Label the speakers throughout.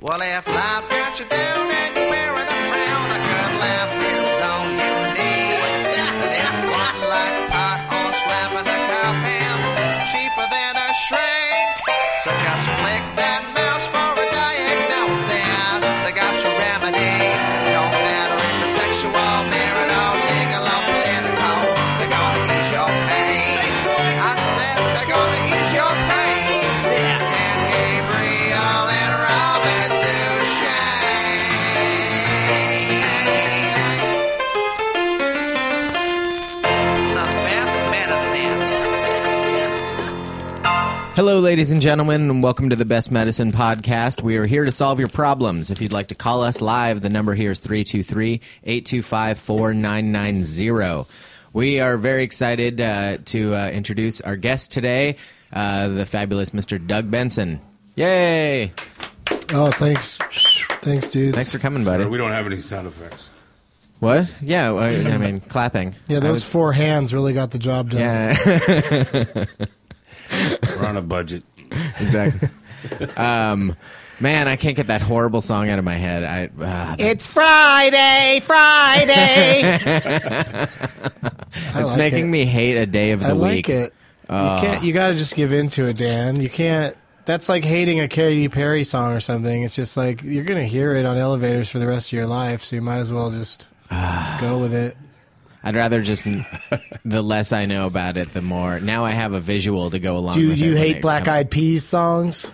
Speaker 1: Well, if life got you down and you're wearing a frown, a good laugh is all you need. It's one light pot or slap in the compound, cheaper than a shrink. So just flick that mouse for a diagnosis. They got your remedy. Don't matter if it's sexual, marital, legal, or political. They're gonna ease your pain. I said they're gonna ease your pain. And Gabriel and Robert Duchesne. The best medicine.
Speaker 2: Hello, ladies and gentlemen, and welcome to the Best Medicine Podcast. We are here to solve your problems. If you'd like to call us live, the number here is 323 825 4990. We are very excited uh, to uh, introduce our guest today, uh, the fabulous Mr. Doug Benson. Yay!
Speaker 3: Oh, thanks. Thanks, dudes.
Speaker 2: Thanks for coming, buddy.
Speaker 4: We don't have any sound effects.
Speaker 2: What? Yeah, well, I mean, clapping.
Speaker 3: yeah,
Speaker 2: I
Speaker 3: those
Speaker 2: was-
Speaker 3: four hands really got the job done.
Speaker 2: Yeah.
Speaker 4: We're on a budget.
Speaker 2: Exactly. um, man, I can't get that horrible song out of my head. I, uh,
Speaker 3: It's Friday, Friday.
Speaker 2: it's making me hate a day of the
Speaker 3: I
Speaker 2: week. Uh,
Speaker 3: like it. you can't. You got to just give into it, Dan. You can't. That's like hating a Katy Perry song or something. It's just like you're gonna hear it on elevators for the rest of your life, so you might as well just go with it.
Speaker 2: I'd rather just the less I know about it, the more. Now I have a visual to go along.
Speaker 3: Do
Speaker 2: with it
Speaker 3: you
Speaker 2: when
Speaker 3: hate
Speaker 2: it
Speaker 3: Black
Speaker 2: comes-
Speaker 3: Eyed Peas songs?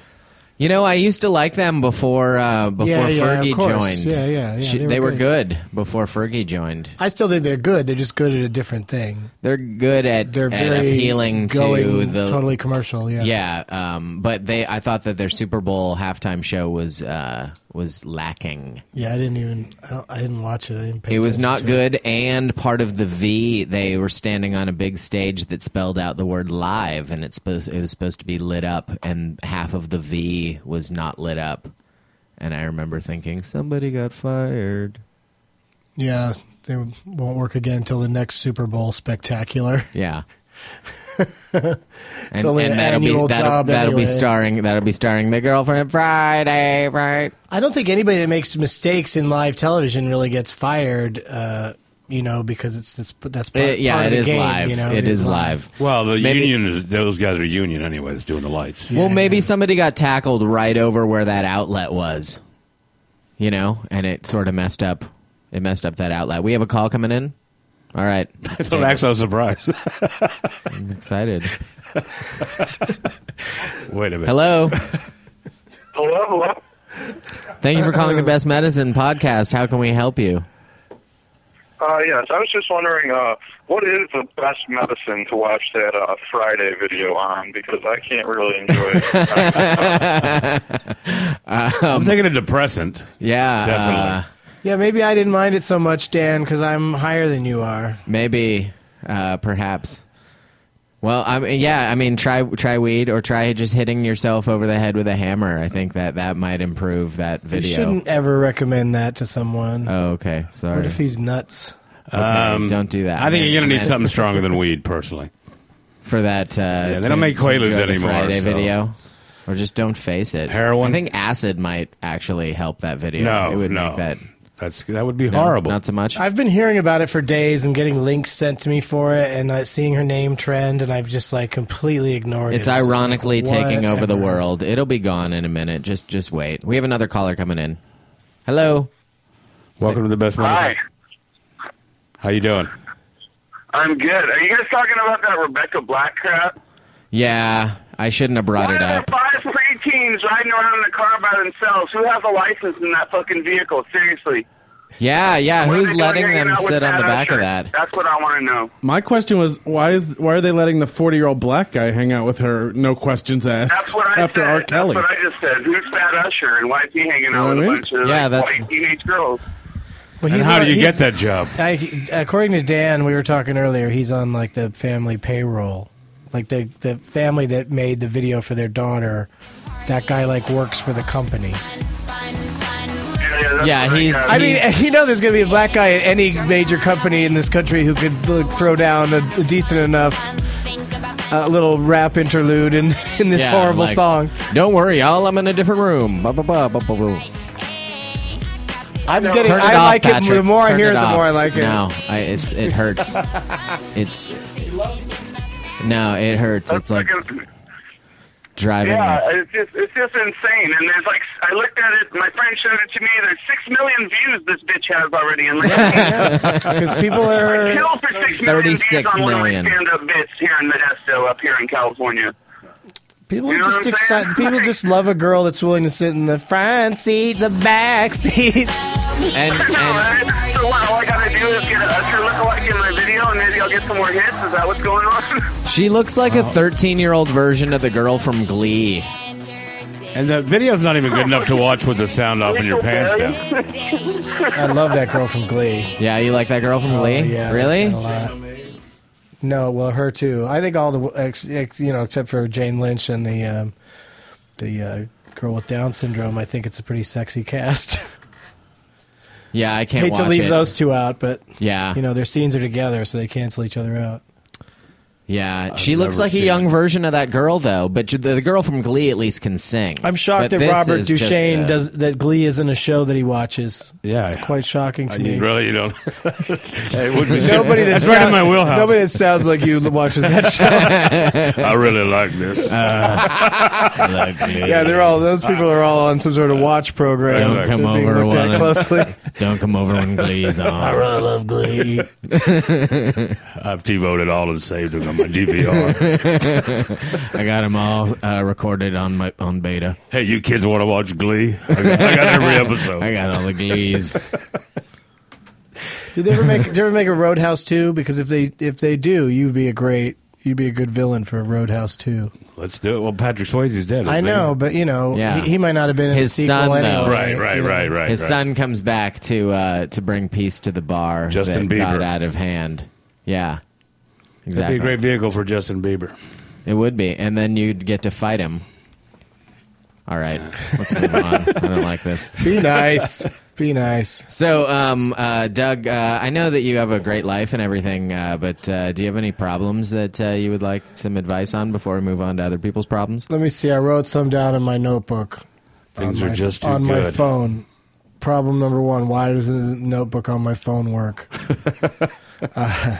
Speaker 2: You know, I used to like them before uh, before
Speaker 3: Yeah, yeah, of
Speaker 2: Fergie
Speaker 3: course.
Speaker 2: joined.
Speaker 3: Yeah, yeah, yeah,
Speaker 2: She- they,
Speaker 3: they were
Speaker 2: were,
Speaker 3: good.
Speaker 2: good. before Fergie joined.
Speaker 3: I still think they're good. They're just good at a different thing.
Speaker 2: They're good at,
Speaker 3: They're
Speaker 2: at
Speaker 3: very
Speaker 2: appealing to
Speaker 3: going
Speaker 2: the
Speaker 3: totally commercial. Yeah.
Speaker 2: Yeah, um, but they. I thought that their Super Bowl halftime show was uh, was lacking.
Speaker 3: Yeah, I didn't even. I, don't, I didn't watch it. I didn't pay.
Speaker 2: It was
Speaker 3: attention
Speaker 2: not
Speaker 3: to
Speaker 2: good, and part of the V, they were standing on a big stage that spelled out the word "live," and it's supposed it was supposed to be lit up, and half of the V was not lit up. And I remember thinking, somebody got fired.
Speaker 3: Yeah, they won't work again until the next Super Bowl spectacular.
Speaker 2: Yeah. and
Speaker 3: only an
Speaker 2: that'll
Speaker 3: annual
Speaker 2: be that'll,
Speaker 3: job
Speaker 2: that'll be
Speaker 3: anyway.
Speaker 2: starring that'll be starring the girlfriend Friday, right?
Speaker 3: I don't think anybody that makes mistakes in live television really gets fired. Uh, you know, because it's that's that's part,
Speaker 2: Uh, yeah,
Speaker 3: part of
Speaker 2: it
Speaker 3: the
Speaker 2: is
Speaker 3: game,
Speaker 2: live.
Speaker 3: You know,
Speaker 2: it is live.
Speaker 4: Well, the
Speaker 2: Maybe-
Speaker 4: union is those guys are union anyway. That's doing the lights.
Speaker 2: Well,
Speaker 3: Yeah,
Speaker 2: maybe somebody got tackled right over where that outlet was, you know, and it sort of messed up. It messed up that outlet. We have a call coming in. All right,
Speaker 4: That's an actual surprise.
Speaker 2: I'm excited.
Speaker 4: Wait a minute.
Speaker 2: Hello,
Speaker 5: Hello, hello.
Speaker 2: thank you for calling the Best Medicine Podcast. How can we help you?
Speaker 5: Uh, yes, I was just wondering, uh, what is the best medicine to watch that uh, Friday video on? Because I can't really enjoy it.
Speaker 4: I'm taking a depressant.
Speaker 2: Yeah, uh,
Speaker 4: Definitely.
Speaker 3: Yeah, maybe I didn't mind it so much, Dan, because I'm higher than you are.
Speaker 2: maybe, uh, perhaps. Well, I mean, yeah, I mean, try try weed or try just hitting yourself over the head with a hammer. I think that that might improve that
Speaker 3: You
Speaker 2: video.
Speaker 3: shouldn't ever recommend that to someone.
Speaker 2: Oh, okay, sorry.
Speaker 3: what if he's nuts?
Speaker 4: um,
Speaker 2: Don't do that.
Speaker 4: I think you're gonna need
Speaker 2: Man.
Speaker 4: something stronger than weed, personally.
Speaker 2: for that. Uh,
Speaker 4: they don't make Quaaludes
Speaker 2: enjoy the
Speaker 4: anymore,
Speaker 2: Friday
Speaker 4: so-
Speaker 2: video, or just don't face it.
Speaker 4: Heroin?
Speaker 2: I think acid might actually help that video.
Speaker 4: No,
Speaker 2: it would
Speaker 4: no.
Speaker 2: make that
Speaker 4: That's that would be
Speaker 2: no,
Speaker 4: horrible.
Speaker 2: Not so much.
Speaker 3: I've been hearing about it for days and getting links sent to me for it, and uh, seeing her name trend, and I've just like completely ignored
Speaker 2: it's
Speaker 3: it. just
Speaker 2: ironically
Speaker 3: like,
Speaker 2: taking over the
Speaker 3: whatever.
Speaker 2: world. It'll be gone in a minute. Just just wait. We have another caller coming in. Hello.
Speaker 4: Welcome to the best.
Speaker 5: Hi,
Speaker 4: Medicine. How you doing?
Speaker 5: I'm good. Are you guys talking about that Rebecca Black crap?
Speaker 2: Yeah, I shouldn't have brought
Speaker 5: One
Speaker 2: it
Speaker 5: of
Speaker 2: up.
Speaker 5: the five preteens riding around in a car by themselves. Who has a license in that fucking vehicle? Seriously.
Speaker 2: Yeah, yeah.
Speaker 5: What are
Speaker 2: Who's
Speaker 5: they doing
Speaker 2: letting
Speaker 5: hanging
Speaker 2: them
Speaker 5: out with
Speaker 2: sit on the back of
Speaker 5: usher?
Speaker 2: that?
Speaker 5: That's what I want to know.
Speaker 6: My question was why is why are they letting the forty year old black guy hang out with her? No questions asked.
Speaker 5: That's what I
Speaker 6: after
Speaker 5: said.
Speaker 6: R. Kelly.
Speaker 5: That's what I just said. Who's Fat Usher and why is he hanging out
Speaker 6: You
Speaker 5: with
Speaker 6: know
Speaker 5: a
Speaker 6: what I
Speaker 5: bunch of
Speaker 2: Yeah,
Speaker 5: like,
Speaker 2: that's-
Speaker 5: white teenage girls?
Speaker 3: But
Speaker 4: And
Speaker 3: he's
Speaker 4: how
Speaker 3: not-
Speaker 4: do you get
Speaker 3: he's-
Speaker 4: that job?
Speaker 3: I, according to Dan, we were talking earlier. He's on like the family payroll, like the the family that made the video for their daughter. That guy like works for the company.
Speaker 5: Yeah, yeah, that's
Speaker 2: Yeah,
Speaker 5: what I
Speaker 2: he's-
Speaker 5: got.
Speaker 3: I mean, you know, there's gonna be a black guy at any major company in this country who could like, throw down a, a decent enough uh, little rap interlude in in this
Speaker 2: Yeah,
Speaker 3: horrible
Speaker 2: like,
Speaker 3: song.
Speaker 2: Don't worry, y'all. I'm in a different room. Ba, ba, ba, ba, ba, ba.
Speaker 3: I'm getting.
Speaker 2: Turn it
Speaker 3: I
Speaker 2: off,
Speaker 3: like
Speaker 2: Patrick.
Speaker 3: it. The more I
Speaker 2: Turn
Speaker 3: hear it, the
Speaker 2: off.
Speaker 3: more I like it.
Speaker 2: No, I, it, it hurts. it's no, it hurts. It's like
Speaker 5: Fucking-
Speaker 2: driving.
Speaker 5: yeah,
Speaker 2: me.
Speaker 5: it's just it's just insane. And there's like I looked at it. My friend showed it to me. There's six million views this bitch has already, and like
Speaker 3: Because people are.
Speaker 5: kill for six million
Speaker 2: 36
Speaker 5: views on one
Speaker 2: million.
Speaker 5: of my stand-up bits here in Modesto, up here in California.
Speaker 3: People
Speaker 5: You
Speaker 3: are
Speaker 5: know
Speaker 3: just
Speaker 5: what I'm saying?
Speaker 3: excited. People just love a girl that's willing to sit in the front seat, the back seat.
Speaker 2: And, and
Speaker 5: Alright, so what, all I gotta do is get a Usher lookalike in my video, and maybe I'll get some more hits. Is that what's going on?
Speaker 2: she looks like
Speaker 3: Oh.
Speaker 2: a 13 year old version of the girl from Glee.
Speaker 4: And the video's not even good enough to watch with the sound off and your pants down.
Speaker 3: I love that girl from Glee.
Speaker 2: Yeah, you like that girl from Glee?
Speaker 3: Oh, yeah, I
Speaker 2: really?
Speaker 3: like that a lot. No, well, her too. I think all the ex, ex, you know, except for Jane Lynch and the um, the uh, girl with Down syndrome. I think it's a pretty sexy cast.
Speaker 2: Yeah, I can't
Speaker 3: Hate to
Speaker 2: watch
Speaker 3: leave
Speaker 2: it. Ah.
Speaker 3: those two out, but
Speaker 2: Yeah,
Speaker 3: you know their scenes are together, so they cancel each other out.
Speaker 2: yeah. she looks
Speaker 4: never
Speaker 2: like a
Speaker 4: seen
Speaker 2: young version of that girl, though. But the, the girl from Glee at least can sing.
Speaker 3: I'm shocked
Speaker 2: But
Speaker 3: that
Speaker 2: this
Speaker 3: Robert
Speaker 2: is just
Speaker 3: Duchesne
Speaker 2: a-
Speaker 3: does that. Glee isn't a show that he watches.
Speaker 4: Yeah.
Speaker 3: it's quite shocking to
Speaker 4: I
Speaker 3: me.
Speaker 4: mean, really, you don't. it would be
Speaker 3: Nobody that
Speaker 4: That's
Speaker 3: sound-
Speaker 4: right in my wheelhouse.
Speaker 3: Nobody that sounds like you watches that show.
Speaker 4: I really like this.
Speaker 3: yeah, they're all those people are all on some sort of watch program.
Speaker 4: Don't come
Speaker 3: They're being
Speaker 2: over,
Speaker 3: looked at
Speaker 2: Juana.
Speaker 3: closely.
Speaker 2: Don't come over when Glee's on.
Speaker 3: really love Glee.
Speaker 4: I've T-voted all and saved them on my DVR.
Speaker 2: I got them all uh, recorded on my on beta.
Speaker 4: hey, you kids want to watch Glee? I got, I got every episode.
Speaker 2: I got all the Glees.
Speaker 3: Did they ever make? Did they ever make a Roadhouse two? Because if they if they do, you'd be a great. You'd be a good villain for Roadhouse two.
Speaker 4: Let's do it. Well, Patrick Swayze's dead. isn't
Speaker 3: I
Speaker 4: he?
Speaker 3: know, but you know,
Speaker 2: Yeah.
Speaker 3: he, he might not have been in
Speaker 2: His
Speaker 3: the sequel
Speaker 2: son, though.
Speaker 3: anyway.
Speaker 4: Right, right, right, right.
Speaker 2: His
Speaker 4: right.
Speaker 2: son comes back to uh, to bring peace to the bar.
Speaker 4: Justin
Speaker 2: that got
Speaker 4: Bieber.
Speaker 2: out of hand. Yeah,
Speaker 4: That'd be
Speaker 2: exactly.
Speaker 4: a great vehicle for Justin Bieber.
Speaker 2: It would be, and then you'd get to fight him. All right, let's move on. I don't like this.
Speaker 3: Be nice. Be nice.
Speaker 2: So, um, uh, Doug, uh, I know that you have a great life and everything, uh, but uh, do you have any problems that uh, you would like some advice on before we move on to other people's problems?
Speaker 3: Let me see. I wrote some down in my notebook.
Speaker 4: Things
Speaker 3: on
Speaker 4: are
Speaker 3: my-
Speaker 4: just too
Speaker 3: on
Speaker 4: good.
Speaker 3: my phone. Problem number one: Why does the notebook on my phone work? Uh,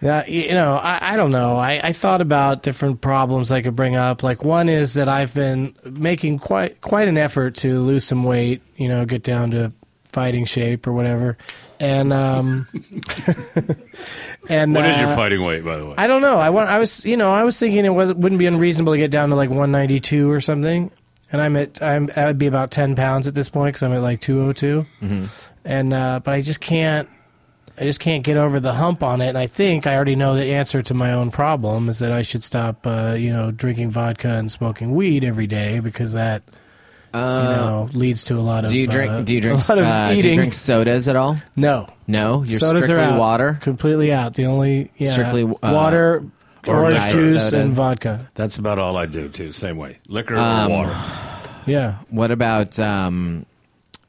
Speaker 3: yeah, you know, I, I don't know. I, I thought about different problems I could bring up. Like one is that I've been making quite quite an effort to lose some weight. You know, get down to fighting shape or whatever. And um, and
Speaker 4: What is
Speaker 3: uh,
Speaker 4: your fighting weight, by the way?
Speaker 3: I don't know. I want. I was, you know, I was thinking it was, wouldn't be unreasonable to get down to like 192 or something. And I'm at, I'm, I would be about 10 pounds at this point because I'm at like 202.
Speaker 2: Mm-hmm.
Speaker 3: And uh, but I just can't, I just can't get over the hump on it. And I think I already know the answer to my own problem is that I should stop, uh, you know, drinking vodka and smoking weed every day because that, you know, leads to a lot of.
Speaker 2: Uh, Do you drink?
Speaker 3: uh,
Speaker 2: do you drink?
Speaker 3: a lot of
Speaker 2: uh,
Speaker 3: eating?
Speaker 2: Do you drink sodas at all?
Speaker 3: no.
Speaker 2: No, you're
Speaker 3: Sodas
Speaker 2: strictly
Speaker 3: are out.
Speaker 2: water.
Speaker 3: Completely out. The only yeah,
Speaker 2: Strictly, uh,
Speaker 3: water,
Speaker 2: or
Speaker 3: orange
Speaker 2: diet
Speaker 3: juice,
Speaker 2: soda.
Speaker 3: and vodka.
Speaker 4: That's about all I do too. Same way, liquor
Speaker 2: Um,
Speaker 4: or water.
Speaker 3: oh, Yeah,
Speaker 2: What about? Um,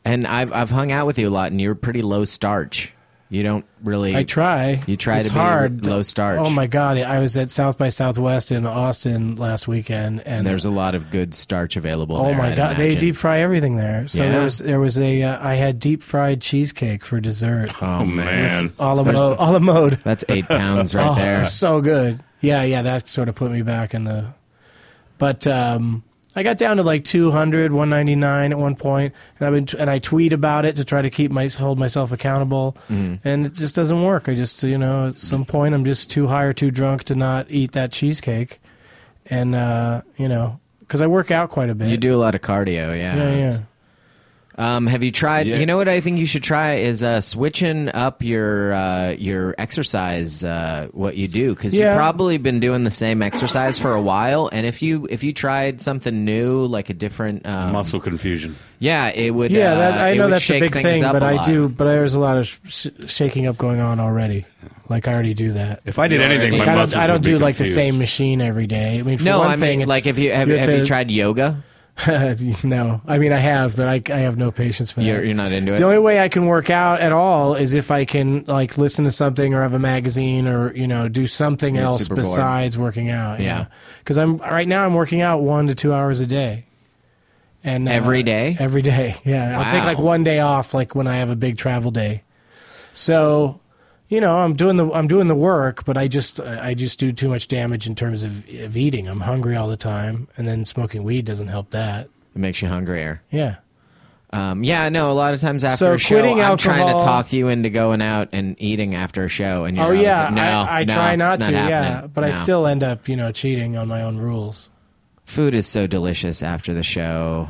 Speaker 2: and I've I've hung out with you a lot, and you're pretty low starch. You don't really.
Speaker 3: I try.
Speaker 2: You try
Speaker 3: it's
Speaker 2: to be
Speaker 3: hard.
Speaker 2: low starch.
Speaker 3: Oh my god! I was at South by Southwest in Austin last weekend, and
Speaker 2: And there's a lot of good starch available.
Speaker 3: oh
Speaker 2: there,
Speaker 3: my
Speaker 2: I'd
Speaker 3: god, they
Speaker 2: imagine.
Speaker 3: deep fry everything there. So
Speaker 2: Yeah.
Speaker 3: there was there was a uh, I had deep fried cheesecake for dessert.
Speaker 4: Oh man,
Speaker 3: A la mode. A la mode.
Speaker 2: That's eight pounds right
Speaker 3: oh,
Speaker 2: there.
Speaker 3: so good. Yeah, yeah. That sort of put me back in the. But um, I got down to like 200, 199 at one point, and I've been and I tweet about it to try to keep my hold myself accountable,
Speaker 2: Mm-hmm.
Speaker 3: and it just doesn't work. I just you know at some point I'm just too high or too drunk to not eat that cheesecake, and uh, you know because I work out quite a bit.
Speaker 2: You do a lot of cardio, yeah.
Speaker 3: Yeah, yeah.
Speaker 2: Um, have you tried?
Speaker 4: Yeah.
Speaker 2: You know what I think you should try is uh, switching up your uh, your exercise, uh, what you do, because
Speaker 3: Yeah.
Speaker 2: you've probably been doing the same exercise for a while. And if you if you tried something new, like a different um,
Speaker 4: muscle confusion.
Speaker 2: yeah, it would.
Speaker 3: Yeah,
Speaker 2: uh,
Speaker 3: that, I
Speaker 2: it
Speaker 3: know
Speaker 2: would
Speaker 3: that's a
Speaker 2: shake
Speaker 3: big
Speaker 2: things
Speaker 3: thing,
Speaker 2: up
Speaker 3: but
Speaker 2: a
Speaker 3: I
Speaker 2: lot.
Speaker 3: do. But there's a lot of sh- sh- shaking up going on already. Like I already do that.
Speaker 4: If I did
Speaker 2: You
Speaker 4: anything,
Speaker 2: already-
Speaker 4: my
Speaker 2: Like,
Speaker 3: I
Speaker 4: muscles
Speaker 3: don't, I
Speaker 4: would
Speaker 3: don't
Speaker 4: be
Speaker 3: do like the
Speaker 4: confused.
Speaker 3: same machine every day. I mean, for
Speaker 2: No,
Speaker 3: one
Speaker 2: I
Speaker 3: thing,
Speaker 2: mean,
Speaker 3: it's-
Speaker 2: like if you have,
Speaker 3: you're at
Speaker 2: have you
Speaker 3: the-
Speaker 2: tried yoga?
Speaker 3: no, I mean I have, but I I have no patience for that.
Speaker 2: You're, you're not into it.
Speaker 3: the only way I can work out at all is if I can like listen to something or have a magazine or you know do something
Speaker 2: Get
Speaker 3: else
Speaker 2: super bored.
Speaker 3: besides working out.
Speaker 2: Yeah.
Speaker 3: because I'm right now I'm working out one to two hours a day, And uh,
Speaker 2: Every day?
Speaker 3: every day. Yeah, I'll take
Speaker 2: Wow.
Speaker 3: like one day off, like when I have a big travel day. So, you know, I'm doing the I'm doing the work, but I just I just do too much damage in terms of, of eating. I'm hungry all the time, and then smoking weed doesn't help that.
Speaker 2: It makes you hungrier.
Speaker 3: Yeah.
Speaker 2: Um, yeah, no. A lot of times after
Speaker 3: So
Speaker 2: a show,
Speaker 3: quitting
Speaker 2: I'm trying to
Speaker 3: alcohol-
Speaker 2: talk you into going out and eating after a show, and you're
Speaker 3: Oh
Speaker 2: always
Speaker 3: yeah,
Speaker 2: like, no,
Speaker 3: I, I
Speaker 2: no,
Speaker 3: try
Speaker 2: it's
Speaker 3: not, to. Yeah,
Speaker 2: happening.
Speaker 3: but I
Speaker 2: No.
Speaker 3: still end up, you know, cheating on my own rules.
Speaker 2: food is so delicious after the show.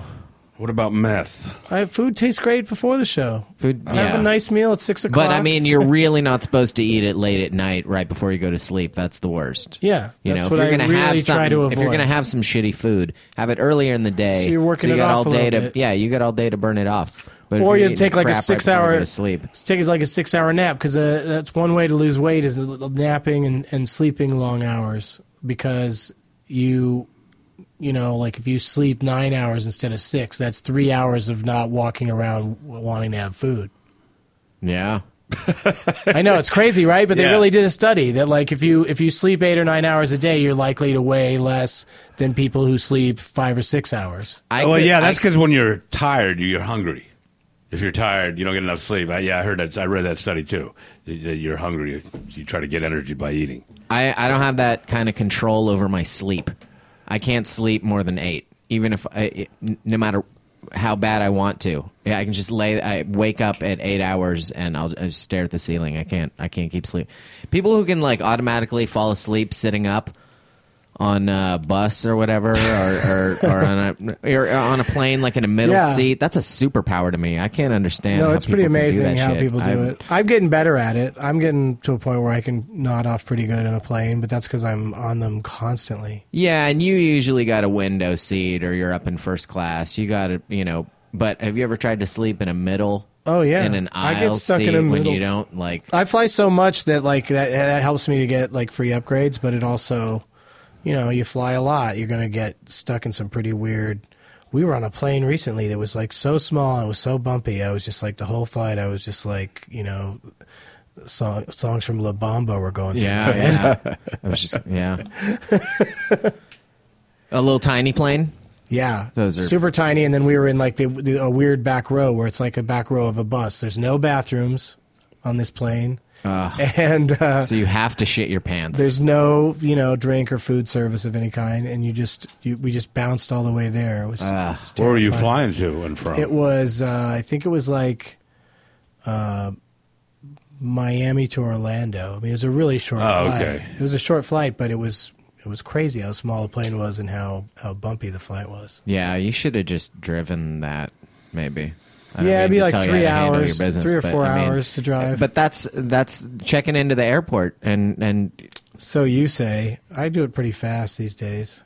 Speaker 4: What about meth?
Speaker 3: I, Uh, food tastes great before the show.
Speaker 2: Food,
Speaker 3: I
Speaker 2: yeah.
Speaker 3: Have a nice meal at six o'clock.
Speaker 2: But I mean, you're really not supposed to eat it late at night, right before you go to sleep. That's the worst.
Speaker 3: yeah,
Speaker 2: You
Speaker 3: that's
Speaker 2: know, if
Speaker 3: what
Speaker 2: you're
Speaker 3: I
Speaker 2: gonna
Speaker 3: really
Speaker 2: have something,
Speaker 3: try to avoid.
Speaker 2: if you're gonna have some shitty food, have it earlier in the day.
Speaker 3: So you're working
Speaker 2: you
Speaker 3: it
Speaker 2: got
Speaker 3: off
Speaker 2: all
Speaker 3: a
Speaker 2: day to
Speaker 3: little bit.
Speaker 2: yeah, you got all day to burn it off. But if
Speaker 3: or
Speaker 2: you're
Speaker 3: you
Speaker 2: eating
Speaker 3: take like a
Speaker 2: crap right
Speaker 3: six
Speaker 2: before you
Speaker 3: hour
Speaker 2: go to sleep.
Speaker 3: Take like a six hour nap because uh, that's one way to lose weight is l- l- napping and, and sleeping long hours because you you know like if you sleep nine hours instead of six that's three hours of not walking around w- wanting to have food.
Speaker 2: Yeah,
Speaker 3: I know it's crazy, right? But they
Speaker 4: Yeah.
Speaker 3: really did a study that like if you if you sleep eight or nine hours a day, you're likely to weigh less than people who sleep five or six hours.
Speaker 2: I
Speaker 4: well,
Speaker 2: could-
Speaker 4: yeah, that's
Speaker 2: I-
Speaker 4: because when you're tired, you're hungry. If you're tired, you don't get enough sleep. I, yeah, I heard that. I read that study too. That that you're hungry. You try to get energy by eating.
Speaker 2: I, I don't have that kind of control over my sleep. I can't sleep more than eight, even if I, it- no matter how bad I want to. Yeah, I can just lay. I wake up at eight hours and I'll, i just stare at the ceiling. I can't. I can't keep sleep. People who can like automatically fall asleep sitting up on a bus or whatever, or or, or on a or on a plane like in a middle
Speaker 3: Yeah.
Speaker 2: seat. That's a superpower to me. I can't understand.
Speaker 3: No,
Speaker 2: how
Speaker 3: it's pretty
Speaker 2: people can do
Speaker 3: amazing
Speaker 2: that
Speaker 3: how
Speaker 2: shit.
Speaker 3: people do
Speaker 2: I've-
Speaker 3: it. I'm getting better at it. I'm getting to a point where I can nod off pretty good in a plane, but that's because I'm on them constantly.
Speaker 2: Yeah, and you usually got a window seat or you're up in first class. You got to, you know, but have you ever tried to sleep in a middle?
Speaker 3: Oh, yeah.
Speaker 2: In an
Speaker 3: I
Speaker 2: aisle
Speaker 3: get stuck
Speaker 2: seat
Speaker 3: in a
Speaker 2: when
Speaker 3: middle.
Speaker 2: you don't like
Speaker 3: I fly so much that like that that helps me to get like free upgrades, but it also, you know, you fly a lot, you're gonna get stuck in some pretty weird. We were on a plane recently that was like so small and it was so bumpy. I was just like the whole flight. I was just like, you know, song, songs from La Bamba were going. through my head.
Speaker 2: Yeah, yeah. I was just yeah. a little tiny plane?
Speaker 3: Yeah,
Speaker 2: Those are-
Speaker 3: super tiny, and then we were in like the, the a weird back row where it's like a back row of a bus. There's no bathrooms on this plane, and uh,
Speaker 2: So you have to shit your pants.
Speaker 3: there's no you know drink or food service of any kind. And you just you, we just bounced all the way there. It was, it was
Speaker 4: Where were you
Speaker 3: terrifying.
Speaker 4: flying to and from?
Speaker 3: It was uh, I think it was like uh, Miami to Orlando. I mean, it was a really short.
Speaker 4: Oh,
Speaker 3: flight.
Speaker 4: okay.
Speaker 3: It was a short flight, but it was it was crazy how small the plane was and how how bumpy the flight was.
Speaker 2: yeah, you should have just driven that maybe. I don't
Speaker 3: Yeah, it'd
Speaker 2: mean
Speaker 3: be
Speaker 2: to
Speaker 3: like
Speaker 2: tell you
Speaker 3: three
Speaker 2: how to handle
Speaker 3: hours,
Speaker 2: your business,
Speaker 3: three or
Speaker 2: but,
Speaker 3: four
Speaker 2: I mean-
Speaker 3: hours to drive.
Speaker 2: But that's that's checking into the airport and and
Speaker 3: So you say I do it pretty fast these days,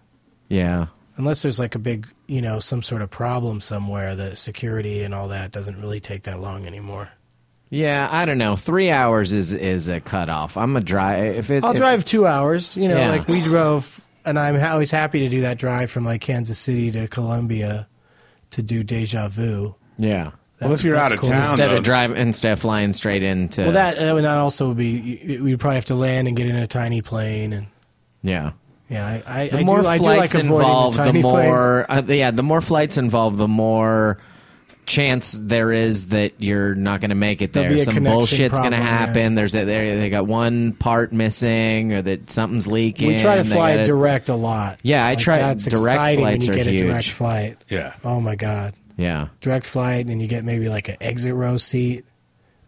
Speaker 2: yeah.
Speaker 3: unless there's like a big, you know, some sort of problem somewhere. The security and all that doesn't really take that long anymore.
Speaker 2: Yeah, I don't know. Three hours is is a cutoff. I'm a drive. If it,
Speaker 3: I'll
Speaker 2: if
Speaker 3: drive
Speaker 2: it's-
Speaker 3: two hours. You know,
Speaker 2: Yeah.
Speaker 3: like we drove, and I'm always happy to do that drive from like Kansas City to Columbia to do Deja Vu.
Speaker 2: Yeah.
Speaker 4: well, if you're
Speaker 3: that's
Speaker 4: out of
Speaker 3: cool.
Speaker 4: town,
Speaker 2: Instead
Speaker 4: though,
Speaker 2: of drive, instead of flying straight into.
Speaker 3: Well, that that would not also would be. We'd probably have to land and get in a tiny plane, and
Speaker 2: Yeah.
Speaker 3: yeah, I I,
Speaker 2: The
Speaker 3: I
Speaker 2: more
Speaker 3: do, I do like
Speaker 2: flights
Speaker 3: avoiding
Speaker 2: involved,
Speaker 3: the,
Speaker 2: the,
Speaker 3: tiny planes.
Speaker 2: more uh, yeah, the more flights involved, the more chance there is that you're not going to make it
Speaker 3: There'll be
Speaker 2: there.
Speaker 3: a
Speaker 2: Some
Speaker 3: connection
Speaker 2: bullshit's going to
Speaker 3: problem, yeah.
Speaker 2: happen. There's a, they they got one part missing, or that something's leaking.
Speaker 3: We try to
Speaker 2: They
Speaker 3: fly
Speaker 2: gotta-
Speaker 3: direct a lot.
Speaker 2: Yeah, I
Speaker 3: Like,
Speaker 2: try-
Speaker 3: That's
Speaker 2: direct
Speaker 3: exciting when
Speaker 2: flights
Speaker 3: you
Speaker 2: are
Speaker 3: get a direct
Speaker 2: huge.
Speaker 3: flight.
Speaker 4: Yeah.
Speaker 3: Oh my god,
Speaker 2: Yeah.
Speaker 3: direct flight, and you get maybe like an exit row seat.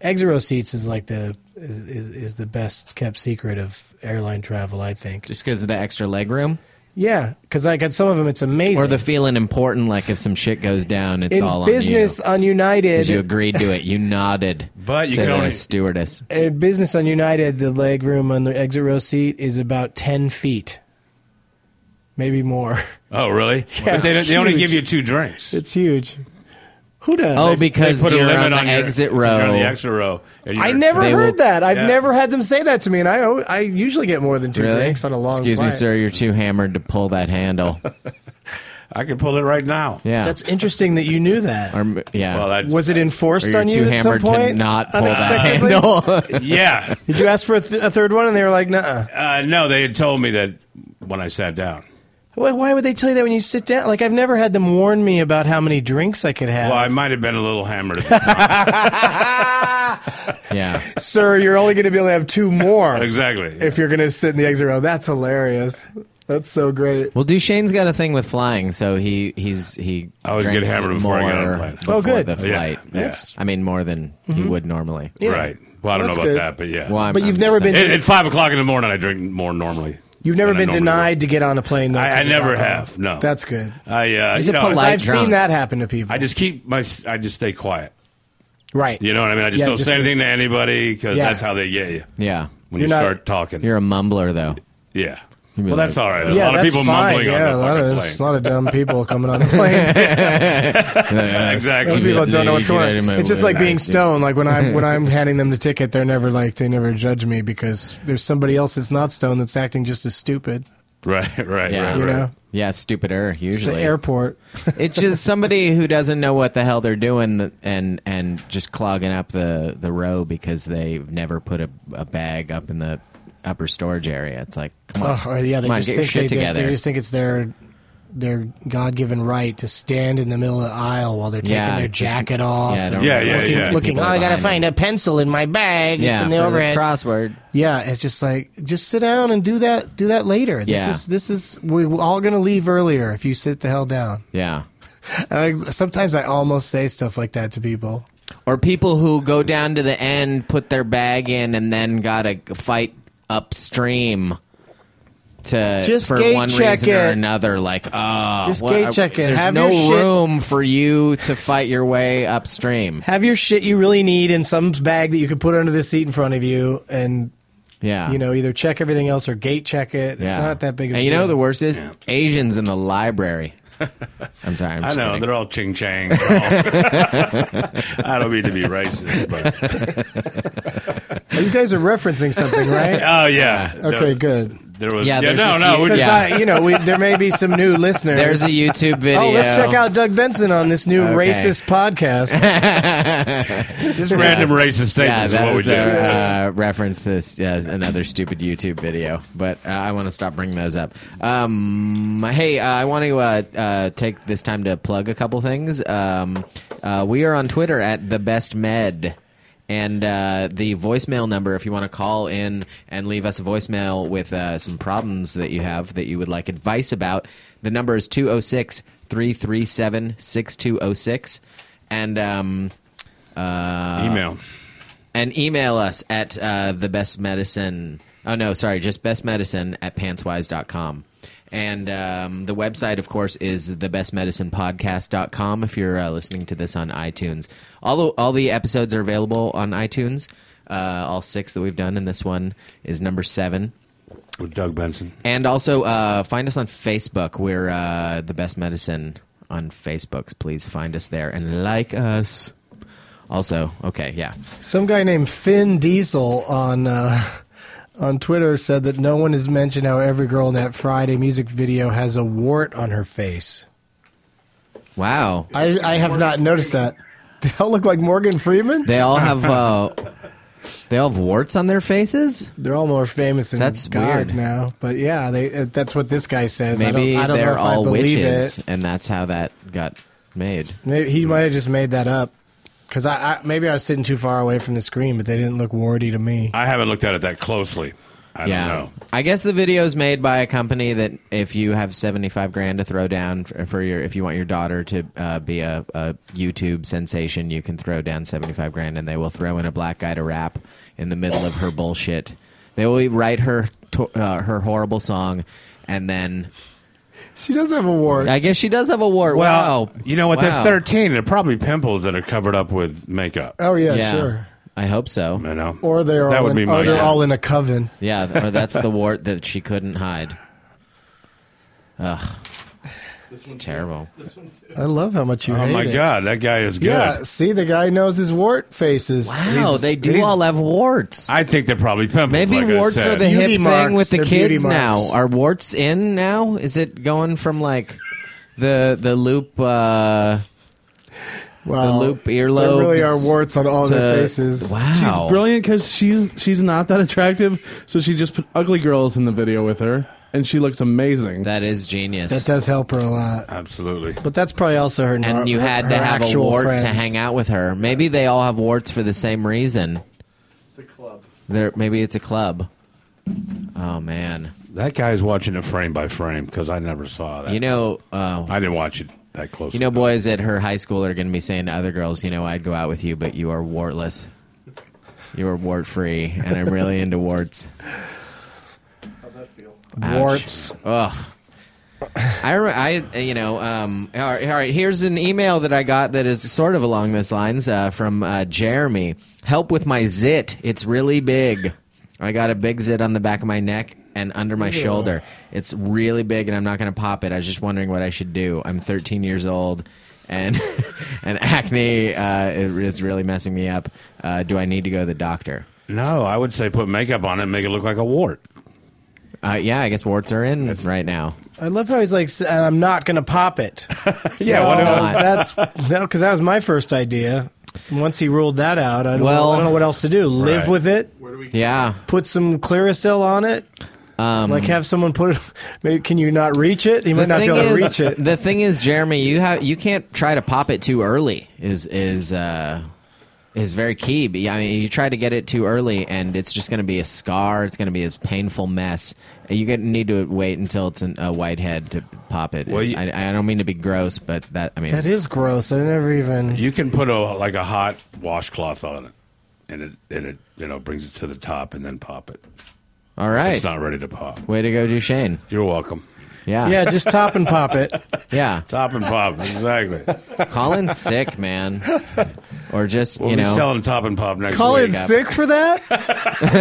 Speaker 3: Exit row seats is like the is, is is the best kept secret of airline travel, I think.
Speaker 2: Just because of the extra leg room,
Speaker 3: Yeah, because like at some of them, it's amazing.
Speaker 2: or the feeling important, like if some shit goes down, it's
Speaker 3: in
Speaker 2: all
Speaker 3: business
Speaker 2: on you.
Speaker 3: on, United,
Speaker 2: Because you agreed to it. You nodded.
Speaker 4: But you
Speaker 2: to
Speaker 4: can
Speaker 2: the
Speaker 4: only-
Speaker 2: stewardess.
Speaker 3: in business on United, the leg room on the exit row seat is about ten feet, maybe more.
Speaker 4: oh, really? but they, don't- they only
Speaker 3: huge.
Speaker 4: give you two drinks.
Speaker 3: It's huge. Who does?
Speaker 2: Oh, because
Speaker 4: they put
Speaker 2: you're
Speaker 4: a limit
Speaker 2: on the
Speaker 4: your-
Speaker 2: exit
Speaker 4: you're
Speaker 2: row.
Speaker 4: on the exit row. and
Speaker 3: I
Speaker 4: you're-
Speaker 3: never
Speaker 2: They
Speaker 3: heard
Speaker 2: will-
Speaker 3: that. I've
Speaker 4: Yeah.
Speaker 3: never had them say that to me, and I al- I usually get more than two drinks on a long
Speaker 2: Excuse me,
Speaker 3: flight.
Speaker 2: sir. You're too hammered to pull that handle.
Speaker 4: I could pull it right now.
Speaker 2: Yeah.
Speaker 3: That's interesting that you knew that.
Speaker 2: Or m- yeah.
Speaker 4: Well, that's,
Speaker 3: Was it
Speaker 2: or
Speaker 3: enforced
Speaker 2: you're
Speaker 3: on
Speaker 2: too
Speaker 3: you at some
Speaker 2: hammered
Speaker 3: point?
Speaker 2: to not pull that
Speaker 3: Unexpectedly?
Speaker 2: handle.
Speaker 4: yeah.
Speaker 3: Did you ask for a, th- a third one, and they were like, "Nah."
Speaker 4: Uh, no, they had told me that when I sat down.
Speaker 3: Why, why would they tell you that when you sit down? Like I've never had them warn me about how many drinks I could have.
Speaker 4: Well, I might have been a little hammered. At the time.
Speaker 2: Yeah.
Speaker 3: Sir, you're only going to be able to have two more
Speaker 4: exactly.
Speaker 3: if you're going to sit in the exit row. That's hilarious. That's so great.
Speaker 2: Well, Duchesne's got a thing with flying, so he he's he.
Speaker 4: I always get
Speaker 2: drinks
Speaker 4: hammered
Speaker 2: it
Speaker 4: before I get on a
Speaker 2: more
Speaker 4: plane.
Speaker 2: before
Speaker 3: Oh, good.
Speaker 2: The
Speaker 4: Yeah,
Speaker 2: flight.
Speaker 4: yeah.
Speaker 3: That's-
Speaker 2: I mean, more than he would normally.
Speaker 3: Yeah.
Speaker 4: Right. Well, I don't
Speaker 3: That's
Speaker 4: know about
Speaker 3: good.
Speaker 4: that, but yeah.
Speaker 2: Well, I'm-
Speaker 3: But
Speaker 2: I'm
Speaker 3: you've
Speaker 2: just
Speaker 3: never
Speaker 2: saying.
Speaker 3: been
Speaker 4: At, at five o'clock in the morning, I drink more normally.
Speaker 3: You've never
Speaker 4: than I
Speaker 3: been
Speaker 4: normally
Speaker 3: denied to get on a plane. though,
Speaker 4: would. I, I
Speaker 3: 'cause of
Speaker 4: never
Speaker 3: alcohol.
Speaker 4: have. No.
Speaker 3: That's good.
Speaker 4: I. Uh,
Speaker 2: He's
Speaker 4: you
Speaker 2: a
Speaker 4: know,
Speaker 2: polite- Light
Speaker 3: I've
Speaker 2: drunk.
Speaker 3: seen that happen to people.
Speaker 4: I just keep my. I just stay quiet.
Speaker 3: right.
Speaker 4: You know what I mean? I just
Speaker 3: Yeah,
Speaker 4: don't
Speaker 3: just
Speaker 4: say
Speaker 3: stay-
Speaker 4: anything to anybody because
Speaker 3: Yeah.
Speaker 4: that's how they get you
Speaker 2: Yeah.
Speaker 4: when
Speaker 3: You're
Speaker 4: you
Speaker 3: not-
Speaker 4: start talking.
Speaker 2: You're a mumbler, though.
Speaker 4: yeah.
Speaker 2: You're
Speaker 4: Well,
Speaker 2: like-
Speaker 4: that's all right. A
Speaker 3: yeah,
Speaker 4: lot of
Speaker 3: that's
Speaker 4: people
Speaker 3: fine.
Speaker 4: mumbling
Speaker 3: yeah,
Speaker 4: on
Speaker 3: a
Speaker 4: the
Speaker 3: lot
Speaker 4: fucking
Speaker 3: of
Speaker 4: plane.
Speaker 3: a lot of dumb people coming on a plane.
Speaker 4: Exactly.
Speaker 3: Some
Speaker 4: Excuse
Speaker 3: people
Speaker 4: me,
Speaker 3: don't know what's going on. It's just like being stoned. Like when I'm when I'm handing them the ticket, they're never like they never judge me because there's somebody else that's not stoned that's acting just as stupid.
Speaker 4: Right. Right.
Speaker 2: Yeah.
Speaker 4: right,
Speaker 3: You
Speaker 4: right.
Speaker 3: know,
Speaker 2: Yeah, stupider
Speaker 3: it's the
Speaker 2: usually.
Speaker 3: airport.
Speaker 2: it's just somebody who doesn't know what the hell they're doing and and just clogging up the the row because they've never put a, a bag up in the upper storage area. It's like, come on,
Speaker 3: Oh, yeah, they
Speaker 2: come on,
Speaker 3: just
Speaker 2: get your
Speaker 3: think they,
Speaker 2: shit
Speaker 3: did-
Speaker 2: together.
Speaker 3: they just think it's their their God given right to stand in the middle of the aisle while they're taking
Speaker 2: Yeah,
Speaker 3: their
Speaker 2: just-
Speaker 3: jacket off.
Speaker 2: yeah,
Speaker 3: and
Speaker 2: don't
Speaker 4: Yeah, yeah,
Speaker 3: looking,
Speaker 4: yeah.
Speaker 3: looking,
Speaker 2: People
Speaker 3: oh, I gotta
Speaker 2: behind
Speaker 3: find a pencil in my bag.
Speaker 2: yeah,
Speaker 3: it's in the
Speaker 2: for
Speaker 3: overhead.
Speaker 2: crossword.
Speaker 3: Yeah, it's just like just sit down and do that. Do that later. This
Speaker 2: Yeah.
Speaker 3: is this is we're all gonna leave earlier if you sit the hell down.
Speaker 2: Yeah.
Speaker 3: And I, sometimes I almost say stuff like that to people.
Speaker 2: Or people who go down to the end, put their bag in, and then got to fight upstream to
Speaker 3: Just
Speaker 2: for
Speaker 3: gate
Speaker 2: one
Speaker 3: check
Speaker 2: reason or
Speaker 3: it.
Speaker 2: another. Like, oh,
Speaker 3: Just gate check it.
Speaker 2: There's
Speaker 3: Have
Speaker 2: no
Speaker 3: your shit-
Speaker 2: room for you to fight your way upstream.
Speaker 3: Have your shit you really need in some bag that you can put under the seat in front of you, and
Speaker 2: Yeah,
Speaker 3: you know either check everything else or gate check it.
Speaker 2: Ah. yeah.
Speaker 3: It's not that big. Of
Speaker 2: And
Speaker 3: a
Speaker 2: you know
Speaker 3: deal.
Speaker 2: the worst is Asians in the library. I'm sorry. I'm
Speaker 4: I
Speaker 2: just
Speaker 4: know
Speaker 2: kidding.
Speaker 4: they're all ching chang. I don't mean to be racist, but
Speaker 3: Oh, you guys are referencing something, right?
Speaker 4: oh yeah.
Speaker 3: okay,
Speaker 4: There-
Speaker 3: good.
Speaker 4: There was
Speaker 2: Yeah,
Speaker 4: yeah.
Speaker 2: there's
Speaker 4: No,
Speaker 2: this-
Speaker 4: no. we-
Speaker 3: Because
Speaker 2: Yeah.
Speaker 3: I, you know, we, there may be some new listeners.
Speaker 2: There's a YouTube video.
Speaker 3: Oh, let's check out Doug Benson on this new
Speaker 2: Okay.
Speaker 3: racist podcast.
Speaker 4: Just random racist
Speaker 2: Yeah,
Speaker 4: statements is
Speaker 2: that
Speaker 4: what we
Speaker 2: was
Speaker 4: do.
Speaker 2: a uh, reference to this, uh, another stupid YouTube video, but uh, I want to stop bringing those up. Um, hey, uh, I want to uh, uh, take this time to plug a couple things. Um, uh, we are on Twitter at the best med. And uh, the voicemail number, if you want to call in and leave us a voicemail with uh, some problems that you have that you would like advice about, the number is 206 337 6206. And um,
Speaker 3: Uh,
Speaker 4: Email.
Speaker 2: and email us at uh, the best medicine oh no sorry just best medicine at pantswise.com and um, the website of course is the bestmedicinepodcast.com if you're uh, listening to this on itunes all the, all the episodes are available on itunes uh, all six that we've done and this one is number seven
Speaker 4: With Doug Benson.
Speaker 2: and also uh, find us on facebook we're uh, the best medicine on facebook please find us there and like us also okay yeah
Speaker 3: Some guy named Finn Diesel on uh, on Twitter said that no one has mentioned how every girl in that Friday music video has a wart on her face.
Speaker 2: wow
Speaker 3: I, I have not noticed that. They all look like Morgan Freeman.
Speaker 2: They all have uh, they all have warts on their faces.
Speaker 3: They're all more famous than
Speaker 2: That's
Speaker 3: God
Speaker 2: weird.
Speaker 3: now. But yeah, they uh, that's what this guy says.
Speaker 2: Maybe
Speaker 3: I don't, I don't know
Speaker 2: they're
Speaker 3: if
Speaker 2: all
Speaker 3: I believe
Speaker 2: witches,
Speaker 3: it.
Speaker 2: and that's how that got made.
Speaker 3: Maybe, he might have just made that up because I, I maybe I was sitting too far away from the screen, but they didn't look warty to me.
Speaker 4: I haven't looked at it that closely. I
Speaker 2: yeah,
Speaker 4: don't know.
Speaker 2: I guess the video is made by a company that if you have seventy five grand to throw down for for your if you want your daughter to uh, be a, a YouTube sensation, you can throw down seventy five grand, and they will throw in a black guy to rap in the middle of her bullshit. They will write her to- uh, her horrible song, and then
Speaker 3: She does have a wart.
Speaker 2: I guess she does have a wart. wow,
Speaker 4: you know what?
Speaker 2: Wow.
Speaker 4: They're 13. They're probably pimples that are covered up with makeup.
Speaker 3: oh yeah, sure.
Speaker 2: I hope so.
Speaker 4: You know?
Speaker 3: Or they're
Speaker 4: That
Speaker 3: all
Speaker 4: would
Speaker 3: in,
Speaker 4: be
Speaker 3: or
Speaker 4: my
Speaker 3: they're
Speaker 4: guess.
Speaker 3: all in a coven.
Speaker 2: Yeah, or that's the wart that she couldn't hide. Ugh, it's terrible.
Speaker 3: I love how much you
Speaker 4: Oh
Speaker 3: hate
Speaker 4: my
Speaker 3: it.
Speaker 4: God, that guy is good.
Speaker 3: Yeah, see, the guy knows his wart faces.
Speaker 2: Wow, they do
Speaker 4: he's-
Speaker 2: all have warts.
Speaker 4: I think they're probably pimples.
Speaker 2: Maybe
Speaker 4: like I
Speaker 2: warts
Speaker 4: said.
Speaker 2: are the
Speaker 3: Beauty
Speaker 2: hip
Speaker 3: marks,
Speaker 2: thing with the
Speaker 3: they're beauty
Speaker 2: kids now.
Speaker 3: marks.
Speaker 2: Are warts in now? Is it going from like the the loop? Uh,
Speaker 3: Wow.
Speaker 2: The loop
Speaker 3: There really are
Speaker 2: earlobes
Speaker 3: warts on all their
Speaker 2: to-
Speaker 3: faces.
Speaker 2: Wow,
Speaker 6: She's brilliant because she's she's not that attractive, so she just put ugly girls in the video with her. and she looks amazing.
Speaker 2: That is genius.
Speaker 3: That does help her a lot.
Speaker 4: Absolutely.
Speaker 3: But that's probably also her.
Speaker 2: and you had to have a wart to hang out with her. Maybe they all have warts for the same reason.
Speaker 6: It's a club.
Speaker 2: There, maybe it's a club. Oh man,
Speaker 4: That guy's watching it frame by frame because I never saw that.
Speaker 2: you know, uh,
Speaker 4: I didn't watch it that close.
Speaker 2: you know, boys at her high school are going to be saying to other girls, you know, I'd go out with you, but you are wartless. You are wart free, and I'm really into warts. Ouch.
Speaker 3: Warts.
Speaker 2: Ugh. I, re- I, you know, um, all, right, all right. Here's an email that I got that is sort of along those lines uh, from uh, Jeremy. Help with my zit. It's really big. I got a big zit on the back of my neck and under my shoulder. It's really big, and I'm not going to pop it. I was just wondering what I should do. I'm 13 years old, and and acne uh, is really messing me up. Uh, do I need to go to the doctor?
Speaker 4: no, I would say put makeup on it and make it look like a wart.
Speaker 2: Uh, yeah, I guess warts are in right now.
Speaker 3: I love how he's like, "S- and I'm not gonna pop it. yeah,
Speaker 2: why
Speaker 3: that's no, because that was my first idea. Once he ruled that out, I don't,
Speaker 2: Well-
Speaker 3: I don't know what else to do. Live
Speaker 4: Right.
Speaker 3: with it.
Speaker 2: Yeah.
Speaker 3: Put some Clearasil on it. Um, like have someone put it. Maybe, can you not reach it? He might not be able to
Speaker 2: is,
Speaker 3: reach it.
Speaker 2: The thing is, Jeremy, you have you can't try to pop it too early. Is is uh, is very key. But, yeah, I mean, you try to get it too early, and it's just going to be a scar. It's going to be a painful mess. You get, need to wait until it's an, a white head to pop it.
Speaker 4: Well,
Speaker 2: It's-
Speaker 4: you-
Speaker 2: I, I don't mean to be gross, but that I mean
Speaker 3: That is gross. I never even.
Speaker 4: You can put a like a hot washcloth on it, and it and it you know brings it to the top and then pop it.
Speaker 2: all right.
Speaker 4: It's not ready to pop.
Speaker 2: Way to go, Duchesne.
Speaker 4: You're welcome.
Speaker 2: Yeah,
Speaker 3: yeah, just top and pop it.
Speaker 2: yeah.
Speaker 4: Top and pop, exactly.
Speaker 2: Colin's sick, man, or just
Speaker 4: We'll
Speaker 2: you
Speaker 4: be
Speaker 2: know.
Speaker 4: selling top and pop next
Speaker 3: Call
Speaker 4: week.
Speaker 3: it sick for that. Get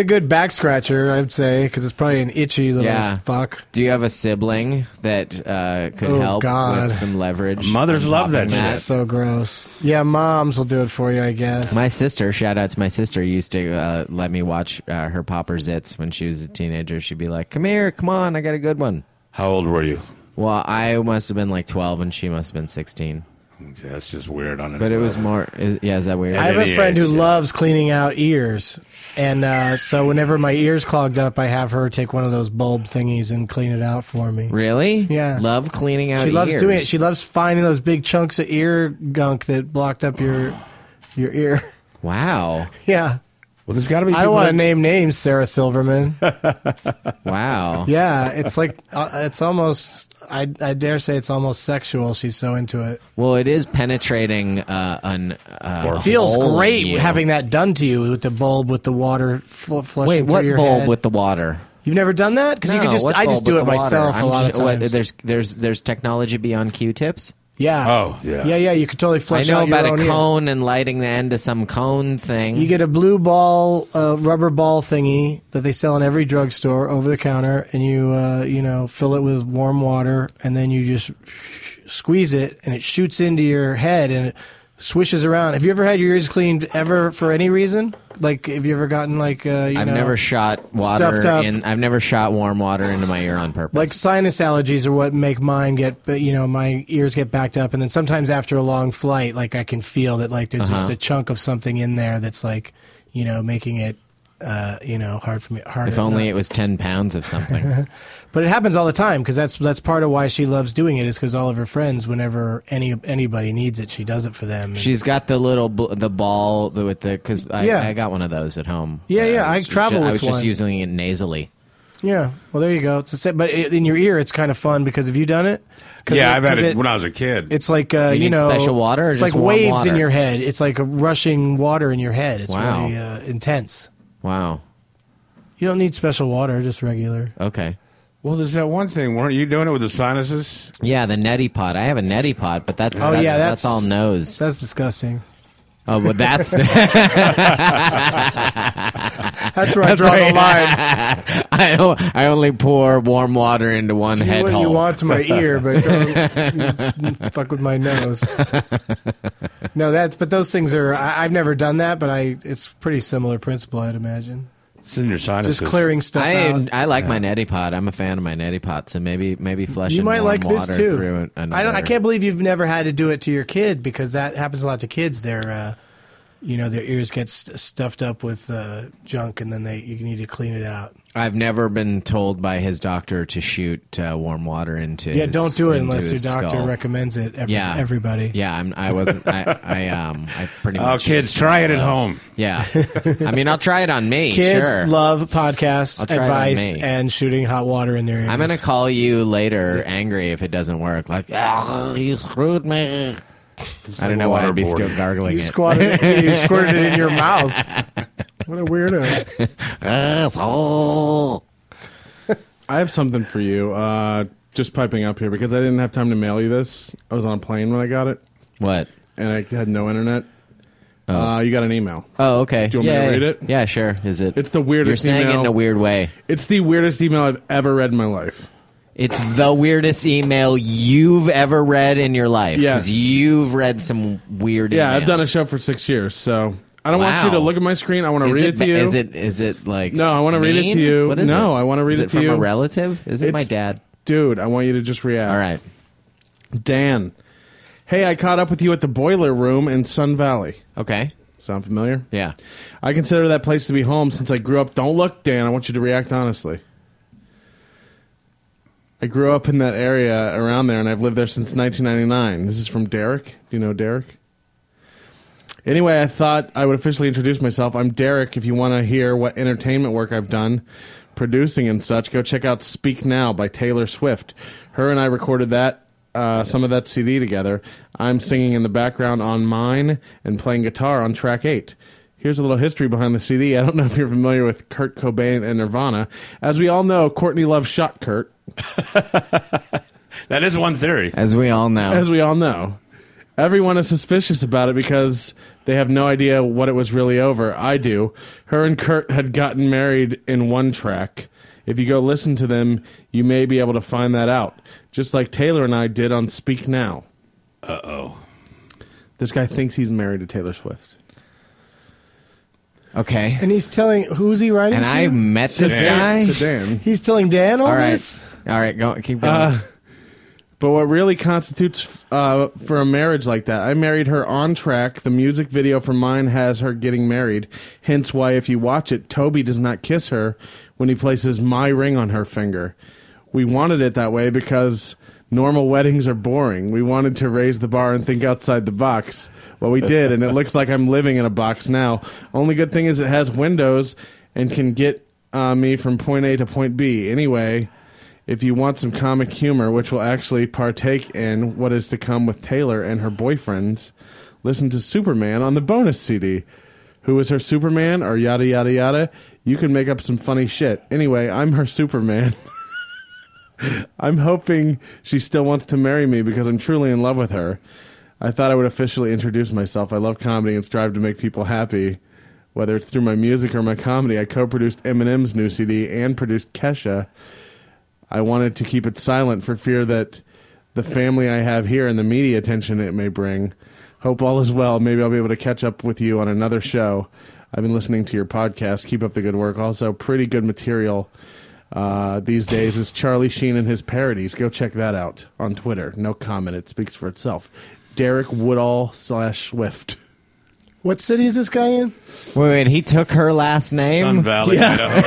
Speaker 3: a good back scratcher, I'd say, because it's probably an itchy little
Speaker 2: Yeah.
Speaker 3: fuck.
Speaker 2: Do you have a sibling that uh, could
Speaker 3: Oh,
Speaker 2: help
Speaker 3: God.
Speaker 2: with some leverage?
Speaker 4: Mothers
Speaker 2: on
Speaker 4: love
Speaker 2: popping
Speaker 4: that
Speaker 3: That's so gross. Yeah, moms will do it for you, I guess.
Speaker 2: My sister, shout out to my sister, used to uh, let me watch uh, her popper zits when she was a teenager. She'd be like, "Come here, come on, I got a good one."
Speaker 4: How old were you?
Speaker 2: Well, I must have been like twelve, and she must have been sixteen.
Speaker 4: Yeah, that's just weird on it.
Speaker 2: But it was more. Is, yeah, is that weird?
Speaker 3: I have
Speaker 4: any
Speaker 3: a friend who
Speaker 4: age, yeah.
Speaker 3: loves cleaning out ears, and uh, so whenever my ears clogged up, I have her take one of those bulb thingies and clean it out for me.
Speaker 2: really?
Speaker 3: Yeah.
Speaker 2: Love cleaning out.
Speaker 3: She loves
Speaker 2: ears.
Speaker 3: doing it. She loves finding those big chunks of ear gunk that blocked up your your ear.
Speaker 2: wow.
Speaker 3: yeah,
Speaker 4: well, there's got to be.
Speaker 3: I don't
Speaker 4: people
Speaker 3: want to
Speaker 4: that-
Speaker 3: name names, Sarah Silverman.
Speaker 2: Wow.
Speaker 3: Yeah, it's like uh, it's almost. I I dare say it's almost sexual. She's so into it.
Speaker 2: Well, it is penetrating uh, an. Uh,
Speaker 3: It feels
Speaker 2: hole in
Speaker 3: great
Speaker 2: you.
Speaker 3: having that done to you with the bulb with the water fl- flushing
Speaker 2: Wait,
Speaker 3: through
Speaker 2: what
Speaker 3: your
Speaker 2: bulb
Speaker 3: head.
Speaker 2: with the water?
Speaker 3: You've never done that because you
Speaker 2: No,
Speaker 3: can just.
Speaker 2: what
Speaker 3: I just
Speaker 2: bulb
Speaker 3: do
Speaker 2: with
Speaker 3: it
Speaker 2: the water?
Speaker 3: myself
Speaker 2: I'm
Speaker 3: a lot
Speaker 2: just-
Speaker 3: of
Speaker 2: what-
Speaker 3: times.
Speaker 2: there's there's there's technology beyond Q-tips.
Speaker 3: yeah.
Speaker 4: Oh, yeah.
Speaker 3: Yeah, yeah. You could totally
Speaker 2: I
Speaker 3: flush
Speaker 2: know
Speaker 3: out
Speaker 2: about
Speaker 3: your
Speaker 2: a
Speaker 3: own ear.
Speaker 2: cone and lighting the end of some cone thing.
Speaker 3: You get a blue ball, uh, rubber ball thingy that they sell in every drugstore over the counter, and you uh, you know fill it with warm water, and then you just sh- squeeze it, and it shoots into your head, and it swishes around. Have you ever had your ears cleaned ever for any reason? Like, have you ever gotten like uh, you
Speaker 2: I've
Speaker 3: know,
Speaker 2: never shot water
Speaker 3: stuffed up.
Speaker 2: in. I've never shot warm water into my ear on purpose.
Speaker 3: like sinus allergies are what make mine get but you know my ears get backed up and then sometimes after a long flight like i can feel that like there's
Speaker 2: Uh-huh.
Speaker 3: just a chunk of something in there that's like you know making it uh, you know hard for me hard
Speaker 2: if only it was ten pounds of something.
Speaker 3: but it happens all the time because that's that's part of why she loves doing it is because all of her friends whenever any anybody needs it she does it for them And-
Speaker 2: She's got the little bl- the ball with the because I,
Speaker 3: Yeah.
Speaker 2: I got one of those at home.
Speaker 3: Yeah, yeah, I
Speaker 2: was ju-
Speaker 3: travel
Speaker 2: I was
Speaker 3: with
Speaker 2: just
Speaker 3: one.
Speaker 2: using it nasally.
Speaker 3: yeah well there you go it's a set, but it, in your ear it's kind of fun because have you done it 'Cause
Speaker 4: Yeah, I've had
Speaker 3: 'cause
Speaker 4: it when I was a kid.
Speaker 3: It's like uh,
Speaker 2: You
Speaker 3: you,
Speaker 2: need
Speaker 3: know,
Speaker 2: special water or
Speaker 3: it's
Speaker 2: just
Speaker 3: like
Speaker 2: warm
Speaker 3: waves in
Speaker 2: water?
Speaker 3: your head. It's like a rushing water in your head. It's
Speaker 2: Wow.
Speaker 3: really uh, intense.
Speaker 2: Wow.
Speaker 3: You don't need special water, just regular.
Speaker 2: Okay.
Speaker 4: well, there's that one thing. Weren't you doing it with the sinuses?
Speaker 2: Yeah, the neti pot. I have a neti pot, but that's
Speaker 3: Oh,
Speaker 2: that's,
Speaker 3: yeah,
Speaker 2: that's
Speaker 3: that's-
Speaker 2: all nose.
Speaker 3: That's disgusting.
Speaker 2: oh, but that's
Speaker 3: That's where I draw the line.
Speaker 2: I don't, I only pour warm water into one
Speaker 3: Do
Speaker 2: head
Speaker 3: what
Speaker 2: hole.
Speaker 3: you want to my ear, but don't fuck with my nose. No, that's but those things are. I, I've never done that, but I. It's pretty similar principle, I'd imagine.
Speaker 4: It's in your sinuses.
Speaker 3: Just clearing stuff out.
Speaker 2: I, I like my neti pot. I'm a fan of my neti pot, so maybe maybe flushing
Speaker 3: You might
Speaker 2: warm
Speaker 3: like this
Speaker 2: water through
Speaker 3: too.
Speaker 2: an- another.
Speaker 3: I don't. I can't believe you've never had to do it to your kid because that happens a lot to kids. Their, uh, you know, their ears get st- stuffed up with uh, junk, and then they you need to clean it out.
Speaker 2: I've never been told by his doctor to shoot uh, warm water into.
Speaker 3: Yeah,
Speaker 2: his-
Speaker 3: don't do it
Speaker 2: into
Speaker 3: unless your
Speaker 2: his
Speaker 3: doctor
Speaker 2: skull.
Speaker 3: recommends it. Every,
Speaker 2: Yeah,
Speaker 3: everybody.
Speaker 2: Yeah, I'm, I wasn't. I, I um. I pretty
Speaker 4: Oh,
Speaker 2: much.
Speaker 4: kids, try it at home.
Speaker 2: Yeah, I mean, I'll try it on me.
Speaker 3: Kids
Speaker 2: sure.
Speaker 3: love podcasts,
Speaker 2: I'll try it on
Speaker 3: advice,
Speaker 2: me.
Speaker 3: and shooting hot water in their ears.
Speaker 2: I'm gonna call you later, angry if it doesn't work. Like, "Ah, you screwed me. I don't know why I'd be
Speaker 4: waterboarding.
Speaker 2: still gargling
Speaker 3: You
Speaker 2: it.
Speaker 3: squirted, it, you squirted it in your mouth. What a weirdo.
Speaker 2: Asshole.
Speaker 6: I have something for you. Uh, just piping up here because I didn't have time to mail you this. I was on a plane when I got it,
Speaker 2: What?
Speaker 6: and I had no internet. Uh, you got an email.
Speaker 2: Oh, okay.
Speaker 6: Do you want me to
Speaker 2: Yeah,
Speaker 6: read
Speaker 2: yeah.
Speaker 6: it?
Speaker 2: Yeah, sure. Is it?
Speaker 6: It's the weirdest
Speaker 2: You're saying it
Speaker 6: email.
Speaker 2: in a weird way.
Speaker 6: It's the weirdest email I've ever read in my life.
Speaker 2: It's the weirdest email you've ever read in your life.
Speaker 6: Yes.
Speaker 2: Because you've read some weird.
Speaker 6: Yeah, I've done a
Speaker 2: emails.
Speaker 6: show for six years, so I don't want
Speaker 2: Wow.
Speaker 6: you to look at my screen. I want to
Speaker 2: Is
Speaker 6: read
Speaker 2: it,
Speaker 6: it, to you.
Speaker 2: Is it? Is it like?
Speaker 6: No, I wanna read it to
Speaker 2: mean?
Speaker 6: you.
Speaker 2: What is
Speaker 6: No,
Speaker 2: it?
Speaker 6: I wanna read
Speaker 2: Is
Speaker 6: it
Speaker 2: it
Speaker 6: to
Speaker 2: from
Speaker 6: you.
Speaker 2: a relative? Is it my
Speaker 6: It's-
Speaker 2: dad?
Speaker 6: dude? I want you to just react.
Speaker 2: All right.
Speaker 6: Dan. Hey, I caught up with you at the Boiler Room in Sun Valley.
Speaker 2: Okay.
Speaker 6: Sound familiar?
Speaker 2: Yeah.
Speaker 6: I consider that place to be home since I grew up. Don't look, Dan. I want you to react honestly. I grew up in that area around there, and I've lived there since 1999. This is from Derek. Do you know Derek? Anyway, I thought I would officially introduce myself. I'm Derek. If you want to hear what entertainment work I've done, producing and such, go check out Speak Now by Taylor Swift. Her and I recorded that. Uh, some of that CD together. I'm singing in the background on mine and playing guitar on track eight. Here's a little history behind the CD. I don't know if you're familiar with Kurt Cobain and Nirvana. As we all know, Courtney Love shot Kurt.
Speaker 4: That is one theory.
Speaker 2: As we all know.
Speaker 6: as we all know. Everyone is suspicious about it because they have no idea what it was really over. I do. Her and Kurt had gotten married in one track. If you go listen to them, you may be able to find that out, just like Taylor and I did on Speak Now.
Speaker 4: Uh oh.
Speaker 6: This guy thinks he's married to Taylor Swift.
Speaker 2: okay.
Speaker 3: And he's telling, who's he writing
Speaker 2: And
Speaker 3: to?
Speaker 2: I met this
Speaker 4: Dan.
Speaker 2: guy.
Speaker 6: To Dan.
Speaker 3: he's telling Dan all,
Speaker 2: All
Speaker 3: this?
Speaker 2: right. All right. Go. Keep going.
Speaker 6: Uh, But what really constitutes uh, for a marriage like that? I married her on track. The music video for mine has her getting married. Hence why, if you watch it, Toby does not kiss her when he places my ring on her finger. We wanted it that way because normal weddings are boring. We wanted to raise the bar and think outside the box. Well, we did, and it looks like I'm living in a box now. Only good thing is it has windows and can get uh, me from point A to point B. Anyway if you want some comic humor, which will actually partake in what is to come with Taylor and her boyfriends, listen to Superman on the bonus CD. Who is her Superman or yada yada yada? You can make up some funny shit. Anyway, I'm her Superman. I'm hoping she still wants to marry me because I'm truly in love with her. I thought I would officially introduce myself. I love comedy and strive to make people happy. Whether it's through my music or my comedy, I co produced Eminem's new CD and produced Kesha. I wanted to keep it silent for fear that the family I have here and the media attention it may bring. Hope all is well. Maybe I'll be able to catch up with you on another show. I've been listening to your podcast. Keep up the good work. Also, pretty good material uh, these days is Charlie Sheen and his parodies. Go check that out on Twitter. No comment. It speaks for itself. Derek Woodall slash Swift.
Speaker 3: What city is this guy in?
Speaker 2: wait, wait. He took her last name.
Speaker 4: Sun Valley, Idaho.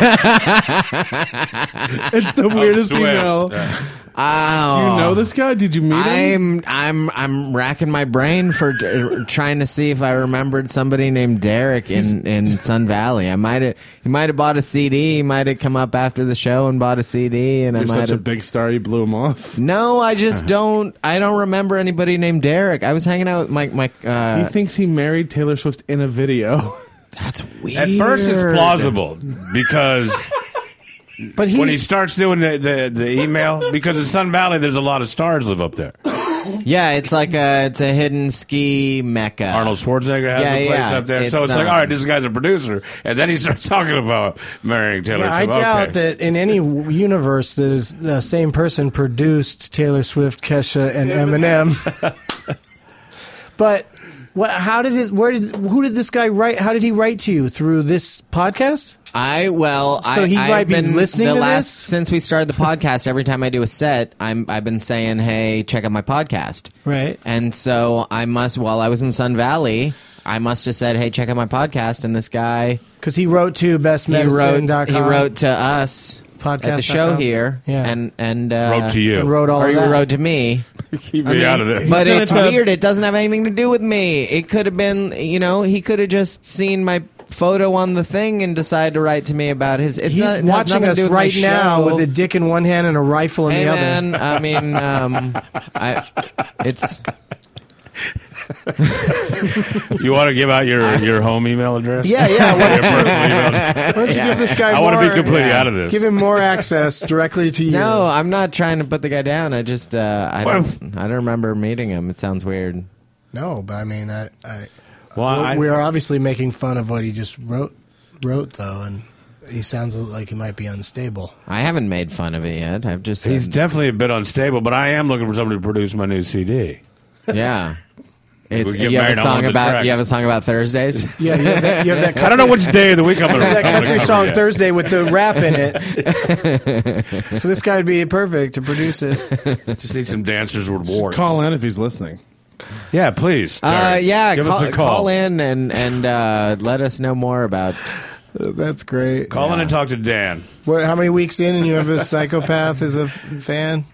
Speaker 6: It's the weirdest
Speaker 4: Oh, Swift.
Speaker 6: email. Do you
Speaker 4: Yeah.
Speaker 2: Ow.
Speaker 6: know this guy? Did you meet him?
Speaker 2: I'm I'm I'm racking my brain for d- trying to see if I remembered somebody named Derek in, in Sun Valley. I might have he might have bought a CD. He might have come up after the show and bought a CD. And I
Speaker 6: You're
Speaker 2: might
Speaker 6: such a Uh-huh.
Speaker 2: have.
Speaker 6: big star. You blew him off.
Speaker 2: no, I just don't. I don't remember anybody named Derek. I was hanging out with my my.
Speaker 6: He
Speaker 2: Uh,
Speaker 6: thinks he married Taylor Swift in a video.
Speaker 2: that's weird.
Speaker 4: At first, it's plausible because
Speaker 3: But he,
Speaker 4: when he starts doing the, the, the email, because in Sun Valley, there's a lot of stars live up there.
Speaker 2: Yeah, it's like a it's a hidden ski mecca.
Speaker 4: Arnold Schwarzenegger has
Speaker 2: Yeah,
Speaker 4: a place
Speaker 2: yeah.
Speaker 4: up there.
Speaker 2: It's,
Speaker 3: uh,
Speaker 4: so it's like,
Speaker 2: um,
Speaker 4: all right, this guy's a producer. And then he starts talking about marrying Taylor
Speaker 3: I
Speaker 4: Swift.
Speaker 3: doubt
Speaker 4: okay.
Speaker 3: that in any w- universe that is the same person produced Taylor Swift, Kesha, and Eminem. but what? How did this? Where did? Who did this guy write? How did he write to you through this podcast?
Speaker 2: I well,
Speaker 3: So
Speaker 2: I,
Speaker 3: he
Speaker 2: I've
Speaker 3: might be
Speaker 2: been
Speaker 3: listening
Speaker 2: the
Speaker 3: to
Speaker 2: last
Speaker 3: this?
Speaker 2: since we started the podcast. Every time I do a set, I'm I've been saying, "Hey, check out my podcast."
Speaker 3: Right.
Speaker 2: And so I must. While I was in Sun Valley, I must have said, "Hey, check out my podcast." And this guy
Speaker 3: Because he wrote to
Speaker 2: he wrote
Speaker 3: bestmedicine.com.
Speaker 2: he wrote to us at the
Speaker 3: Podcast.com.
Speaker 2: show here,
Speaker 3: Yeah.
Speaker 2: and and uh,
Speaker 4: Wrote to you.
Speaker 3: and wrote all
Speaker 2: or
Speaker 3: of
Speaker 2: you
Speaker 3: that.
Speaker 2: wrote to me.
Speaker 6: Keep
Speaker 4: me out of this.
Speaker 2: But
Speaker 6: Send
Speaker 2: it's
Speaker 6: it to-
Speaker 2: weird. It doesn't have anything to do with me. It could have been, you know, he could have just seen my photo on the thing and decided to write to me about his. It's
Speaker 3: He's
Speaker 2: not, it has
Speaker 3: watching
Speaker 2: nothing to
Speaker 3: us
Speaker 2: do with my
Speaker 3: right now
Speaker 2: show.
Speaker 3: with a dick in one hand and a rifle in
Speaker 2: Hey
Speaker 3: the other.
Speaker 2: man, I mean, um, I, it's
Speaker 4: You want to give out your, your home email address?
Speaker 3: Yeah, yeah.
Speaker 4: Your
Speaker 3: Why
Speaker 4: personal email address?
Speaker 3: why don't you give this guy
Speaker 4: I want to be
Speaker 3: more-
Speaker 4: completely out of this.
Speaker 3: Give him more access directly to you.
Speaker 2: no. I'm not trying to put the guy down. I just uh, I don't I don't remember meeting him. It sounds weird.
Speaker 3: No, but I mean, I, I,
Speaker 4: well, I-
Speaker 3: we are obviously making fun of what he just wrote, wrote though, and he sounds like he might be unstable.
Speaker 2: I haven't made fun of it yet. I've just
Speaker 4: he's
Speaker 2: said-
Speaker 4: definitely a bit unstable, but I am looking for somebody to produce my new CD.
Speaker 2: yeah. It's,
Speaker 4: We get
Speaker 2: you have
Speaker 4: married
Speaker 2: a
Speaker 4: on
Speaker 2: song
Speaker 4: the
Speaker 2: about
Speaker 4: track.
Speaker 2: you have a song about Thursdays.
Speaker 3: Yeah, you have that, you have that,
Speaker 4: I
Speaker 3: country,
Speaker 4: don't know which day of the week I'm going to
Speaker 3: that country song Thursday with the rap in it. so this guy would be perfect to produce it.
Speaker 4: Just need some dancers with warts.
Speaker 6: Call in if he's listening.
Speaker 4: Yeah, please.
Speaker 2: Uh,
Speaker 4: Derek.
Speaker 2: yeah,
Speaker 4: give
Speaker 2: call,
Speaker 4: us a call.
Speaker 2: call in and and uh, let us know more about.
Speaker 3: That's great.
Speaker 4: Call in and talk to Dan.
Speaker 3: What, how many weeks in and you have a psychopath as a f- fan?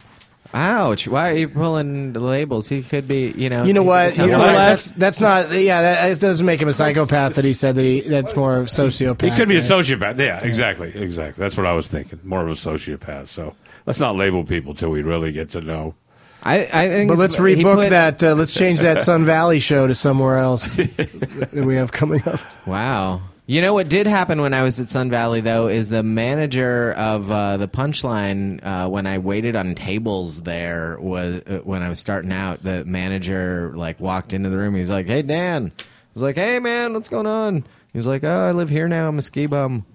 Speaker 2: Ouch! Why are you pulling the labels? He could be, you know.
Speaker 3: You know
Speaker 2: he
Speaker 3: what?
Speaker 2: could
Speaker 3: You know
Speaker 2: tell
Speaker 3: what?
Speaker 2: us-
Speaker 3: That's that's not. Yeah, that it doesn't make him a psychopath that he said that he. That's more of a sociopath.
Speaker 4: He could be a
Speaker 3: right?
Speaker 4: sociopath. Yeah, exactly, exactly. That's what I was thinking. More of a sociopath. So let's not label people till we really get to know.
Speaker 2: I, I think.
Speaker 3: But
Speaker 2: it's-
Speaker 3: let's
Speaker 2: he
Speaker 3: rebook
Speaker 2: put-
Speaker 3: that. Uh, let's change that Sun Valley show to somewhere else that we have coming up.
Speaker 2: Wow. You know what did happen when I was at Sun Valley though is the manager of uh, the Punchline uh, when I waited on tables there was uh, when I was starting out. The manager like walked into the room. He's like, "Hey Dan," I was like, "Hey man, what's going on?" He was like, "Oh, I live here now. I'm a ski bum."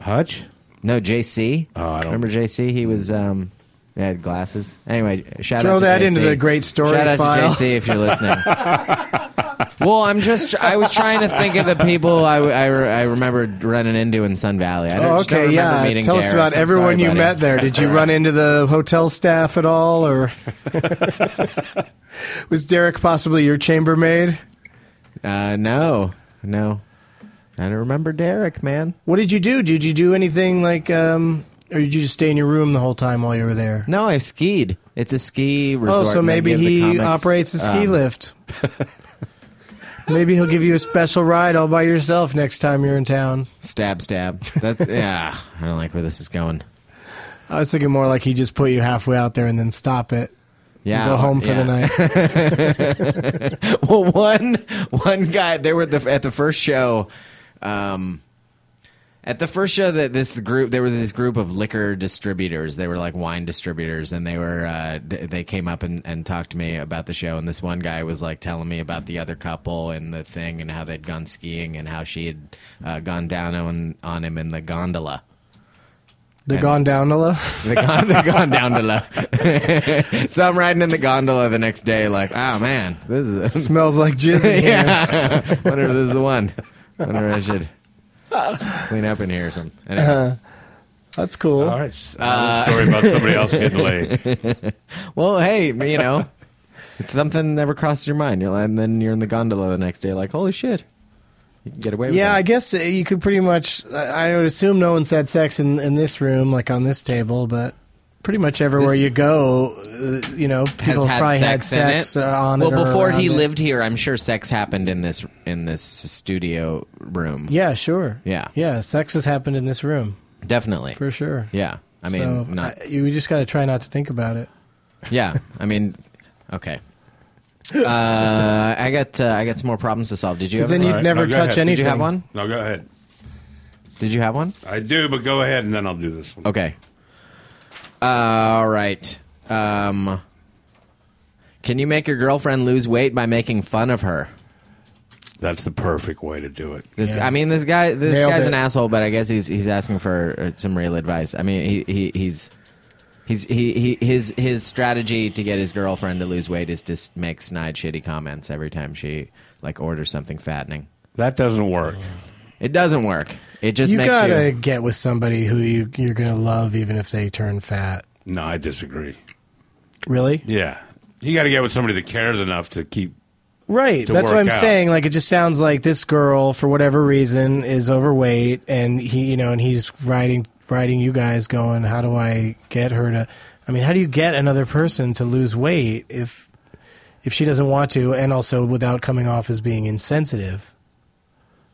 Speaker 4: Hutch.
Speaker 2: No, JC.
Speaker 4: Oh, I don't-
Speaker 2: remember JC. He was um, he had glasses. Anyway, shout out
Speaker 3: Throw
Speaker 2: to
Speaker 3: that
Speaker 2: JC.
Speaker 3: into the great story
Speaker 2: Shout out
Speaker 3: file.
Speaker 2: to JC if you're listening. well, I'm just I was trying to think of the people I I, I remembered running into in Sun Valley. I don't,
Speaker 3: Oh,
Speaker 2: just don't
Speaker 3: okay,
Speaker 2: remember
Speaker 3: yeah.
Speaker 2: meeting
Speaker 3: Tell us
Speaker 2: Derek.
Speaker 3: about
Speaker 2: I'm
Speaker 3: everyone
Speaker 2: sorry,
Speaker 3: you
Speaker 2: buddy.
Speaker 3: met there. Did you run into the hotel staff at all, or was Derek possibly your chambermaid?
Speaker 2: Uh, no, no, I don't remember Derek, man.
Speaker 3: What did you do? Did you do anything like, um, or did you just stay in your room the whole time while you were there?
Speaker 2: No, I skied. It's a ski
Speaker 3: Oh,
Speaker 2: resort.
Speaker 3: so
Speaker 2: and they
Speaker 3: maybe
Speaker 2: give the
Speaker 3: he
Speaker 2: comics,
Speaker 3: operates a ski
Speaker 2: um,
Speaker 3: lift. maybe he'll give you a special ride all by yourself next time you're in town.
Speaker 2: Stab, stab. That, yeah, I don't like where this is going.
Speaker 3: I was thinking more like he just put you halfway out there and then stop it.
Speaker 2: Yeah,
Speaker 3: go home for
Speaker 2: yeah.
Speaker 3: the night.
Speaker 2: well, one one guy there were the, at the first show. Um, at the first show that this group there was this group of liquor distributors they were like wine distributors and they were uh, d- they came up and, and talked to me about the show and this one guy was like telling me about the other couple and the thing and how they'd gone skiing and how she had uh, gone down on, on him in the gondola
Speaker 3: The gone gondola.
Speaker 2: the, gon- the gon- gondola so i'm riding in the gondola the next day like oh man this is
Speaker 3: Smells like jizz. in here.
Speaker 2: yeah. Wonder if this is the one. Wonder if I should clean up in here or something. Anyway.
Speaker 3: Uh-huh. That's cool.
Speaker 4: All right.
Speaker 2: Uh,
Speaker 4: Another story about somebody else getting laid.
Speaker 2: Well, hey, you know, it's something never crosses your mind. You're, like- and then you're in the gondola the next day, like, holy shit, you can get away with
Speaker 3: Yeah, I
Speaker 2: that.
Speaker 3: guess uh, you could pretty much. I I would assume no one's had sex in, in this room, like on this table, but pretty much everywhere
Speaker 2: This-
Speaker 3: you go, uh, you know,
Speaker 2: Has
Speaker 3: people
Speaker 2: had
Speaker 3: probably
Speaker 2: sex,
Speaker 3: had sex
Speaker 2: in it.
Speaker 3: uh, on
Speaker 2: well,
Speaker 3: it. or
Speaker 2: before
Speaker 3: around
Speaker 2: he
Speaker 3: it.
Speaker 2: lived here, I'm sure sex happened in this in this studio room.
Speaker 3: Yeah, sure.
Speaker 2: Yeah.
Speaker 3: yeah. Sex has happened in this room
Speaker 2: definitely.
Speaker 3: for sure.
Speaker 2: Yeah, I mean,
Speaker 3: so
Speaker 2: not.
Speaker 3: I- you just got to try not to think about it.
Speaker 2: yeah, I mean, okay. Uh, I got uh, I got some more problems to solve. Did you? Have
Speaker 3: Because then
Speaker 2: any-
Speaker 3: you'd
Speaker 4: All right,
Speaker 3: never
Speaker 4: no, go
Speaker 3: touch
Speaker 4: ahead.
Speaker 3: anything.
Speaker 2: Did you have one?
Speaker 4: No, go ahead.
Speaker 2: Did you have one?
Speaker 4: I do, but go ahead and then I'll do this one.
Speaker 2: Okay. Uh, all right. Um, can you make your girlfriend lose weight by making fun of her?
Speaker 4: That's the perfect way to do it.
Speaker 2: This,
Speaker 3: Yeah.
Speaker 2: I mean, this guy, this
Speaker 3: Nailed
Speaker 2: guy's an
Speaker 3: it.
Speaker 2: asshole, but I guess he's he's asking for uh, some real advice. I mean, he, he he's. He's, he, he his his strategy to get his girlfriend to lose weight is to s- make snide shitty comments every time she like orders something fattening.
Speaker 4: That doesn't work.
Speaker 2: It doesn't work. It just
Speaker 3: You
Speaker 2: makes
Speaker 3: gotta
Speaker 2: you
Speaker 3: get with somebody who you you're gonna love, even if they turn fat.
Speaker 4: No, I disagree.
Speaker 3: Really?
Speaker 4: Yeah. You got to get with somebody that cares enough to keep
Speaker 3: Right.
Speaker 4: to
Speaker 3: That's what
Speaker 4: work
Speaker 3: I'm
Speaker 4: out.
Speaker 3: saying. Like it just sounds like this girl, for whatever reason, is overweight, and he, you know, and he's writing writing you guys, going, "How do I get her to?" I mean, how do you get another person to lose weight if if she doesn't want to, and also without coming off as being insensitive?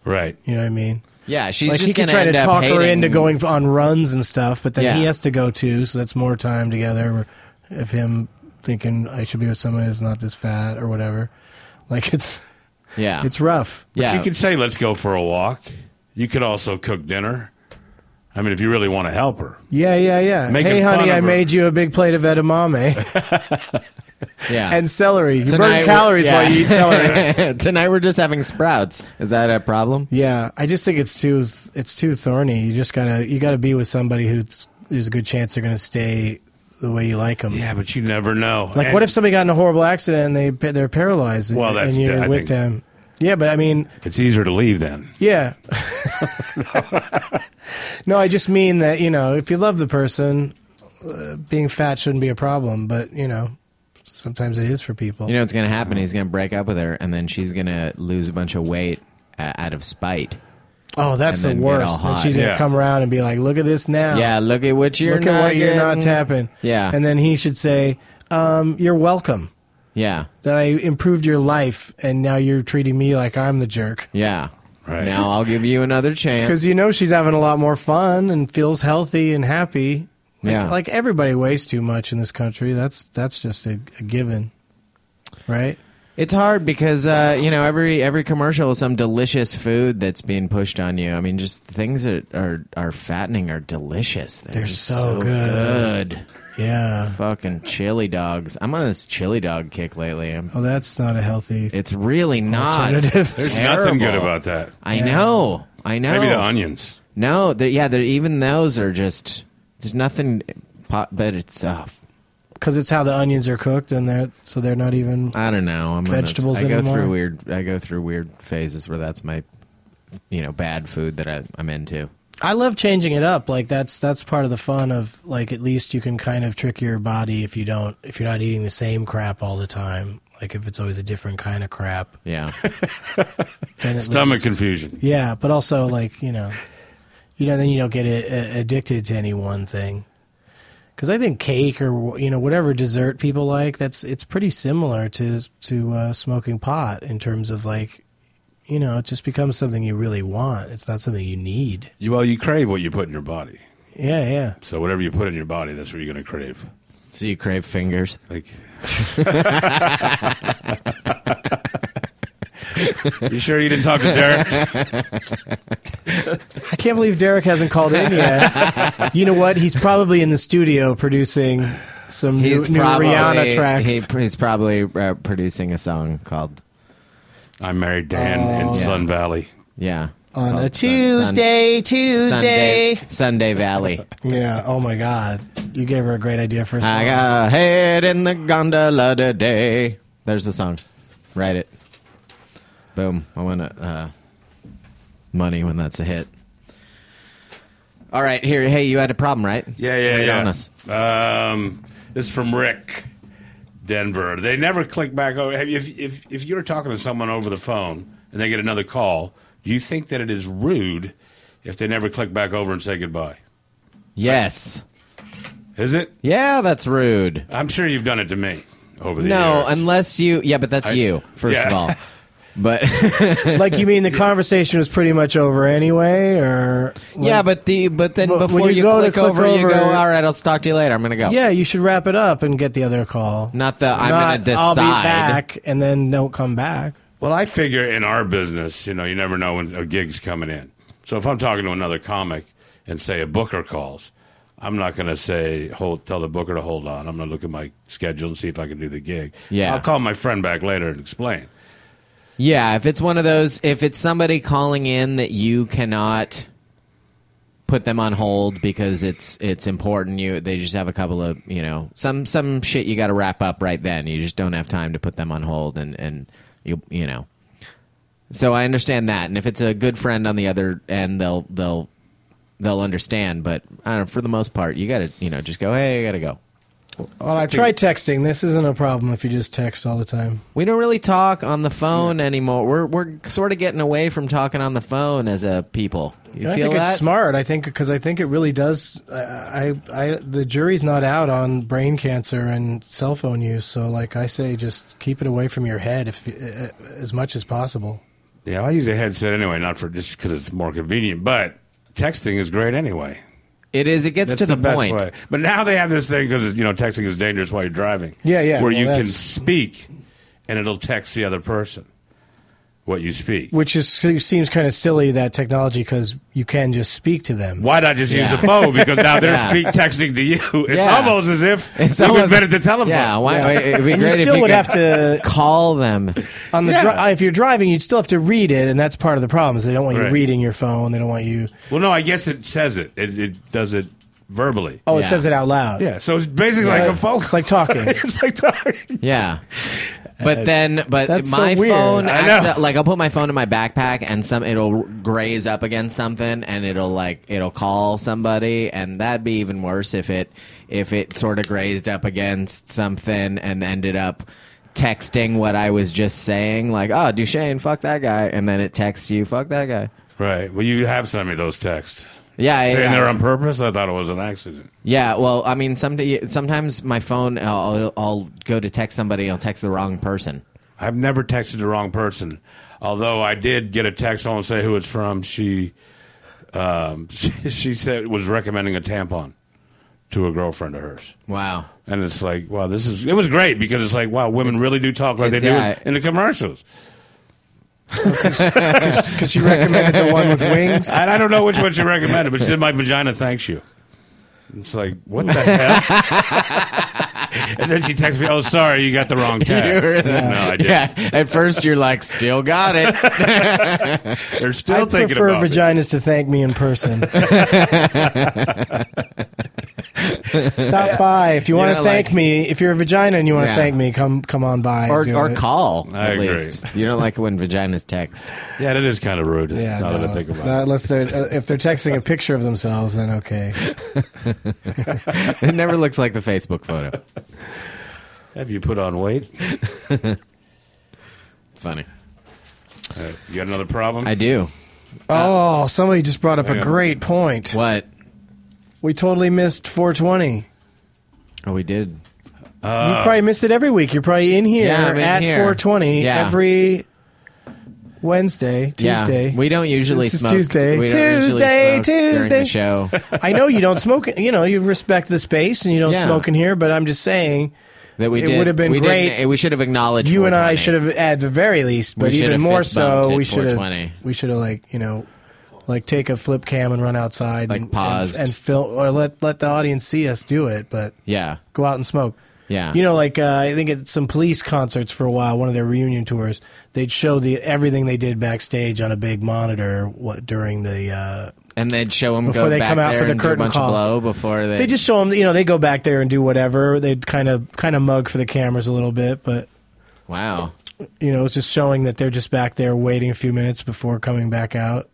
Speaker 4: Right.
Speaker 3: You know what I mean?
Speaker 2: Yeah, she's
Speaker 3: like
Speaker 2: just
Speaker 3: he could
Speaker 2: gonna
Speaker 3: try to
Speaker 2: end up
Speaker 3: talk her
Speaker 2: hating-
Speaker 3: into going on runs and stuff, but then he
Speaker 2: Yeah.
Speaker 3: has to go too, so that's more time together of him thinking I should be with someone who's not this fat or whatever. Like it's
Speaker 2: Yeah,
Speaker 3: it's rough.
Speaker 2: yeah.
Speaker 4: You could say, let's go for a walk. You could also cook dinner. I mean, if you really want to help her.
Speaker 3: Yeah, yeah, yeah.
Speaker 4: Making
Speaker 3: hey, honey,
Speaker 4: fun of
Speaker 3: I
Speaker 4: her.
Speaker 3: made you a big plate of edamame
Speaker 2: yeah.
Speaker 3: and celery. You
Speaker 2: Tonight
Speaker 3: burn
Speaker 2: we're-
Speaker 3: calories while you eat celery.
Speaker 2: Tonight we're just having sprouts. Is that a problem?
Speaker 3: yeah, I just think it's too it's too thorny. You just gotta you gotta be with somebody who's there's a good chance they're gonna stay the way you like them.
Speaker 4: Yeah, but you never know.
Speaker 3: Like,
Speaker 4: And-
Speaker 3: what if somebody got in a horrible accident and they pa- they're paralyzed? and-
Speaker 4: Well, that's
Speaker 3: and you're
Speaker 4: di- I
Speaker 3: with
Speaker 4: think-
Speaker 3: them. Yeah, but I mean,
Speaker 4: It's easier to leave then.
Speaker 3: yeah. no, I just mean that you know, if you love the person, uh, being fat shouldn't be a problem. But you know, sometimes it is for people.
Speaker 2: You know what's going to happen? He's going to break up with her, and then she's going to lose a bunch of weight uh, out of spite.
Speaker 3: oh, that's the
Speaker 2: and then get
Speaker 3: worst.
Speaker 2: all
Speaker 3: And
Speaker 2: hot.
Speaker 3: she's gonna
Speaker 4: Yeah.
Speaker 3: come around and be like, "Look at this now.
Speaker 2: Yeah, look at what you're
Speaker 3: Oh. look
Speaker 2: not
Speaker 3: at what you're not
Speaker 2: getting.
Speaker 3: tapping."
Speaker 2: Yeah.
Speaker 3: and then he should say, um, "You're welcome."
Speaker 2: Yeah,
Speaker 3: That I improved your life, and now you're treating me like I'm the jerk.
Speaker 2: yeah.
Speaker 4: Right.
Speaker 2: Now I'll give you another chance.
Speaker 3: because you know she's having a lot more fun and feels healthy and happy. Like,
Speaker 2: Yeah.
Speaker 3: like everybody weighs too much in this country. That's that's just a, a given, right?
Speaker 2: It's hard because uh, you know every every commercial is some delicious food that's being pushed on you. I mean, just things that are are fattening are delicious. They're,
Speaker 3: They're
Speaker 2: just
Speaker 3: so good.
Speaker 2: good.
Speaker 3: Yeah.
Speaker 2: Fucking chili dogs. I'm on this chili dog kick lately. I'm,
Speaker 3: Oh, that's not a healthy.
Speaker 2: it's really not.
Speaker 3: Alternative.
Speaker 2: It's
Speaker 4: There's nothing good
Speaker 2: terrible.
Speaker 4: about that.
Speaker 2: I know. I know.
Speaker 4: Maybe the onions.
Speaker 2: No, they're, yeah, they're, even those are just there's nothing. Pot, but it's uh,
Speaker 3: Because it's how the onions are cooked, and they're so they're not even.
Speaker 2: I don't know. I'm gonna-
Speaker 3: Vegetables
Speaker 2: I go
Speaker 3: anymore?
Speaker 2: through weird. I go through weird phases where that's my, you know, bad food that I, I'm into.
Speaker 3: I love changing it up. Like that's that's part of the fun of like at least you can kind of trick your body if you don't if you're not eating the same crap all the time. Like if it's always a different kind of crap.
Speaker 2: Yeah,
Speaker 3: Then at
Speaker 4: Stomach
Speaker 3: least-
Speaker 4: confusion.
Speaker 3: Yeah, but also like you know, you know, then you don't get a, a- addicted to any one thing. Because I think cake or you know whatever dessert people like, that's it's pretty similar to to uh, smoking pot in terms of like, you know, it just becomes something you really want. It's not something you need.
Speaker 4: You, well, you crave what you put in your body.
Speaker 3: Yeah, yeah.
Speaker 4: So whatever you put in your body, that's what you're going to crave.
Speaker 2: so you crave fingers.
Speaker 4: Like. you sure you didn't talk to Derek?
Speaker 3: I can't believe Derek hasn't called in yet. you know what? He's probably in the studio producing some new,
Speaker 2: He's
Speaker 3: new
Speaker 2: probably
Speaker 3: Rihanna tracks.
Speaker 2: he- he's probably uh, producing a song called
Speaker 4: I'm married Dan in
Speaker 2: Oh, yeah.
Speaker 4: Sun Valley.
Speaker 2: yeah called
Speaker 3: on a
Speaker 2: Sun- Sun-
Speaker 3: Tuesday, Tuesday.
Speaker 2: Sunday, Sunday Valley.
Speaker 3: Yeah. Oh my God. You gave her a great idea for a song.
Speaker 2: I got a head in the gondola today. There's the song. Write it. Boom. I want to, uh, money when that's a hit. All right, here. Hey, you had a problem, right?
Speaker 4: Yeah, yeah,
Speaker 2: Lay it
Speaker 4: yeah.
Speaker 2: on us.
Speaker 4: Um, this is from Rick, Denver. They never click back over. have you- If, if, if you're talking to someone over the phone and they get another call, do you think that it is rude if they never click back over and say goodbye?
Speaker 2: Yes.
Speaker 4: Is it?
Speaker 2: Yeah, that's rude.
Speaker 4: I'm sure you've done it to me over the
Speaker 2: No,
Speaker 4: years.
Speaker 2: unless you. Yeah, but that's
Speaker 4: I-
Speaker 2: you, first
Speaker 4: yeah.
Speaker 2: of all. But
Speaker 3: like you mean the conversation was pretty much over anyway, or
Speaker 2: yeah, but the but then
Speaker 3: But when
Speaker 2: before
Speaker 3: you
Speaker 2: you,
Speaker 3: go to
Speaker 2: click,
Speaker 3: click
Speaker 2: over, you
Speaker 3: over-
Speaker 2: go. All right, I'll talk to you later. I'm gonna go.
Speaker 3: yeah, you should wrap it up and get the other call.
Speaker 2: Not the I'm gonna
Speaker 3: Not,
Speaker 2: decide.
Speaker 3: I'll be back, and then don't come back.
Speaker 4: Well, I figure in our business, you know, you never know when a gig's coming in. So if I'm talking to another comic and say a booker calls, I'm not going to say hold tell the booker to hold on. I'm going to look at my schedule and see if I can do the gig.
Speaker 2: Yeah.
Speaker 4: I'll call my friend back later and explain.
Speaker 2: Yeah, if it's one of those, if it's somebody calling in that you cannot put them on hold because it's it's important, you they just have a couple of you know some some shit you got to wrap up right then. You just don't have time to put them on hold, and and you you know. So I understand that, and if it's a good friend on the other end, they'll uh, they'll they'll understand. But I don't know, for the most part, you got to you know just go, hey, I got to go.
Speaker 4: All I
Speaker 3: Try
Speaker 4: think-
Speaker 3: texting. This isn't a problem if you just text all the time.
Speaker 2: We don't really talk on the phone anymore. We're we're sort of getting away from talking on the phone as a people. You
Speaker 3: I
Speaker 2: feel
Speaker 3: think
Speaker 2: that?
Speaker 3: it's smart. I think because I think it really does. I, I, I, the jury's not out on brain cancer and cell phone use. So, like I say, just keep it away from your head if uh, as much as possible.
Speaker 4: Yeah, I use a headset anyway, not for just because it's more convenient, but texting is great anyway.
Speaker 2: It is. It gets
Speaker 4: That's
Speaker 2: to the,
Speaker 4: best
Speaker 2: point.
Speaker 4: way. But now they have this thing because you know texting is dangerous while you're driving.
Speaker 3: Yeah, yeah,
Speaker 4: Where
Speaker 3: well,
Speaker 4: you can
Speaker 3: that's-
Speaker 4: speak, and it'll text the other person what you speak.
Speaker 3: Which is seems kind of silly that technology because you can just speak to them.
Speaker 4: Why not just
Speaker 2: Yeah.
Speaker 4: use the phone? Because now they're
Speaker 2: Yeah.
Speaker 4: speak texting to you. It's
Speaker 2: Yeah.
Speaker 4: almost as if
Speaker 2: It's
Speaker 4: it's you
Speaker 2: almost-
Speaker 4: invented the telephone.
Speaker 2: Yeah, why,
Speaker 3: Yeah.
Speaker 2: it'd be
Speaker 3: And you
Speaker 2: great if
Speaker 3: still
Speaker 2: we
Speaker 3: would
Speaker 2: could
Speaker 3: have to
Speaker 2: call them.
Speaker 3: on the
Speaker 4: Yeah.
Speaker 3: dri- if you're driving, you'd still have to read it, and that's part of the problem. Is they don't want you
Speaker 4: Right.
Speaker 3: reading your phone. They don't want you.
Speaker 4: Well, no, I guess it says it. It, it does it verbally.
Speaker 3: Oh,
Speaker 2: Yeah.
Speaker 3: it says it out loud.
Speaker 4: Yeah, so it's basically like a phone.
Speaker 3: It's like talking.
Speaker 4: it's like talking.
Speaker 2: Yeah. But then, but
Speaker 3: That's so
Speaker 2: my
Speaker 3: weird.
Speaker 2: phone,
Speaker 4: I know.
Speaker 2: acce- like I'll put my phone in my backpack and some, it'll graze up against something and it'll like, it'll call somebody and that'd be even worse if it, if it sort of grazed up against something and ended up texting what I was just saying, like, oh, Duchesne, fuck that guy. And then it texts you, fuck that guy.
Speaker 4: Right. Well, you have sent me those texts.
Speaker 2: Yeah.
Speaker 4: Saying
Speaker 2: yeah.
Speaker 4: they're on purpose? I thought it was an accident.
Speaker 2: Yeah, well, I mean, someday, sometimes my phone, I'll, I'll, I'll go to text somebody, I'll text the wrong person.
Speaker 4: I've never texted the wrong person. Although I did get a text, I won't say who it's from. She, um, she, she said was recommending a tampon to a girlfriend of hers,
Speaker 2: Wow.
Speaker 4: and it's like, wow, this is. It was great because it's like, wow, women really do talk like they
Speaker 2: It's-
Speaker 4: do
Speaker 2: yeah.
Speaker 4: in the commercials.
Speaker 3: Because you recommended the one with wings.
Speaker 4: And I don't know which one she recommended, but she said, "My vagina thanks you." It's like, what the hell? and then she texts me, "Oh, sorry, you got the wrong
Speaker 2: You
Speaker 4: tag."
Speaker 2: were-
Speaker 4: No, I didn't.
Speaker 2: Yeah, at first you're like, still got it.
Speaker 4: They're
Speaker 3: I
Speaker 4: still thinking
Speaker 3: prefer
Speaker 4: about it.
Speaker 3: vaginas to thank me in person. Stop by if you want
Speaker 2: know,
Speaker 3: to thank
Speaker 2: like-
Speaker 3: me. If you're a vagina and you want to
Speaker 2: Yeah.
Speaker 3: thank me, come come on by. and
Speaker 2: or
Speaker 3: do
Speaker 2: or
Speaker 3: it.
Speaker 2: call,
Speaker 4: I
Speaker 2: at
Speaker 4: agree.
Speaker 2: least. You don't like when vaginas text.
Speaker 4: Yeah, that is kind of rude.
Speaker 3: Yeah,
Speaker 4: now
Speaker 3: no,
Speaker 4: that I think about
Speaker 3: Not
Speaker 4: it.
Speaker 3: unless they're uh, if they're texting a picture of themselves, then okay.
Speaker 2: It never looks like the Facebook photo.
Speaker 4: Have you put on weight?
Speaker 2: It's funny.
Speaker 4: Uh, you got another problem?
Speaker 2: I do.
Speaker 3: oh, somebody just brought up a
Speaker 4: yeah.
Speaker 3: great point.
Speaker 2: What?
Speaker 3: We totally missed 420.
Speaker 2: Oh, we did.
Speaker 3: you probably miss it every week. You're probably in here
Speaker 2: Um, Yeah, I'm in
Speaker 3: at
Speaker 2: here.
Speaker 3: 420
Speaker 2: Yeah.
Speaker 3: every Wednesday, Tuesday.
Speaker 2: Yeah, we don't usually
Speaker 3: This is
Speaker 2: smoke.
Speaker 3: Tuesday.
Speaker 2: We don't usually
Speaker 3: Tuesday,
Speaker 2: smoke during the
Speaker 3: Tuesday.
Speaker 2: show.
Speaker 3: I know you don't smoke. You know you respect the space and you don't
Speaker 2: Yeah.
Speaker 3: smoke in here. But I'm just saying,
Speaker 2: That we
Speaker 3: It
Speaker 2: did.
Speaker 3: would've been
Speaker 2: we
Speaker 3: great.
Speaker 2: didn't- We should have acknowledged.
Speaker 3: you and I
Speaker 2: 420.
Speaker 3: should have at the very least, but
Speaker 2: should have
Speaker 3: even more
Speaker 2: fist bumped
Speaker 3: so,
Speaker 2: at
Speaker 3: we should
Speaker 2: 420.
Speaker 3: have we should have like you know like take a flip cam and run outside
Speaker 2: Like
Speaker 3: and
Speaker 2: paused.
Speaker 3: and, and film or let let the audience see us do it. But
Speaker 2: Yeah.
Speaker 3: go out and smoke.
Speaker 2: Yeah.
Speaker 3: You know, like uh, I think at some police concerts for a while, one of their reunion tours, they'd show the everything they did backstage on a big monitor. What during the uh,
Speaker 2: and they'd show them
Speaker 3: Before
Speaker 2: go
Speaker 3: they
Speaker 2: back
Speaker 3: come out
Speaker 2: there
Speaker 3: for the
Speaker 2: and do
Speaker 3: curtain
Speaker 2: a bunch
Speaker 3: call.
Speaker 2: of blow before they.
Speaker 3: they just show them. You know, they go back there and do whatever. They'd kind of kind of mug for the cameras a little bit, but
Speaker 2: wow.
Speaker 3: you know, it's just showing that they're just back there waiting a few minutes before coming back out,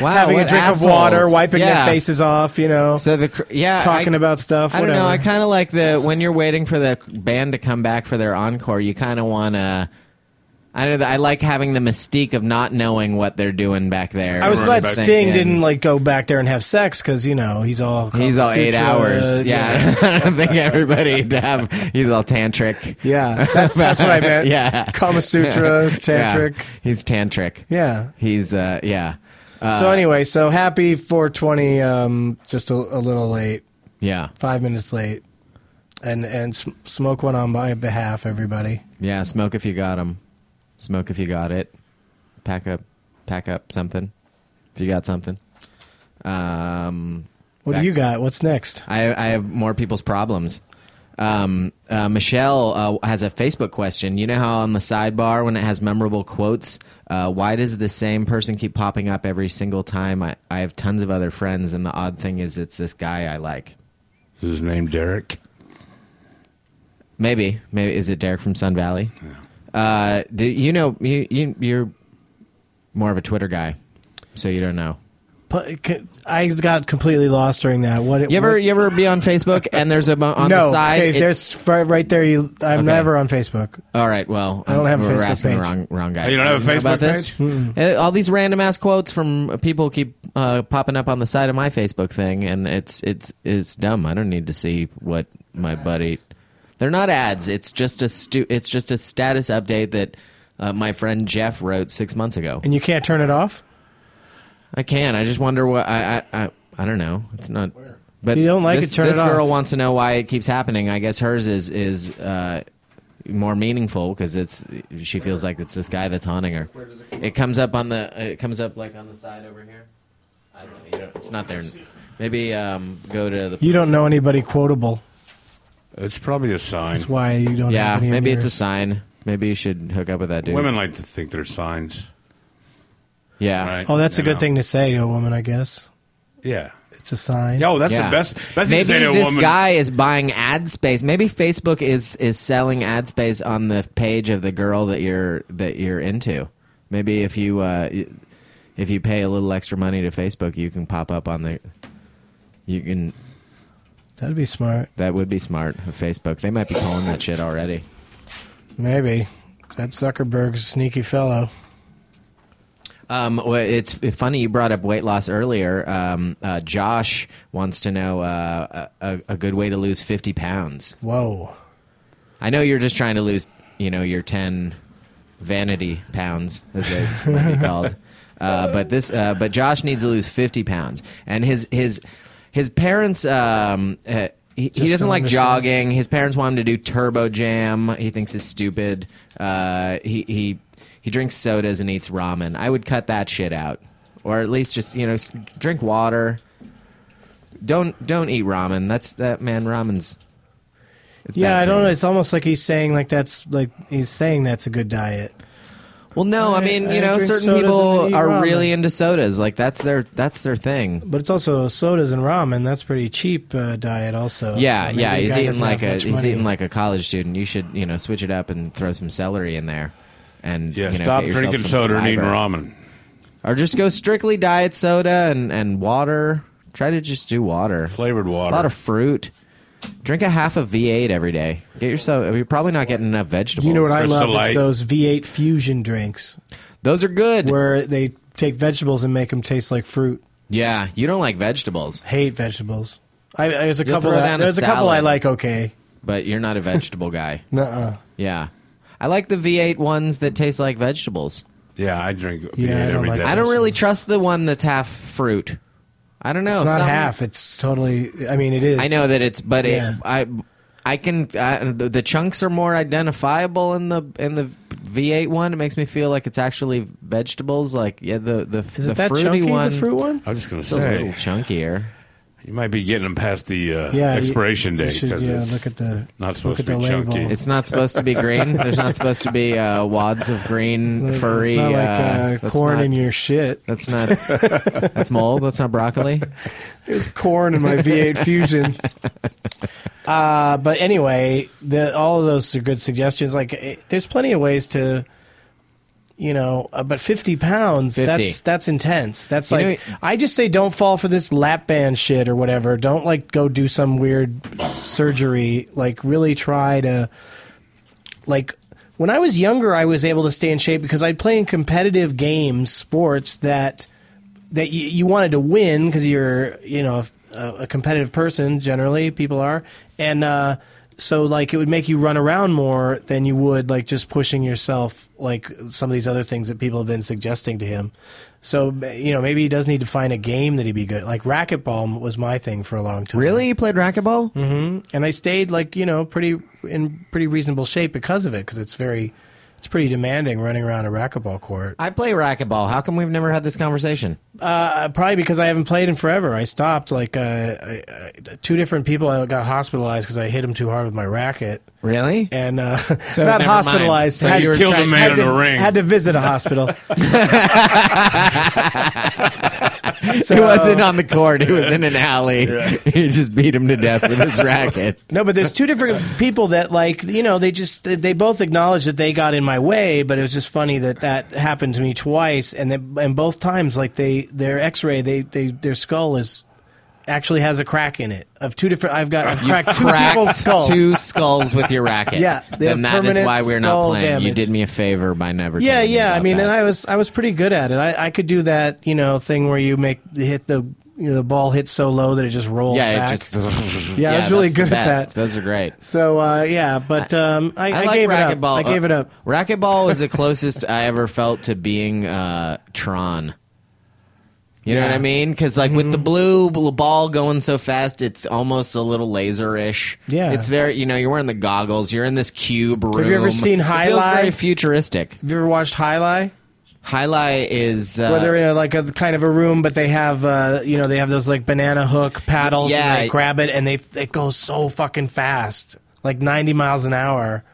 Speaker 2: Wow,
Speaker 3: having a
Speaker 2: Oh, what
Speaker 3: drink
Speaker 2: assholes.
Speaker 3: of water, wiping
Speaker 2: Yeah.
Speaker 3: their faces off. You know,
Speaker 2: So the cr- yeah,
Speaker 3: talking
Speaker 2: I,
Speaker 3: about stuff.
Speaker 2: I don't know.
Speaker 3: whatever.
Speaker 2: I kind of like the when you're waiting for the band to come back for their encore. You kind of want to. I don't know. I like having the mystique of not knowing what they're doing back there.
Speaker 3: I was
Speaker 2: Or
Speaker 3: glad
Speaker 2: thinking-
Speaker 3: Sting didn't like go back there and have sex because you know he's all
Speaker 2: He's all eight
Speaker 3: Sutra,
Speaker 2: hours. Yeah, I don't think everybody'd have. He's all tantric.
Speaker 3: yeah. That's that's what I meant.
Speaker 2: Yeah.
Speaker 3: Kama Sutra, tantric.
Speaker 2: Yeah. He's tantric.
Speaker 3: Yeah.
Speaker 2: He's uh yeah. Uh,
Speaker 3: so anyway, so happy 420. Um, just a, a little late,
Speaker 2: yeah.
Speaker 3: five minutes late, and and sm- smoke one on my behalf, everybody.
Speaker 2: Yeah, smoke if you got 'em. Smoke if you got it. Pack up, pack up something. If you got something, um,
Speaker 3: What
Speaker 2: Back-
Speaker 3: do you got? What's next?
Speaker 2: I, I have more people's problems. Um, uh, Michelle uh, has a Facebook question. You know how on the sidebar when it has memorable quotes, uh, why does the same person keep popping up every single time? I, I have tons of other friends, and the odd thing is it's this guy I like.
Speaker 4: Is his name Derek?
Speaker 2: Maybe, maybe is it Derek from Sun Valley? Uh, do you know you, you you're more of a Twitter guy, so you don't know.
Speaker 3: pu- c- I got completely lost during that. What it,
Speaker 2: You ever
Speaker 3: what-
Speaker 2: you ever be on Facebook and there's a bu- on
Speaker 3: no,
Speaker 2: the side.
Speaker 3: okay,
Speaker 2: it-
Speaker 3: there's fri- right there. You, I'm
Speaker 2: Okay.
Speaker 3: never on Facebook.
Speaker 2: all right, well, I
Speaker 3: don't have a
Speaker 2: we're
Speaker 3: Facebook
Speaker 2: asking the
Speaker 3: page.
Speaker 2: wrong wrong guy.
Speaker 4: Oh, you don't have a
Speaker 2: about
Speaker 4: Facebook
Speaker 2: this? Uh, All these random ass quotes from people keep uh, popping up on the side of my Facebook thing, and it's it's it's dumb. I don't need to see what my buddy. They're not ads. It's just a stu- It's just a status update that uh, my friend Jeff wrote six months ago.
Speaker 3: And you can't turn it off?
Speaker 2: I can. I just wonder what I I I, I don't know. It's not. But
Speaker 3: If you don't like
Speaker 2: this,
Speaker 3: it, turn
Speaker 2: this
Speaker 3: it
Speaker 2: girl
Speaker 3: off.
Speaker 2: wants to know why it keeps happening. I guess hers is is uh, more meaningful because it's she feels like it's this guy that's haunting her. It, comes up on the uh, it comes up like on the side over here. I don't know. You don't- it's not there. Maybe um, go to the
Speaker 3: You don't know anybody quotable.
Speaker 4: It's probably a sign.
Speaker 3: That's why you don't
Speaker 2: yeah.
Speaker 3: have any
Speaker 2: Maybe it's a
Speaker 3: sign.
Speaker 2: sign. Maybe you should hook up with that dude.
Speaker 4: Women like to think they're signs.
Speaker 2: yeah.
Speaker 4: Right?
Speaker 3: Oh, that's a
Speaker 4: You
Speaker 3: good
Speaker 4: know.
Speaker 3: thing to say to a woman, I guess.
Speaker 4: Yeah.
Speaker 3: It's a sign.
Speaker 4: Yo, that's
Speaker 2: Yeah.
Speaker 4: the best. Best
Speaker 2: Maybe
Speaker 4: thing to say to a
Speaker 2: this
Speaker 4: woman.
Speaker 2: guy is buying ad space. Maybe Facebook is is selling ad space on the page of the girl that you're that you're into. Maybe if you uh, y- if you pay a little extra money to Facebook, you can pop up on the. You can.
Speaker 3: That'd be smart.
Speaker 2: That would be smart. of Facebook. They might be calling that shit already.
Speaker 3: Maybe. That Zuckerberg's a sneaky fellow.
Speaker 2: Um, well, it's funny you brought up weight loss earlier. Um, uh, Josh wants to know uh, a, a good way to lose fifty pounds.
Speaker 3: Whoa.
Speaker 2: I know you're just trying to lose, you know, your ten vanity pounds, as they might be called. Uh, but this, uh, but Josh needs to lose fifty pounds, and his his his parents. Um, uh, he, he
Speaker 3: Just
Speaker 2: doesn't
Speaker 3: don't
Speaker 2: like
Speaker 3: understand.
Speaker 2: jogging. His parents want him to do turbo jam. He thinks it's stupid. Uh, he he he drinks sodas and eats ramen. I would cut that shit out, or at least just you know s- drink water. Don't don't eat ramen. That's that man. Ramen's it's
Speaker 3: Yeah,
Speaker 2: bad
Speaker 3: I
Speaker 2: for
Speaker 3: don't
Speaker 2: you.
Speaker 3: know. It's almost like he's saying like that's like he's saying that's a good diet.
Speaker 2: Well, no, I,
Speaker 3: I-
Speaker 2: mean,
Speaker 3: I
Speaker 2: you know,
Speaker 3: drink
Speaker 2: certain
Speaker 3: sodas and
Speaker 2: people
Speaker 3: eat
Speaker 2: are
Speaker 3: ramen.
Speaker 2: really into sodas. Like that's their that's their thing.
Speaker 3: But it's also sodas and ramen. That's pretty cheap uh, diet also.
Speaker 2: Yeah,
Speaker 3: So maybe
Speaker 2: yeah.
Speaker 3: the
Speaker 2: He's
Speaker 3: guy
Speaker 2: eating
Speaker 3: doesn't
Speaker 2: like
Speaker 3: have
Speaker 2: a
Speaker 3: much
Speaker 2: he's
Speaker 3: money.
Speaker 2: eating like a college student. You should you know switch it up and throw some celery in there. And
Speaker 4: Yeah,
Speaker 2: you know,
Speaker 4: stop
Speaker 2: get yourself
Speaker 4: drinking
Speaker 2: some
Speaker 4: soda and eating
Speaker 2: fiber.
Speaker 4: ramen.
Speaker 2: or just go strictly diet soda and and water. Try to just do water,
Speaker 4: Flavored
Speaker 2: a
Speaker 4: water.
Speaker 2: lot of fruit. Drink a half of V8 every day. Get yourself. You're probably not getting enough vegetables.
Speaker 3: You know what I
Speaker 4: Crystal
Speaker 3: love
Speaker 4: Light.
Speaker 3: is those V8 fusion drinks
Speaker 2: Those are good.
Speaker 3: where they take vegetables and make them taste like fruit.
Speaker 2: yeah, you don't like vegetables,
Speaker 3: Hate vegetables. I, I- there's a
Speaker 2: You'll
Speaker 3: couple
Speaker 2: throw
Speaker 3: that,
Speaker 2: down a
Speaker 3: there's a couple
Speaker 2: salad.
Speaker 3: I like okay.
Speaker 2: but you're not a vegetable guy.
Speaker 3: Nuh-uh.
Speaker 2: Yeah. I like the V8 ones that taste like vegetables.
Speaker 4: Yeah, I drink
Speaker 3: Yeah, I
Speaker 4: yeah,
Speaker 3: don't
Speaker 4: every
Speaker 3: like
Speaker 4: day.
Speaker 3: that.
Speaker 2: I don't really trust the one that's half fruit. I don't know.
Speaker 3: It's not
Speaker 2: some-
Speaker 3: half. It's totally I mean it is.
Speaker 2: I know that it's, but
Speaker 3: Yeah.
Speaker 2: it, I, I can. I, the, the chunks are more identifiable in the in the V8 one. It makes me feel like it's actually vegetables. Like yeah, the the
Speaker 3: Is
Speaker 2: the
Speaker 3: it that
Speaker 2: fruity
Speaker 3: chunky
Speaker 2: one.
Speaker 3: the fruit one?
Speaker 4: I'm just gonna
Speaker 2: It's a little
Speaker 4: say
Speaker 2: chunkier.
Speaker 4: you might be getting them past the uh,
Speaker 3: Yeah, you-
Speaker 4: expiration
Speaker 3: you
Speaker 4: date.
Speaker 3: should,
Speaker 4: 'cause
Speaker 3: yeah,
Speaker 4: it's-
Speaker 3: look at the
Speaker 4: not supposed
Speaker 3: look
Speaker 4: to
Speaker 3: at
Speaker 4: be
Speaker 3: the label.
Speaker 4: chunky.
Speaker 2: It's not supposed to be green. There's not supposed to be uh, wads of green
Speaker 3: It's
Speaker 2: furry.
Speaker 3: not like
Speaker 2: uh,
Speaker 3: uh,
Speaker 2: that's
Speaker 3: corn
Speaker 2: not-
Speaker 3: in your shit.
Speaker 2: That's not. That's mold. That's not broccoli.
Speaker 3: There's corn in my V8 Fusion. Uh, but anyway, the, all of those are good suggestions. Like, it, there's plenty of ways to, you know, uh, but 50 pounds,
Speaker 2: 50.
Speaker 3: that's that's intense. That's
Speaker 2: You know,
Speaker 3: like, I just say don't fall for this lap band shit or whatever. Don't like go do some weird surgery. Like, really try to, like, when I was younger, I was able to stay in shape because I'd play in competitive games, sports that that you, you wanted to win because you're you know a, a competitive person generally people are and uh, so like it would make you run around more than you would like just pushing yourself like some of these other things that people have been suggesting to him so you know maybe he does need to find a game that he'd be good like racquetball was my thing for a long time
Speaker 2: Really, you played racquetball?
Speaker 3: and I stayed like you know pretty in pretty reasonable shape because of it because it's very it's pretty demanding running around a racquetball court
Speaker 2: I play racquetball. How come we've never had this conversation?
Speaker 3: probably because I haven't played in forever. I stopped. Like uh, I, I, two different people I got hospitalized because I hit them too hard with my racket,
Speaker 2: Really?
Speaker 3: and uh, not
Speaker 2: never mind.
Speaker 3: hospitalized.
Speaker 2: So
Speaker 3: had,
Speaker 2: you were
Speaker 4: Killed a
Speaker 2: trying-
Speaker 4: man
Speaker 3: had
Speaker 4: in
Speaker 3: to,
Speaker 4: a ring.
Speaker 3: had to visit a hospital.
Speaker 2: it
Speaker 3: uh,
Speaker 2: wasn't on the court. It was in an alley. He just beat him to death with his racket.
Speaker 3: No, but there's two different people that like you know they just they both acknowledge that they got in my way, but it was just funny that that happened to me twice, and then and both times like they their X-ray they they their skull is actually has a crack in it of two different. I've got I've cracked two people's skulls.
Speaker 2: two skulls with your racket.
Speaker 3: Yeah, they have
Speaker 2: then that is
Speaker 3: permanent
Speaker 2: why we're not
Speaker 3: skull
Speaker 2: playing. You
Speaker 3: damage.
Speaker 2: did me a favor by never.
Speaker 3: yeah,
Speaker 2: telling me
Speaker 3: yeah. I
Speaker 2: about
Speaker 3: mean,
Speaker 2: that.
Speaker 3: and I was I was pretty good at it. I, I could do that you know thing where you make hit the you know, the ball hits so low that it just rolls
Speaker 2: yeah,
Speaker 3: back.
Speaker 2: it just,
Speaker 3: Yeah, I was really
Speaker 2: that's the
Speaker 3: good at
Speaker 2: best.
Speaker 3: that.
Speaker 2: Those are great.
Speaker 3: so uh, yeah, but um, I, I,
Speaker 2: I, like
Speaker 3: gave it up.
Speaker 2: racquetball.
Speaker 3: I gave it up.
Speaker 2: Uh, Racquetball was the closest I ever felt to being uh, Tron. You know what I mean? Because like with the
Speaker 3: Mm-hmm.
Speaker 2: blue bl- ball going so fast, it's almost a little laser-ish.
Speaker 3: Yeah.
Speaker 2: it's very you know you're wearing the goggles. You're in this cube room.
Speaker 3: you ever seen High
Speaker 2: It feels
Speaker 3: Life?
Speaker 2: very futuristic.
Speaker 3: Have you ever watched High Lie?
Speaker 2: Highlight is uh,
Speaker 3: where they're in a, like a kind of a room, but they have uh, you know they have those like banana hook paddles.
Speaker 2: Yeah.
Speaker 3: and they grab it and they it goes so fucking fast, like ninety miles an hour,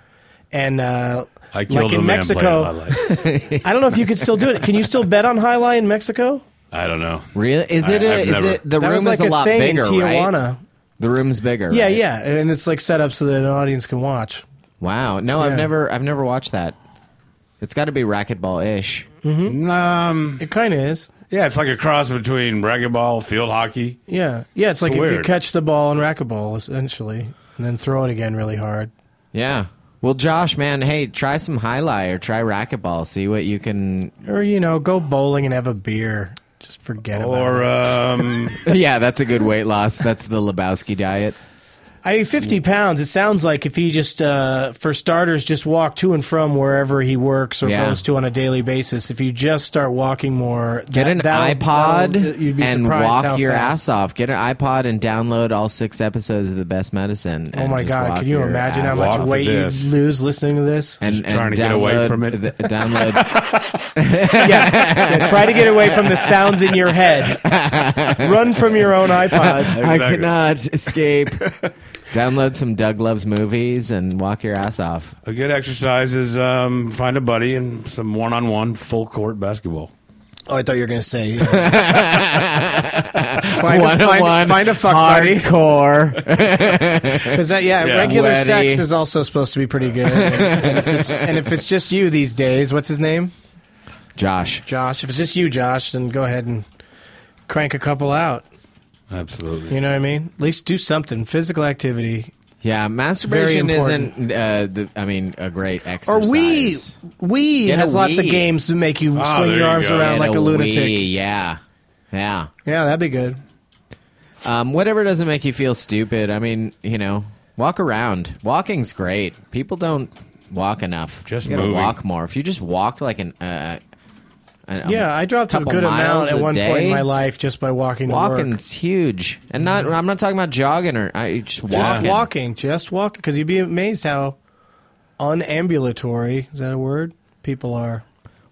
Speaker 3: and uh,
Speaker 4: I killed
Speaker 3: like
Speaker 4: a
Speaker 3: in
Speaker 4: man playing
Speaker 3: Mexico.
Speaker 4: highlight.
Speaker 3: I don't know if you could still do it. Can you still bet on high lie in Mexico?
Speaker 4: I don't know.
Speaker 2: real. Is it?
Speaker 4: I-
Speaker 2: a-
Speaker 4: I've
Speaker 2: is
Speaker 4: never-
Speaker 2: it? The
Speaker 3: That
Speaker 2: room
Speaker 3: was like
Speaker 2: is a, lot
Speaker 3: thing
Speaker 2: bigger,
Speaker 3: in Tijuana.
Speaker 2: right? The room's bigger.
Speaker 3: Yeah,
Speaker 2: right?
Speaker 3: yeah, and it's like set up so that an audience can watch.
Speaker 2: Wow. No, I've
Speaker 3: Yeah.
Speaker 2: never. I've never watched that. It's got to be racquetball-ish.
Speaker 4: Um,
Speaker 3: It kind of is.
Speaker 4: yeah, it's like a cross between racquetball, field hockey.
Speaker 3: Yeah, yeah. It's like if you
Speaker 4: weird.
Speaker 3: catch the ball in racquetball, essentially, and then throw it again really hard.
Speaker 2: Yeah. Well, Josh, man, hey, try some highlight or try racquetball. See what you can.
Speaker 3: Or you know, go bowling and have a beer. Just forget about it.
Speaker 4: Or um,
Speaker 2: yeah, that's a good weight loss. That's the Lebowski diet.
Speaker 3: I mean, fifty pounds. It sounds like if he just, uh, for starters, just walk to and from wherever he works or
Speaker 2: Yeah.
Speaker 3: goes to on a daily basis. If you just start walking more,
Speaker 2: Get
Speaker 3: that-
Speaker 2: an
Speaker 3: that'll- that'll- you'd
Speaker 2: iPod
Speaker 3: be
Speaker 2: and
Speaker 3: surprised how
Speaker 2: walk your ass
Speaker 3: fast.
Speaker 2: off. Get an iPod and download all six episodes of The Best Medicine.
Speaker 3: Oh
Speaker 2: and
Speaker 3: my
Speaker 2: just
Speaker 3: god!
Speaker 2: walk
Speaker 3: Can you
Speaker 2: your
Speaker 3: imagine how
Speaker 2: ass
Speaker 3: much
Speaker 2: off.
Speaker 4: Walk
Speaker 3: weight
Speaker 4: this.
Speaker 3: you lose listening to this?
Speaker 2: And,
Speaker 4: Just trying
Speaker 2: and
Speaker 4: to get away
Speaker 2: download
Speaker 4: from it.
Speaker 2: the- download.
Speaker 3: yeah, yeah, try to get away from the sounds in your head. Run from your own iPod.
Speaker 2: I
Speaker 4: Exactly.
Speaker 2: cannot escape. download some Doug Loves movies and walk your ass off.
Speaker 4: a good exercise is um, find a buddy and some one-on-one full court basketball.
Speaker 3: Oh, I thought you were gonna say
Speaker 7: Find, a,
Speaker 2: One-on-one
Speaker 7: find, find a fuck buddy.
Speaker 2: Hardcore.
Speaker 7: Because that, yeah,
Speaker 4: Yeah.
Speaker 7: regular
Speaker 2: Sweaty.
Speaker 7: sex is also supposed to be pretty good. and, if it's, and if it's just you these days, what's his name?
Speaker 2: Josh.
Speaker 3: Josh. If it's just you, Josh, then go ahead and crank a couple out.
Speaker 4: Absolutely.
Speaker 3: You know what I mean? At least do something. Physical activity.
Speaker 2: Yeah, masturbation
Speaker 3: important.
Speaker 2: isn't. Uh, the, I mean, a great
Speaker 3: Or
Speaker 2: exercise.
Speaker 3: we we
Speaker 2: Get a
Speaker 3: has lots of
Speaker 2: Wii.
Speaker 3: games to make you
Speaker 2: Ah,
Speaker 3: swing
Speaker 4: there
Speaker 3: your
Speaker 4: you
Speaker 3: arms
Speaker 4: go.
Speaker 3: around
Speaker 2: And
Speaker 3: like a, lunatic.
Speaker 2: Wii, yeah, yeah.
Speaker 3: Yeah, that'd be good.
Speaker 2: Um, whatever doesn't make you feel stupid. I mean, you know, walk around. Walking's great. People don't walk enough.
Speaker 4: Just
Speaker 2: you gotta
Speaker 4: moving.
Speaker 2: walk more. If you just walk like an. Uh, an
Speaker 3: Yeah, I dropped a
Speaker 2: Um, couple
Speaker 3: good
Speaker 2: miles
Speaker 3: amount at
Speaker 2: a
Speaker 3: one point
Speaker 2: day.
Speaker 3: in my life just by walking to work.
Speaker 2: Walking's huge, and not. I'm not talking about jogging or I just
Speaker 3: Just
Speaker 2: walking.
Speaker 3: walking, just walking, because you'd be amazed how unambulatory is that a word? People are.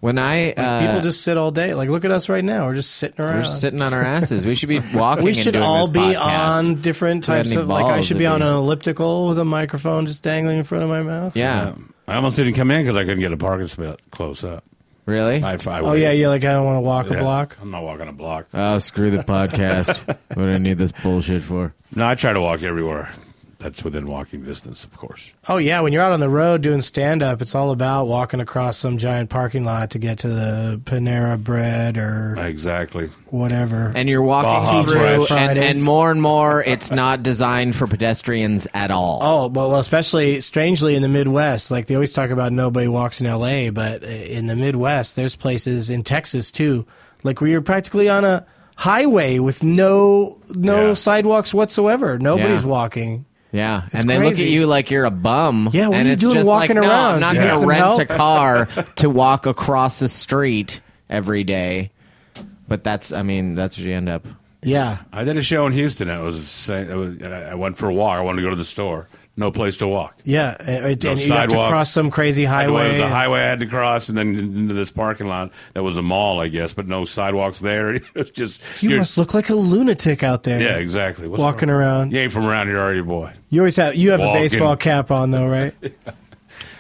Speaker 2: When I uh,
Speaker 3: People just sit all day. Like, look at us right now. We're just sitting around.
Speaker 2: we're just sitting on our asses. We should be walking.
Speaker 3: we
Speaker 2: and
Speaker 3: should
Speaker 2: doing
Speaker 3: all
Speaker 2: this
Speaker 3: be
Speaker 2: podcast.
Speaker 3: on different
Speaker 2: We had
Speaker 3: types
Speaker 2: any
Speaker 3: of. Like, I
Speaker 2: balls
Speaker 3: should
Speaker 2: if
Speaker 3: be on
Speaker 2: we-
Speaker 3: an elliptical with a microphone just dangling in front of my mouth.
Speaker 2: Yeah,
Speaker 4: Um, I almost didn't come in because I couldn't get a parking spot close up.
Speaker 2: really.
Speaker 4: I, I
Speaker 3: Oh yeah, yeah. Like, I don't want to walk a block.
Speaker 4: I'm not walking a block.
Speaker 2: Oh, screw the podcast. what do I need this bullshit for?
Speaker 4: No, I try to walk everywhere. That's within walking distance, of course.
Speaker 3: Oh yeah, when you're out on the road doing stand up, it's all about walking across some giant parking lot to get to the Panera Bread or
Speaker 4: Exactly.
Speaker 3: whatever.
Speaker 2: And you're walking
Speaker 4: Baja
Speaker 2: through,
Speaker 4: Fresh.
Speaker 2: and, and
Speaker 3: Fridays.
Speaker 2: more and more, it's not designed for pedestrians at all.
Speaker 3: oh, but well, especially strangely in the Midwest, like they always talk about nobody walks in L.A., but in the Midwest, there's places in Texas too, like where you're practically on a highway with no no
Speaker 4: Yeah.
Speaker 3: sidewalks whatsoever. Nobody's
Speaker 2: Yeah.
Speaker 3: walking.
Speaker 2: yeah, and they look at
Speaker 3: crazy.
Speaker 2: you like you're a bum.
Speaker 3: Yeah, what
Speaker 2: and
Speaker 3: are you
Speaker 2: it's
Speaker 3: doing
Speaker 2: just
Speaker 3: walking
Speaker 2: like, No, I'm
Speaker 3: around?
Speaker 2: not
Speaker 3: Do you
Speaker 2: going
Speaker 3: need
Speaker 2: to
Speaker 3: some
Speaker 2: rent a
Speaker 3: help?
Speaker 2: car to walk across the street every day. But that's, I mean, that's where you end up.
Speaker 3: Yeah,
Speaker 4: I did a show in Houston. I was, saying, I, was I I went for a walk. I wanted to go to the store. No place to walk.
Speaker 3: yeah. And,
Speaker 4: No
Speaker 3: and you have to
Speaker 4: sidewalks.
Speaker 3: cross some crazy
Speaker 4: I know
Speaker 3: highway.
Speaker 4: It was a highway I had to cross, and then into this parking lot that was a mall, I guess, but no sidewalks there. It was just
Speaker 3: you
Speaker 4: you're-
Speaker 3: must look like a lunatic out there.
Speaker 4: Yeah, exactly. What's
Speaker 3: Walking
Speaker 4: wrong?
Speaker 3: around.
Speaker 4: You ain't from around here, are you, boy?
Speaker 3: You always have you have
Speaker 4: Walking.
Speaker 3: a baseball cap on though, right?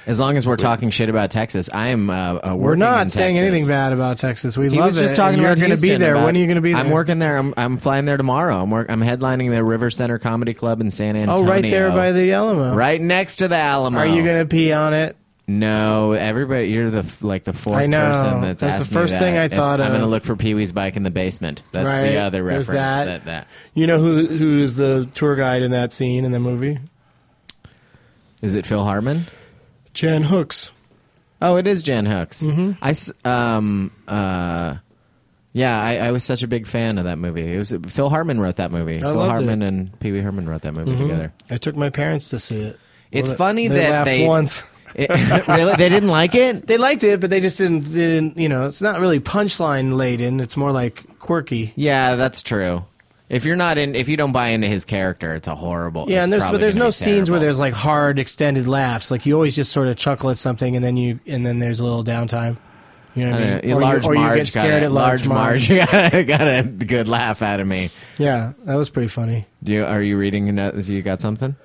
Speaker 2: As long as we're talking shit about Texas, I am. Uh, uh,
Speaker 3: We're
Speaker 2: working in
Speaker 3: not saying
Speaker 2: Texas.
Speaker 3: anything bad about Texas. We
Speaker 2: He
Speaker 3: love
Speaker 2: was just
Speaker 3: it.
Speaker 2: talking
Speaker 3: and you're
Speaker 2: about
Speaker 3: going to be
Speaker 2: Houston,
Speaker 3: there.
Speaker 2: about-
Speaker 3: when are you going to be there?
Speaker 2: I'm working there. I'm, I'm flying there tomorrow. I'm work, I'm headlining the River Center Comedy Club in San Antonio.
Speaker 3: Oh, right there by the Alamo.
Speaker 2: right next to the Alamo.
Speaker 3: Are you going to pee on it?
Speaker 2: No, everybody. You're the f- like the fourth
Speaker 3: I know.
Speaker 2: person that's.
Speaker 3: That's the
Speaker 2: asked me
Speaker 3: first
Speaker 2: that.
Speaker 3: thing I
Speaker 2: It's-
Speaker 3: thought
Speaker 2: I'm gonna
Speaker 3: of.
Speaker 2: look for Pee Wee's bike in the basement. That's
Speaker 3: Right,
Speaker 2: the other reference.
Speaker 3: there's that.
Speaker 2: that that
Speaker 3: You know who who is the tour guide in that scene in the movie?
Speaker 2: is it. Phil Hartman.
Speaker 3: Jan Hooks.
Speaker 2: Oh, it is Jan Hooks.
Speaker 3: Mm-hmm.
Speaker 2: I s- um uh, yeah, I, I was such a big fan of that movie. It was Phil Hartman wrote that movie. Phil
Speaker 3: loved
Speaker 2: Hartman
Speaker 3: it.
Speaker 2: and Pee Wee Herman wrote that movie together.
Speaker 3: I took my parents to see it.
Speaker 2: It's
Speaker 3: Well,
Speaker 2: funny
Speaker 3: they
Speaker 2: that
Speaker 3: laughed
Speaker 2: they
Speaker 3: once.
Speaker 2: It- really, they didn't like it.
Speaker 3: They liked it, but they just didn't. They didn't you know, it's not really punchline laden. It's more like quirky.
Speaker 2: Yeah, that's true. If you're not in, if you don't buy into his character, it's a horrible.
Speaker 3: Yeah,
Speaker 2: it's
Speaker 3: and there's but
Speaker 2: probably
Speaker 3: there's
Speaker 2: gonna
Speaker 3: no
Speaker 2: be
Speaker 3: scenes
Speaker 2: terrible.
Speaker 3: where there's like hard extended laughs. Like you always just sort of chuckle at something, and then you and then there's a little downtime. You know what I mean?
Speaker 2: I don't know, Uh, large
Speaker 3: you, or you
Speaker 2: Marge
Speaker 3: get scared
Speaker 2: got a,
Speaker 3: at large,
Speaker 2: Marge. got, a, got a good laugh out of me.
Speaker 3: Yeah, that was pretty funny.
Speaker 2: Do you, are you reading? another- You got something?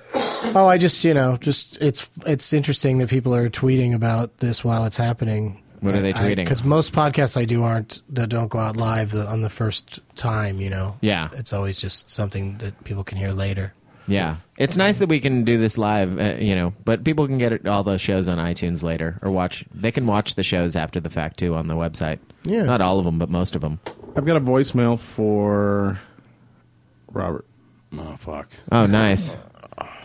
Speaker 3: Oh, I just you know, just it's it's interesting that people are tweeting about this while it's happening.
Speaker 2: What are they tweeting?
Speaker 3: Because most podcasts I do aren't that don't go out live the, on the first time. You know.
Speaker 2: Yeah.
Speaker 3: It's always just something that people can hear later.
Speaker 2: Yeah, it's nice that we can do this live, uh, you know. But people can get it- all the shows on iTunes later, or watch. They can watch the shows after the fact too on the website.
Speaker 3: Yeah.
Speaker 2: not all of them, but most of them.
Speaker 6: I've got a voicemail for Robert.
Speaker 4: Oh fuck,
Speaker 2: Oh, nice.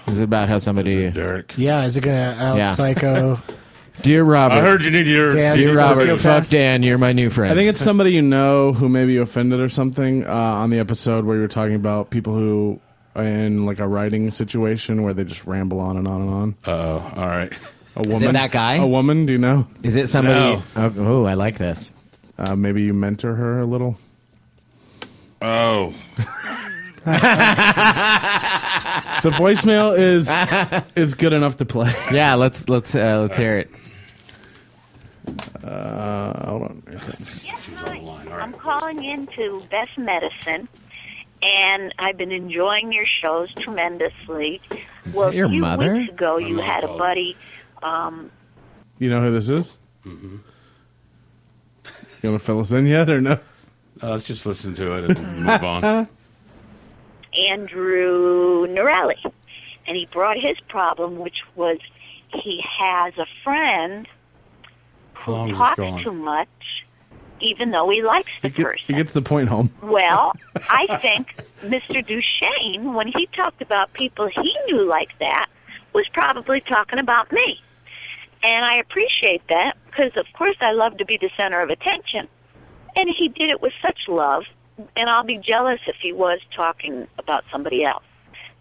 Speaker 2: This is about how somebody.
Speaker 4: Derek.
Speaker 3: Yeah. Is it gonna out
Speaker 2: Yeah.
Speaker 3: psycho?
Speaker 2: Dear Robert,
Speaker 4: I heard you need your
Speaker 3: Dan,
Speaker 2: dear
Speaker 3: you're
Speaker 2: Robert,
Speaker 3: sociopath.
Speaker 2: fuck Dan, you're my new friend.
Speaker 6: I think it's somebody you know who maybe you offended or something uh, on the episode where you were talking about people who are in like a writing situation where they just ramble on and on and on.
Speaker 4: Uh oh. All right.
Speaker 6: A woman,
Speaker 2: that guy?
Speaker 6: A woman, do you know?
Speaker 2: Is it somebody?
Speaker 4: No.
Speaker 2: Oh, oh, I like this.
Speaker 6: Uh, maybe you mentor her a little.
Speaker 4: Oh,
Speaker 6: The voicemail is is good enough to play.
Speaker 2: Yeah, let's let's uh, let's hear it.
Speaker 6: Uh, hold on. Okay.
Speaker 8: Yes,
Speaker 4: She's
Speaker 8: hi.
Speaker 4: online, all right.
Speaker 8: I'm calling in to Best Medicine, and I've been enjoying your shows tremendously. well,
Speaker 2: your
Speaker 8: a few
Speaker 2: mother?
Speaker 8: weeks ago, you
Speaker 4: mom
Speaker 8: had a
Speaker 4: called.
Speaker 8: buddy.
Speaker 6: You know who this is?
Speaker 2: Mm-hmm.
Speaker 6: You want to fill us in yet or no?
Speaker 4: uh, let's just listen to it and move on.
Speaker 8: Andrew Norelli. And he brought his problem, which was he has a friend
Speaker 4: How long
Speaker 8: who
Speaker 4: is this
Speaker 8: talks
Speaker 4: going?
Speaker 8: too much, even though he likes the
Speaker 6: It, get-
Speaker 8: person.
Speaker 6: it gets the point home.
Speaker 8: Well, I think Mr. Duchesne, when he talked about people he knew like that, was probably talking about me. And I appreciate that because, of course, I love to be the center of attention. And he did it with such love, and I'll be jealous if he was talking about somebody else.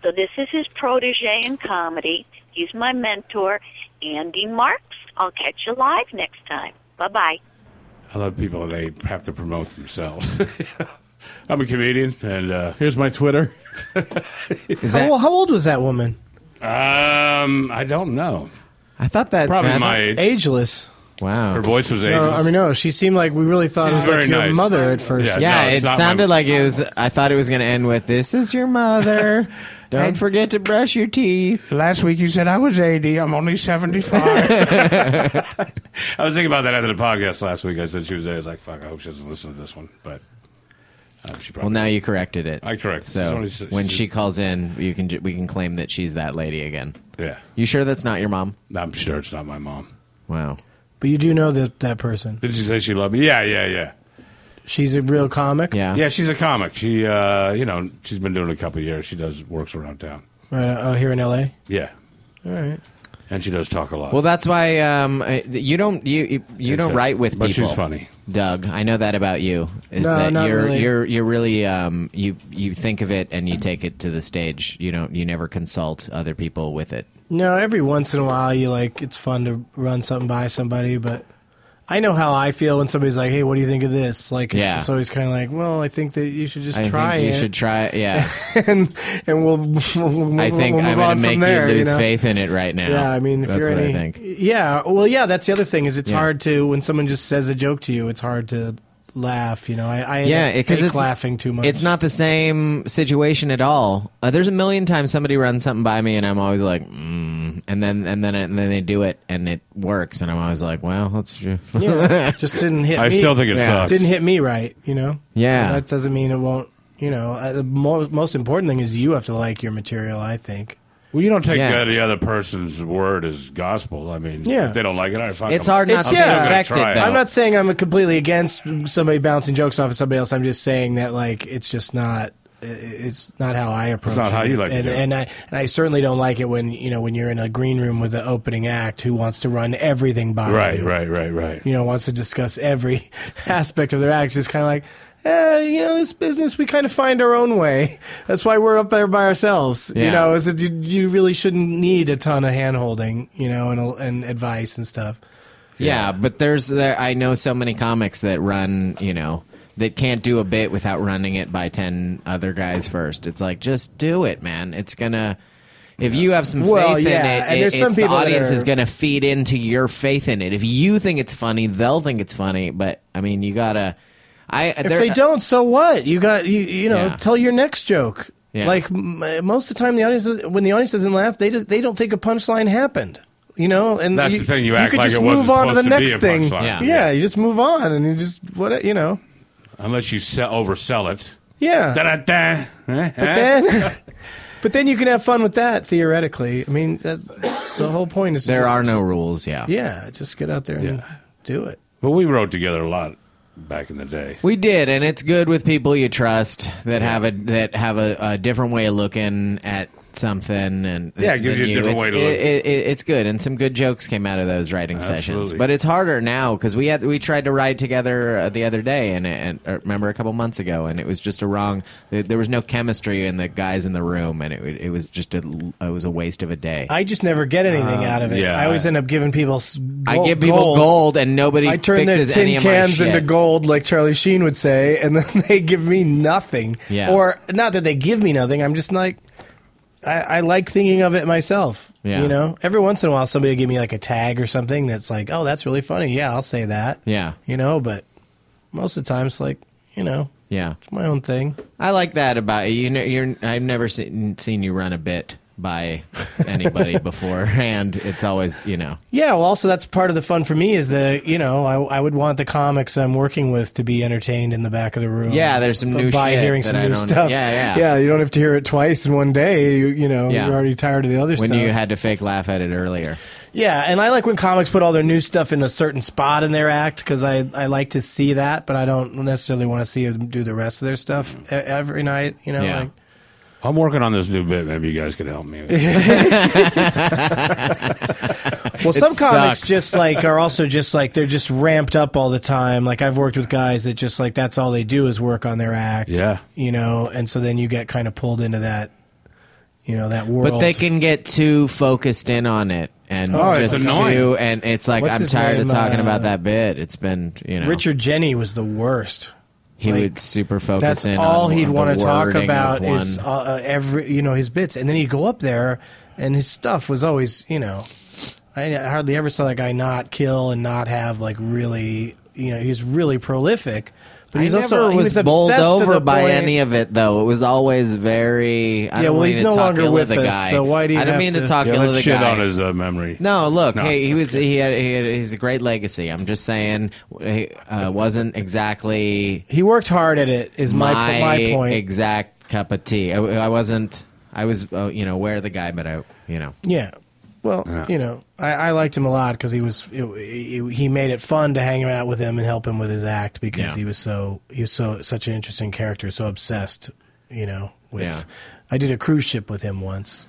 Speaker 8: So this is his protege in comedy. He's my mentor, Andy Marks. I'll catch you live next time. Bye bye.
Speaker 4: I love people. They have to promote themselves. I'm a comedian, and uh,
Speaker 6: Here's my Twitter.
Speaker 2: Is
Speaker 3: how,
Speaker 4: Oh,
Speaker 2: that?
Speaker 3: how old was that woman?
Speaker 4: um, I don't know.
Speaker 2: I thought that I
Speaker 4: Probably
Speaker 2: thought-
Speaker 4: my age.
Speaker 3: Ageless.
Speaker 2: wow.
Speaker 4: Her voice was ageless.
Speaker 3: No, I mean, no. She seemed like we really thought
Speaker 4: She
Speaker 3: it
Speaker 4: was
Speaker 3: was like
Speaker 4: very
Speaker 3: your
Speaker 4: nice.
Speaker 3: mother at first.
Speaker 4: Yeah.
Speaker 2: Yeah,
Speaker 4: No,
Speaker 2: it
Speaker 4: it's not
Speaker 2: sounded
Speaker 4: my-
Speaker 2: like it was. I thought it was going to end with "This is your mother. Don't forget to brush your teeth."
Speaker 4: Last week you said I was 80. I'm only 75. I was thinking about that after the podcast last week. I said she was there. I was like, fuck, I hope she doesn't listen to this one. But uh, she
Speaker 2: Well,
Speaker 4: probably.
Speaker 2: now you corrected it.
Speaker 4: I corrected it. She's
Speaker 2: So
Speaker 4: only- she's-
Speaker 2: when she calls in, you can ju- we can claim that she's that lady again.
Speaker 4: yeah.
Speaker 2: You sure that's not your mom?
Speaker 4: I'm sure it's not my mom.
Speaker 2: Wow.
Speaker 3: But you do know that that person.
Speaker 4: Did she say she loved me? Yeah, yeah, yeah.
Speaker 3: She's a real comic.
Speaker 2: Yeah.
Speaker 4: Yeah, she's a comic. She, uh, you know, she's been doing it a couple of years. She does works around town.
Speaker 3: Right uh, oh, here in L.A.
Speaker 4: Yeah. All
Speaker 3: right.
Speaker 4: And she does talk a lot.
Speaker 2: Well, that's why um, uh, you don't you you, you don't
Speaker 4: Except-
Speaker 2: write with people.
Speaker 4: but she's funny.
Speaker 2: Doug. I know that about you. Is
Speaker 3: No,
Speaker 2: that
Speaker 3: not
Speaker 2: you're
Speaker 3: really.
Speaker 2: you're you're really um, you you think of it and you take it to the stage. You don't you never consult other people with it.
Speaker 3: No, every once in a while, you like it's fun to run something by somebody, but I know how I feel when somebody's like, "Hey, what do you think of this?" Like,
Speaker 2: Yeah.
Speaker 3: it's just always kind of like, "Well, I think that you should just
Speaker 2: I
Speaker 3: try
Speaker 2: think you
Speaker 3: it,
Speaker 2: should try. Yeah.
Speaker 3: and and we'll, we'll
Speaker 2: I think
Speaker 3: we'll
Speaker 2: I'm
Speaker 3: move
Speaker 2: going
Speaker 3: on
Speaker 2: to
Speaker 3: from
Speaker 2: make
Speaker 3: there,
Speaker 2: you lose
Speaker 3: know?
Speaker 2: faith in it right now.
Speaker 3: Yeah, I mean, if
Speaker 2: that's
Speaker 3: you're
Speaker 2: what
Speaker 3: any,
Speaker 2: I think.
Speaker 3: yeah, well, yeah, that's the other thing is it's
Speaker 2: Yeah.
Speaker 3: hard to when someone just says a joke to you, it's hard to laugh. You know, I, I end
Speaker 2: Yeah,
Speaker 3: up
Speaker 2: because
Speaker 3: fake
Speaker 2: it's
Speaker 3: laughing too much.
Speaker 2: It's not the same situation at all. Uh, there's a million times somebody runs something by me, and I'm always like, mm, and then and then and then they do it, and it works, and I'm always like, well, that's true.
Speaker 3: Yeah, just didn't hit.
Speaker 4: I
Speaker 3: me.
Speaker 4: still think it
Speaker 2: Yeah.
Speaker 4: sucks.
Speaker 3: didn't hit me right. You know.
Speaker 2: Yeah.
Speaker 3: That doesn't mean it won't. You know, uh, the mo- most important thing is you have to like your material. I think.
Speaker 4: Well, you don't take
Speaker 2: Yeah.
Speaker 4: uh, the other person's word as gospel. I mean,
Speaker 3: Yeah.
Speaker 4: if they don't like it, I fuck
Speaker 2: It's
Speaker 4: 'em.
Speaker 2: hard not
Speaker 3: It's-
Speaker 2: to
Speaker 3: yeah.
Speaker 2: get affected.
Speaker 4: I'm
Speaker 2: Though.
Speaker 3: I'm not saying I'm completely against somebody bouncing jokes off of somebody else. I'm just saying that like it's just not i- it's not how I approach.
Speaker 4: not
Speaker 3: it.
Speaker 4: how you like to
Speaker 3: and,
Speaker 4: do it.
Speaker 3: and I and I certainly don't like it when you know when you're in a green room with the opening act who wants to run everything by
Speaker 4: Right,
Speaker 3: you.
Speaker 4: right, right, right.
Speaker 3: You know, wants to discuss every aspect of their acts. It's kind of like. Uh, you know this business we kind of find our own way that's why we're up there by ourselves
Speaker 2: Yeah.
Speaker 3: you know is that you, you really shouldn't need a ton of hand holding you know and, and advice and stuff
Speaker 2: Yeah, but there's there. I know so many comics that run, you know, that can't do a bit without running it by ten other guys first. It's like just do it, man. It's gonna. If you have some
Speaker 3: Well,
Speaker 2: faith
Speaker 3: yeah,
Speaker 2: in it,
Speaker 3: and
Speaker 2: it-
Speaker 3: there's
Speaker 2: it's
Speaker 3: some
Speaker 2: the
Speaker 3: people that
Speaker 2: audience is
Speaker 3: are-
Speaker 2: going to feed into your faith in it. If you think it's funny, they'll think it's funny. But I mean, you gotta. I
Speaker 3: If they don't, so what? You got you you know
Speaker 2: Yeah.
Speaker 3: tell your next joke.
Speaker 2: Yeah.
Speaker 3: Like m- most of the time, the audience when the audience doesn't laugh, they do, they don't think a punchline happened. You know, and
Speaker 4: That's
Speaker 3: you,
Speaker 4: the thing, you
Speaker 3: you
Speaker 4: act
Speaker 3: could
Speaker 4: like
Speaker 3: just
Speaker 4: it wasn't
Speaker 3: move on to the
Speaker 4: supposed to be
Speaker 3: next
Speaker 4: a
Speaker 3: thing.
Speaker 4: punchline.
Speaker 2: Yeah.
Speaker 3: yeah, you just move on and you just what you know.
Speaker 4: Unless you sell, oversell it.
Speaker 2: Uh,
Speaker 3: Yeah,
Speaker 4: Da-da-da.
Speaker 3: but
Speaker 4: But
Speaker 3: then but then you can have fun with that theoretically. I mean, that, the whole point is to
Speaker 2: there
Speaker 3: just-
Speaker 2: are no rules. Yeah,
Speaker 3: Yeah, just get out there and
Speaker 4: Yeah.
Speaker 3: do it.
Speaker 4: Well, we wrote together a lot back in the day.
Speaker 2: We did, and it's good with people you trust that have a that have a, a different way of looking at something, and
Speaker 4: Yeah, it gives
Speaker 2: than
Speaker 4: you a different
Speaker 2: It's-
Speaker 4: way to look.
Speaker 2: It, it, it's good, and some good jokes came out of those writing sessions.
Speaker 4: Absolutely.
Speaker 2: But it's harder now because we had we tried to ride together uh, the other day, and, and uh, remember a couple months ago, and it was just a wrong. There there was no chemistry in the guys in the room, and it it was just a it was a waste of a day.
Speaker 3: I just never get anything out of it.
Speaker 4: yeah,
Speaker 3: I always
Speaker 4: I-
Speaker 3: end up giving people. s-
Speaker 2: Uh, I
Speaker 3: gold-
Speaker 2: give people gold, and nobody
Speaker 3: I turn their
Speaker 2: fixes any
Speaker 3: tin
Speaker 2: of my
Speaker 3: cans
Speaker 2: shit.
Speaker 3: into gold, like Charlie Sheen would say, and then they give me nothing.
Speaker 2: Yeah.
Speaker 3: Or not that they give me nothing. I'm just like, I, I like thinking of it myself.
Speaker 2: Yeah.
Speaker 3: You know, every once in a while, somebody will give me like a tag or something that's like, oh, that's really funny. Yeah, I'll say that.
Speaker 2: Yeah.
Speaker 3: You know, but most of the time, it's like, you know,
Speaker 2: Yeah.
Speaker 3: it's my own thing.
Speaker 2: I like that about you. You know, you're, I've never seen, seen you run a bit by anybody beforehand. It's always, you know,
Speaker 3: Yeah, well, also that's part of the fun for me is the you know I, I would want the comics I'm working with to be entertained in the back of the room.
Speaker 2: Yeah, there's some new
Speaker 3: by
Speaker 2: shit
Speaker 3: hearing
Speaker 2: that
Speaker 3: some
Speaker 2: I
Speaker 3: new
Speaker 2: don't-
Speaker 3: stuff.
Speaker 2: yeah, yeah.
Speaker 3: yeah. You don't have to hear it twice in one day. You, you know,
Speaker 2: Yeah.
Speaker 3: you're already tired of the other
Speaker 2: when
Speaker 3: stuff.
Speaker 2: you had to fake laugh at it earlier.
Speaker 3: yeah, and I like when comics put all their new stuff in a certain spot in their act because I I like to see that, but I don't necessarily want to see them do the rest of their stuff e- every night. You know,
Speaker 2: Yeah.
Speaker 3: like
Speaker 4: I'm working on this new bit. Maybe you guys can help me. with.
Speaker 3: Well, some comics
Speaker 2: sucks.
Speaker 3: just like are also just like they're just ramped up all the time. Like I've worked with guys that just like that's all they do is work on their act.
Speaker 4: Yeah.
Speaker 3: you know, and so then you get kind of pulled into that, you know, that world.
Speaker 2: But they can get too focused in on it and
Speaker 4: Oh, it's
Speaker 2: just
Speaker 4: annoying.
Speaker 2: too, and it's like
Speaker 3: What's
Speaker 2: I'm
Speaker 3: his
Speaker 2: tired of
Speaker 3: name,
Speaker 2: talking
Speaker 3: uh,
Speaker 2: about that bit. It's been, you know,
Speaker 3: Richard Jenny was the worst.
Speaker 2: he
Speaker 3: like,
Speaker 2: would super focus
Speaker 3: That's
Speaker 2: in.
Speaker 3: all
Speaker 2: on
Speaker 3: he'd
Speaker 2: one-
Speaker 3: want
Speaker 2: the
Speaker 3: to talk
Speaker 2: wording of
Speaker 3: about is uh,
Speaker 2: one.
Speaker 3: uh, every you know his bits, and then he'd go up there, and his stuff was always you know, I hardly ever saw that guy not kill and not have like really you know he was really prolific, but
Speaker 2: I
Speaker 3: he's
Speaker 2: never
Speaker 3: also he
Speaker 2: was,
Speaker 3: was
Speaker 2: bowled
Speaker 3: obsessed to
Speaker 2: over
Speaker 3: the
Speaker 2: by
Speaker 3: point-
Speaker 2: any of it, though. It was always very. I
Speaker 3: Yeah,
Speaker 2: don't
Speaker 3: well,
Speaker 2: mean
Speaker 3: he's
Speaker 2: to
Speaker 3: no
Speaker 2: talk
Speaker 3: longer
Speaker 2: ill of
Speaker 3: with
Speaker 2: the
Speaker 3: us,
Speaker 2: guy.
Speaker 3: so why do you
Speaker 2: I don't
Speaker 3: have
Speaker 2: mean to,
Speaker 3: to-
Speaker 2: talk
Speaker 4: Yeah,
Speaker 2: ill of
Speaker 4: let's
Speaker 2: the
Speaker 4: shit
Speaker 2: guy.
Speaker 4: on his uh, memory.
Speaker 2: No, look,
Speaker 4: No,
Speaker 2: hey, he was he had, he had he's a great legacy. I'm just saying, he uh, wasn't exactly
Speaker 3: He worked hard at it. Is my
Speaker 2: my,
Speaker 3: my, my point.
Speaker 2: exact cup of tea. I, I wasn't. I was, uh, you know, aware of the guy, but I, you know,
Speaker 3: yeah. Well, you know, I, I liked him a lot because he was it, it- he made it fun to hang out with him and help him with his act because
Speaker 2: Yeah.
Speaker 3: he was so he was so such an interesting character, so obsessed. You know, with
Speaker 2: Yeah.
Speaker 3: I did a cruise ship with him once,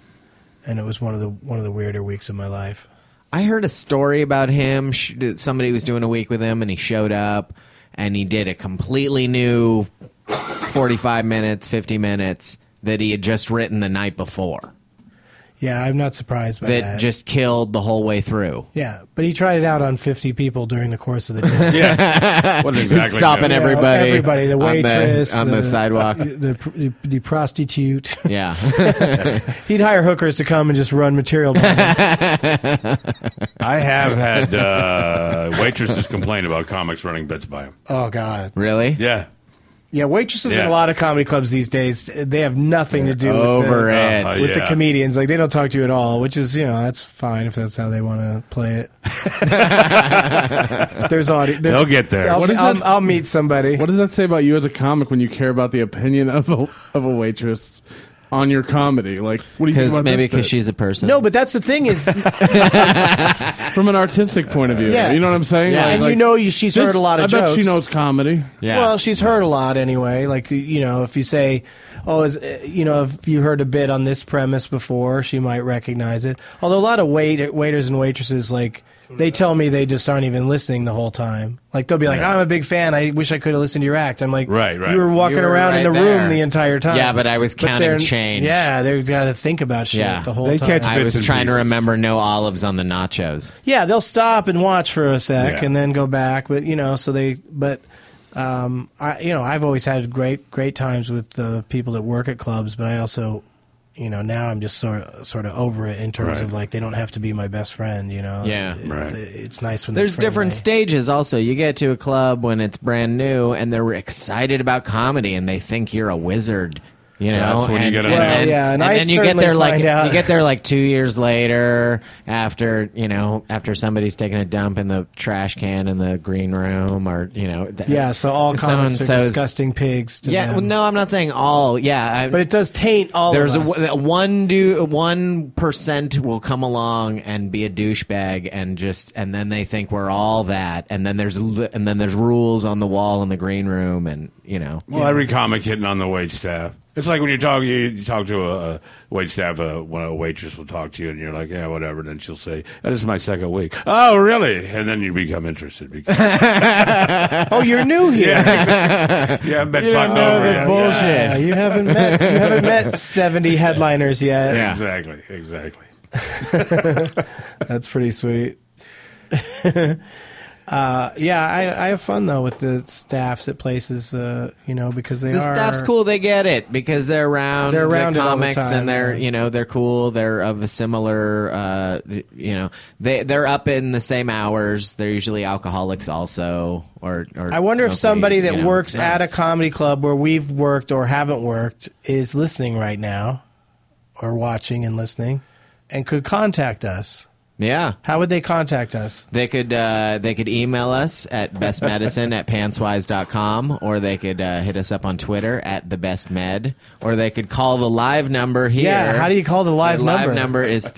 Speaker 3: and it was one of the one of the weirder weeks of my life.
Speaker 2: I heard a story about him. Sh- that Somebody was doing a week with him, and he showed up, and he did a completely new 45 minutes, 50 minutes that he had just written the night before.
Speaker 3: Yeah, I'm not surprised by
Speaker 2: That
Speaker 3: that.
Speaker 2: just killed the whole way through.
Speaker 3: yeah, but he tried it out on 50 people during the course of the day.
Speaker 4: Wasn't exactly
Speaker 2: Stopping
Speaker 4: good.
Speaker 3: You know,
Speaker 2: everybody,
Speaker 3: everybody, the
Speaker 2: on the-
Speaker 3: waitress
Speaker 2: on the sidewalk.
Speaker 3: the, the, the prostitute.
Speaker 2: Yeah.
Speaker 3: He'd hire hookers to come and just run material. by him.
Speaker 4: I have had uh, waitresses complain about comics running bits by him.
Speaker 3: oh God!
Speaker 2: really?
Speaker 4: Yeah.
Speaker 3: Yeah, waitresses in
Speaker 4: Yeah.
Speaker 3: a lot of comedy clubs these days, they have nothing to do
Speaker 2: Over
Speaker 3: with,
Speaker 2: it.
Speaker 4: Uh,
Speaker 3: the, with the
Speaker 4: Yeah.
Speaker 3: comedians. Like they don't talk to you at all, which is you know that's fine if that's how they want to play it. there's audience.
Speaker 4: They'll get there.
Speaker 3: I'll,
Speaker 6: What is
Speaker 3: I'll,
Speaker 6: that-
Speaker 3: I'll meet somebody.
Speaker 6: What does that say about you as a comic when you care about the opinion of a, of a waitress on your comedy? Like, what do you think
Speaker 2: Because
Speaker 6: about
Speaker 2: maybe
Speaker 6: this bit?
Speaker 2: because she's a person.
Speaker 3: No, but that's the thing is,
Speaker 6: from an artistic point of view.
Speaker 3: Yeah.
Speaker 6: You know what I'm saying?
Speaker 2: Yeah.
Speaker 3: and you know, you, she's
Speaker 6: this-
Speaker 3: heard a lot of
Speaker 6: I
Speaker 3: jokes.
Speaker 6: bet she knows comedy.
Speaker 2: Yeah.
Speaker 3: Well, she's heard a lot anyway. Like you know, if you say, "Oh, is uh, you know, if you heard a bit on this premise before," she might recognize it. Although a lot of wait waiters and waitresses like they tell me they just aren't even listening the whole time. Like they'll be like, "I'm a big fan. I wish I could have listened to your act." I'm like,
Speaker 4: Right, right.
Speaker 3: You were walking
Speaker 2: You were
Speaker 3: around in
Speaker 2: right
Speaker 3: the
Speaker 2: there.
Speaker 3: room the entire time.
Speaker 2: Yeah, but I was counting
Speaker 3: they're-
Speaker 2: change.
Speaker 3: Yeah, they've got to think about shit
Speaker 2: Yeah.
Speaker 3: the whole
Speaker 4: They
Speaker 3: time.
Speaker 4: catch-
Speaker 2: I was
Speaker 4: Bits and
Speaker 2: trying to
Speaker 4: pieces.
Speaker 2: remember no olives on the nachos.
Speaker 3: Yeah, they'll stop and watch for a sec
Speaker 4: Yeah.
Speaker 3: and then go back. But you know, so they but um, I you know I've always had great great times with the people that work at clubs, but I also you know now I'm just sort of sort of over it in terms
Speaker 4: Right.
Speaker 3: of like they don't have to be my best friend. You know,
Speaker 2: Yeah.
Speaker 3: It-
Speaker 4: Right.
Speaker 3: It's nice when
Speaker 2: There's
Speaker 3: they're
Speaker 2: different
Speaker 3: friendly.
Speaker 2: stages also. You get to a club when it's brand new and they're excited about comedy and they think you're a wizard. You know,
Speaker 4: that's when you
Speaker 2: and,
Speaker 4: get
Speaker 2: and
Speaker 4: on
Speaker 2: then,
Speaker 4: it.
Speaker 3: Well, yeah, and I
Speaker 2: then you get
Speaker 3: certainly
Speaker 2: there like
Speaker 3: find out.
Speaker 2: you get there like two years later after you know after somebody's taking a dump in the trash can in the green room or you know th-
Speaker 3: Yeah, so all comics are
Speaker 2: so-and-so's-
Speaker 3: disgusting pigs. To
Speaker 2: Yeah,
Speaker 3: them.
Speaker 2: well, no, I'm not saying all. Yeah, I,
Speaker 3: but it does taint all.
Speaker 2: there's a,
Speaker 3: of us.
Speaker 2: w- one do one percent will come along and be a douchebag and just and then they think we're all that and then there's li- and then there's rules on the wall in the green room and you know
Speaker 4: Well, every comic hitting on the wait staff. It's like when you talk, you, you talk to a, a wait staff, uh, when a waitress will talk to you, and you're like, yeah, whatever. And then she'll say, "That is my second week." Oh, really? And then you become interested. Because,
Speaker 3: oh, you're new here.
Speaker 4: yeah, I bet
Speaker 2: You don't
Speaker 4: fuck
Speaker 2: know
Speaker 4: over
Speaker 2: the
Speaker 4: yet.
Speaker 2: bullshit.
Speaker 3: Yeah, you haven't met you haven't met seventy headliners yet.
Speaker 4: Yeah, exactly, exactly.
Speaker 3: That's pretty sweet. uh, yeah, I, I have fun though with the staffs at places, uh, you know, because they
Speaker 2: the
Speaker 3: are
Speaker 2: staff's cool they get it because they're around
Speaker 3: They're around it all the
Speaker 2: comics
Speaker 3: time,
Speaker 2: and they're
Speaker 3: yeah.
Speaker 2: you know they're cool they're of a similar uh you know they they're up in the same hours they're usually alcoholics also or, or
Speaker 3: I wonder if
Speaker 2: smoke
Speaker 3: somebody
Speaker 2: weed,
Speaker 3: that
Speaker 2: you know.
Speaker 3: works at a
Speaker 2: Nice.
Speaker 3: comedy club where we've worked or haven't worked is listening right now, or watching and listening, and could contact us.
Speaker 2: yeah
Speaker 3: How would they contact us?
Speaker 2: They could uh, they could email us at bestmedicine at pantswise.com or they could uh, hit us up on Twitter at the best med or they could call the live number here.
Speaker 3: Yeah, how do you call the live
Speaker 2: the live
Speaker 3: number?
Speaker 2: number is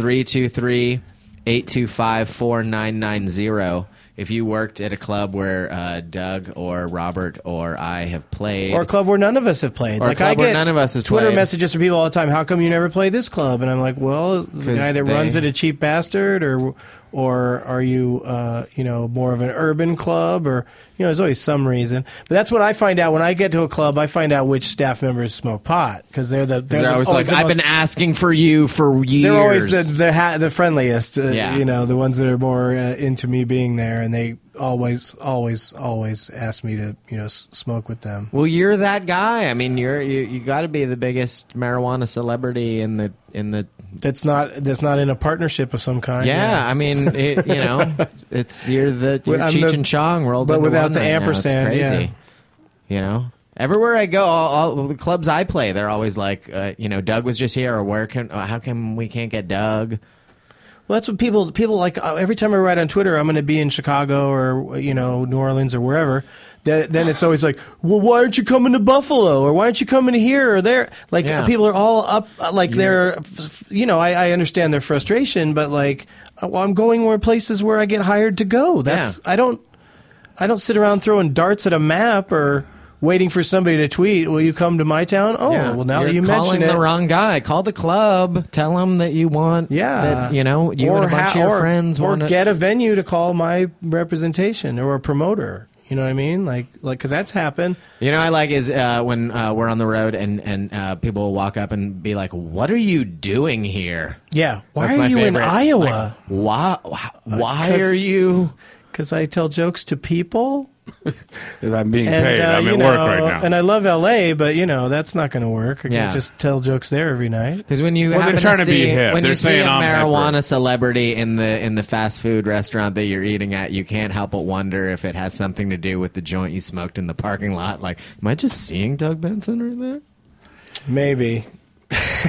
Speaker 2: 323-825-4990. If you worked at a club where uh, Doug or Robert or I have played
Speaker 3: Or a club where none of us have played.
Speaker 2: Or a
Speaker 3: like I
Speaker 2: club
Speaker 3: get
Speaker 2: where none of us have
Speaker 3: Twitter
Speaker 2: played.
Speaker 3: messages from people all the time. How come you never play this club? And I'm like, well, is the
Speaker 2: 'Cause
Speaker 3: guy that
Speaker 2: they-
Speaker 3: runs it a cheap bastard, or or are you uh, you know more of an urban club, or you know, there's always some reason. But that's what I find out when I get to a club. I find out which staff members smoke pot because they're the they're,
Speaker 2: they're always like,
Speaker 3: Oh, the
Speaker 2: I've
Speaker 3: most-
Speaker 2: been asking for you for years.
Speaker 3: They're always the the, ha- the friendliest, uh,
Speaker 2: Yeah.
Speaker 3: you know, the ones that are more uh, into me being there, and they always, always, always ask me to, you know, s- smoke with them.
Speaker 2: Well, you're that guy. I mean, you're you, you got to be the biggest marijuana celebrity in the in the.
Speaker 3: that's not that's not in a partnership of some kind.
Speaker 2: Yeah, I mean, it, you know, it's you're the you're
Speaker 3: With- I'm
Speaker 2: Cheech
Speaker 3: the-
Speaker 2: and Chong rolled,
Speaker 3: but
Speaker 2: into
Speaker 3: without
Speaker 2: one
Speaker 3: the
Speaker 2: right now.
Speaker 3: ampersand,
Speaker 2: It's crazy. You know, everywhere I go, all, all the clubs I play, they're always like, uh, you know, Doug was just here, or where can uh, how come we can't get Doug?
Speaker 3: Well, that's what people people like. uh, Every time I write on Twitter, I'm going to be in Chicago or you know New Orleans or wherever. Th- then it's always like, well, why aren't you coming to Buffalo or why aren't you coming here or there? Like
Speaker 2: Yeah.
Speaker 3: people are all up, uh, like they're, f- f- you know, I, I understand their frustration, but like, uh, well, I'm going where places where I get hired to go. That's
Speaker 2: Yeah.
Speaker 3: I don't, I don't sit around throwing darts at a map or waiting for somebody to tweet. Will you come to my town? Oh, well, now
Speaker 2: you're
Speaker 3: that you
Speaker 2: calling
Speaker 3: mention it,
Speaker 2: the wrong guy. Call the club. Tell them that you want.
Speaker 3: Yeah,
Speaker 2: that, you know, you and a bunch
Speaker 3: ha-
Speaker 2: of your
Speaker 3: or-
Speaker 2: friends
Speaker 3: or
Speaker 2: want to
Speaker 3: get a venue to call my representation or a promoter. You know what I mean? Like, like because that's happened.
Speaker 2: You know, I like is uh, when uh, we're on the road and and uh, people will walk up and be like, "What are you doing here?"
Speaker 3: Yeah, why
Speaker 2: That's
Speaker 3: are
Speaker 2: my
Speaker 3: you in
Speaker 2: favorite.
Speaker 3: Iowa?
Speaker 2: Like, why? Why are
Speaker 3: Uh, 'cause-
Speaker 2: you?
Speaker 3: Because I tell jokes to people.
Speaker 4: Because I'm being paid.
Speaker 3: uh,
Speaker 4: I'm
Speaker 3: you
Speaker 4: at
Speaker 3: know,
Speaker 4: work right now.
Speaker 3: And I love LA, but you know that's not going to work. I
Speaker 2: Yeah.
Speaker 3: can't just tell jokes there every night.
Speaker 2: Because when you
Speaker 4: Well, they're
Speaker 2: happen
Speaker 4: trying
Speaker 2: to
Speaker 4: to
Speaker 2: see
Speaker 4: be hip.
Speaker 2: when
Speaker 4: They're
Speaker 2: you see a
Speaker 4: saying I'm
Speaker 2: marijuana
Speaker 4: hipper.
Speaker 2: celebrity in the in the fast food restaurant that you're eating at, you can't help but wonder if it has something to do with the joint you smoked in the parking lot. Like, am I just seeing Doug Benson right there?
Speaker 9: Maybe.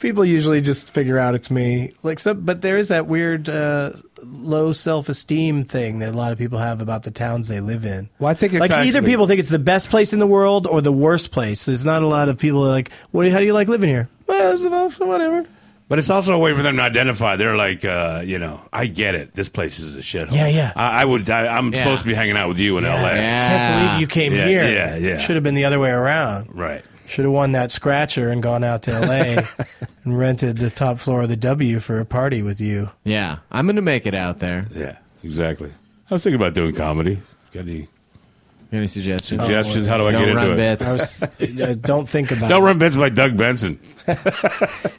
Speaker 3: People usually just figure out it's me. Like, so, but there is that weird uh, low self esteem thing that a lot of people have about the towns they live in.
Speaker 4: Well, I think it's
Speaker 3: like either
Speaker 4: actually-
Speaker 3: people think it's the best place in the world or the worst place. There's not a lot of people that are like, what? do you- How do you like living here? Well, it's about- whatever.
Speaker 4: But it's also a way for them to identify. They're like, uh, you know, I get it. This place is a shithole.
Speaker 3: Yeah, yeah.
Speaker 4: I, I would. I, I'm
Speaker 2: Yeah.
Speaker 4: supposed to be hanging out with you in L.A.
Speaker 2: Yeah.
Speaker 3: Can't believe you came
Speaker 4: Ah, Yeah,
Speaker 3: here.
Speaker 4: yeah, yeah.
Speaker 3: Should have been the other way around.
Speaker 4: Right.
Speaker 3: Should have won that scratcher and gone out to LA and rented the top floor of the W for a party with you.
Speaker 2: Yeah, I'm gonna make it out there.
Speaker 4: Yeah. Exactly. I was thinking about doing comedy. Got any
Speaker 2: Any suggestions?
Speaker 4: Oh, suggestions? How do I
Speaker 2: Don't
Speaker 4: get into
Speaker 2: run
Speaker 4: it?
Speaker 2: bits.
Speaker 3: I was, uh, don't think about
Speaker 4: Don't
Speaker 3: it.
Speaker 4: run bits by Doug Benson.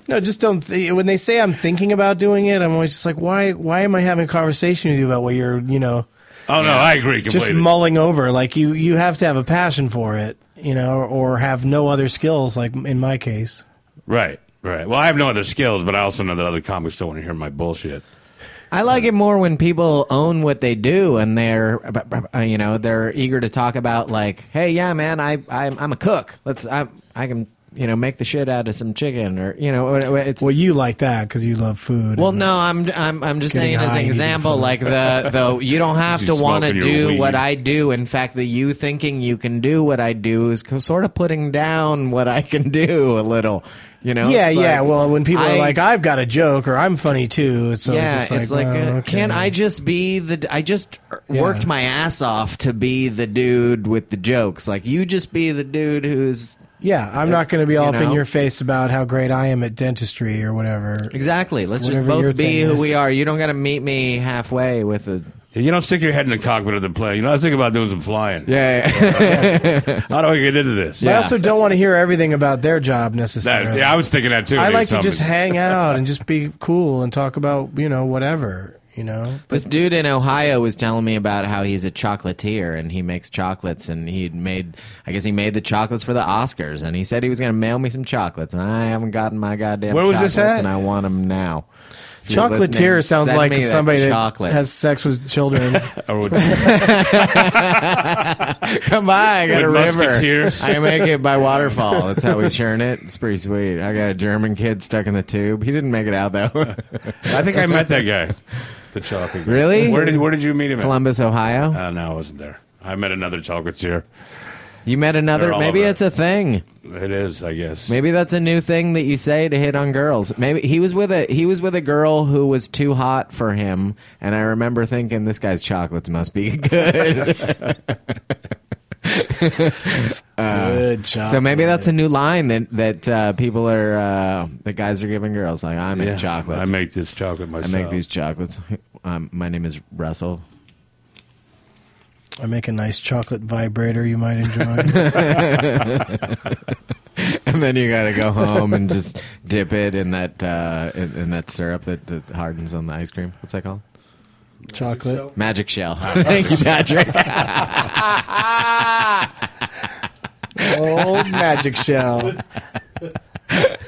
Speaker 3: No, just don't. Th- when they say I'm thinking about doing it, I'm always just like, why? Why am I having a conversation with you about what you're, you know,
Speaker 4: Oh no, I agree completely.
Speaker 3: just mulling over? Like you, you have to have a passion for it, you know, or have no other skills. Like in my case,
Speaker 4: right. Right. Well, I have no other skills, but I also know that other comics don't want to hear my bullshit.
Speaker 2: I like it more when people own what they do and they're, uh, you know, they're eager to talk about like, hey, yeah, man, I, I'm, I'm a cook. Let's, I, I can, you know, make the shit out of some chicken or, you know, it's.
Speaker 3: well, you like that because you love food.
Speaker 2: Well,
Speaker 3: And-
Speaker 2: no, I'm, I'm, I'm just
Speaker 3: Getting
Speaker 2: saying as
Speaker 3: high
Speaker 2: an
Speaker 3: and eating
Speaker 2: example,
Speaker 3: food.
Speaker 2: like the, the, you don't have
Speaker 4: You
Speaker 2: to want to
Speaker 4: smoking your
Speaker 2: do
Speaker 4: weed.
Speaker 2: what I do. In fact, the you thinking you can do what I do is co- sort of putting down what I can do a little, you know?
Speaker 3: Yeah,
Speaker 2: It's
Speaker 3: yeah.
Speaker 2: like,
Speaker 3: well, when people
Speaker 2: I-
Speaker 3: are like, "I've got a joke" or "I'm funny too," it's, so
Speaker 2: yeah,
Speaker 3: it's just like,
Speaker 2: it's like,
Speaker 3: well,
Speaker 2: uh,
Speaker 3: okay.
Speaker 2: can I just be the? I just worked my ass off to be the dude with the jokes. Like you, just be the dude who's
Speaker 3: Yeah, I'm not going to be all up
Speaker 2: know?
Speaker 3: in your face about how great I am at dentistry or whatever.
Speaker 2: exactly. Let's
Speaker 3: Whatever
Speaker 2: just
Speaker 3: your
Speaker 2: both be
Speaker 3: thing
Speaker 2: who
Speaker 3: is.
Speaker 2: we are. You don't got to meet me halfway with a
Speaker 4: You don't stick your head in the cockpit of the plane. You know, I was thinking about doing some flying.
Speaker 2: yeah.
Speaker 4: How do I get into this?
Speaker 3: But I
Speaker 2: Yeah.
Speaker 3: also don't want to hear everything about their job necessarily.
Speaker 4: That, yeah, I was thinking that too.
Speaker 3: I
Speaker 4: Maybe
Speaker 3: like to just
Speaker 4: something.
Speaker 3: hang out and just be cool and talk about you know whatever you know.
Speaker 2: This dude in Ohio was telling me about how he's a chocolatier and he makes chocolates and he made I guess he made the chocolates for the Oscars and he said he was going to mail me some chocolates and I haven't gotten my goddamn
Speaker 4: Where was
Speaker 2: chocolates
Speaker 4: this at?
Speaker 2: and I want them now. If you're listening,
Speaker 3: Chocolatier sounds
Speaker 2: send
Speaker 3: like
Speaker 2: me that
Speaker 3: somebody that
Speaker 2: chocolate.
Speaker 3: has sex with children.
Speaker 4: Or would-
Speaker 2: Come by, I got a
Speaker 4: With
Speaker 2: river.
Speaker 4: musketeers.
Speaker 2: I make it by waterfall. That's how we churn it. It's pretty sweet. I got a German kid stuck in the tube. He didn't make it out though.
Speaker 4: I think I met that guy. The chocolate. guy.
Speaker 2: Really?
Speaker 4: Where did Where did you meet him? at?
Speaker 2: Columbus, Ohio.
Speaker 4: Uh, no, I wasn't there. I met another chocolatier.
Speaker 2: You met another.
Speaker 4: they're all
Speaker 2: Maybe
Speaker 4: over
Speaker 2: it's a thing.
Speaker 4: It is, I guess.
Speaker 2: Maybe that's a new thing that you say to hit on girls. Maybe he was with a he was with a girl who was too hot for him, and I remember thinking this guy's chocolates must be good.
Speaker 3: Good job.
Speaker 2: Uh, so maybe that's a new line that that uh, people are uh, the guys are giving girls like I'm
Speaker 4: Yeah.
Speaker 2: in chocolates.
Speaker 4: I make this chocolate
Speaker 2: I
Speaker 4: myself.
Speaker 2: make these chocolates. Um, my name is Russell.
Speaker 3: I make a nice chocolate vibrator you might enjoy.
Speaker 2: And then you gotta go home and just dip it in that uh, in, in that syrup that, that hardens on the ice cream. What's that called?
Speaker 3: chocolate.
Speaker 2: Magic shell. Thank you, Patrick.
Speaker 3: old magic shell.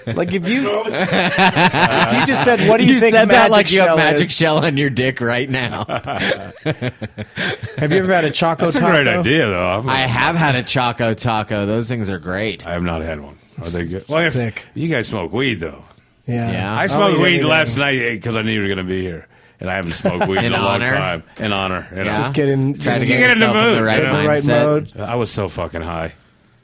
Speaker 3: Like if you, if you just said, "What do you, think?"
Speaker 2: said that
Speaker 3: magic
Speaker 2: like you have
Speaker 3: shell
Speaker 2: magic
Speaker 3: is?
Speaker 2: shell on your dick right now.
Speaker 3: Have you ever had a choco
Speaker 4: That's a
Speaker 3: taco?
Speaker 4: great idea, though. I'm-
Speaker 2: I have had a Choco Taco. Those things are great.
Speaker 4: I have not had one. Are they good? Well, if-
Speaker 3: Sick.
Speaker 4: You guys smoke weed, though.
Speaker 3: Uh-huh. Oh, Yeah.
Speaker 2: Yeah.
Speaker 4: I
Speaker 2: I'll
Speaker 4: smoked
Speaker 3: eat
Speaker 4: weed
Speaker 3: anything.
Speaker 4: last night because I knew you were going to be here, and I haven't smoked weed in,
Speaker 2: In
Speaker 4: a long
Speaker 2: honor.
Speaker 4: time. In honor, you know?
Speaker 2: Yeah.
Speaker 3: Just get in.
Speaker 2: Try
Speaker 3: just
Speaker 2: to
Speaker 4: You
Speaker 2: get,
Speaker 4: get in the
Speaker 2: yourself in
Speaker 4: mood.
Speaker 2: the right,
Speaker 4: Get in
Speaker 3: the right
Speaker 2: mindset.
Speaker 3: mode.
Speaker 4: I was so fucking high.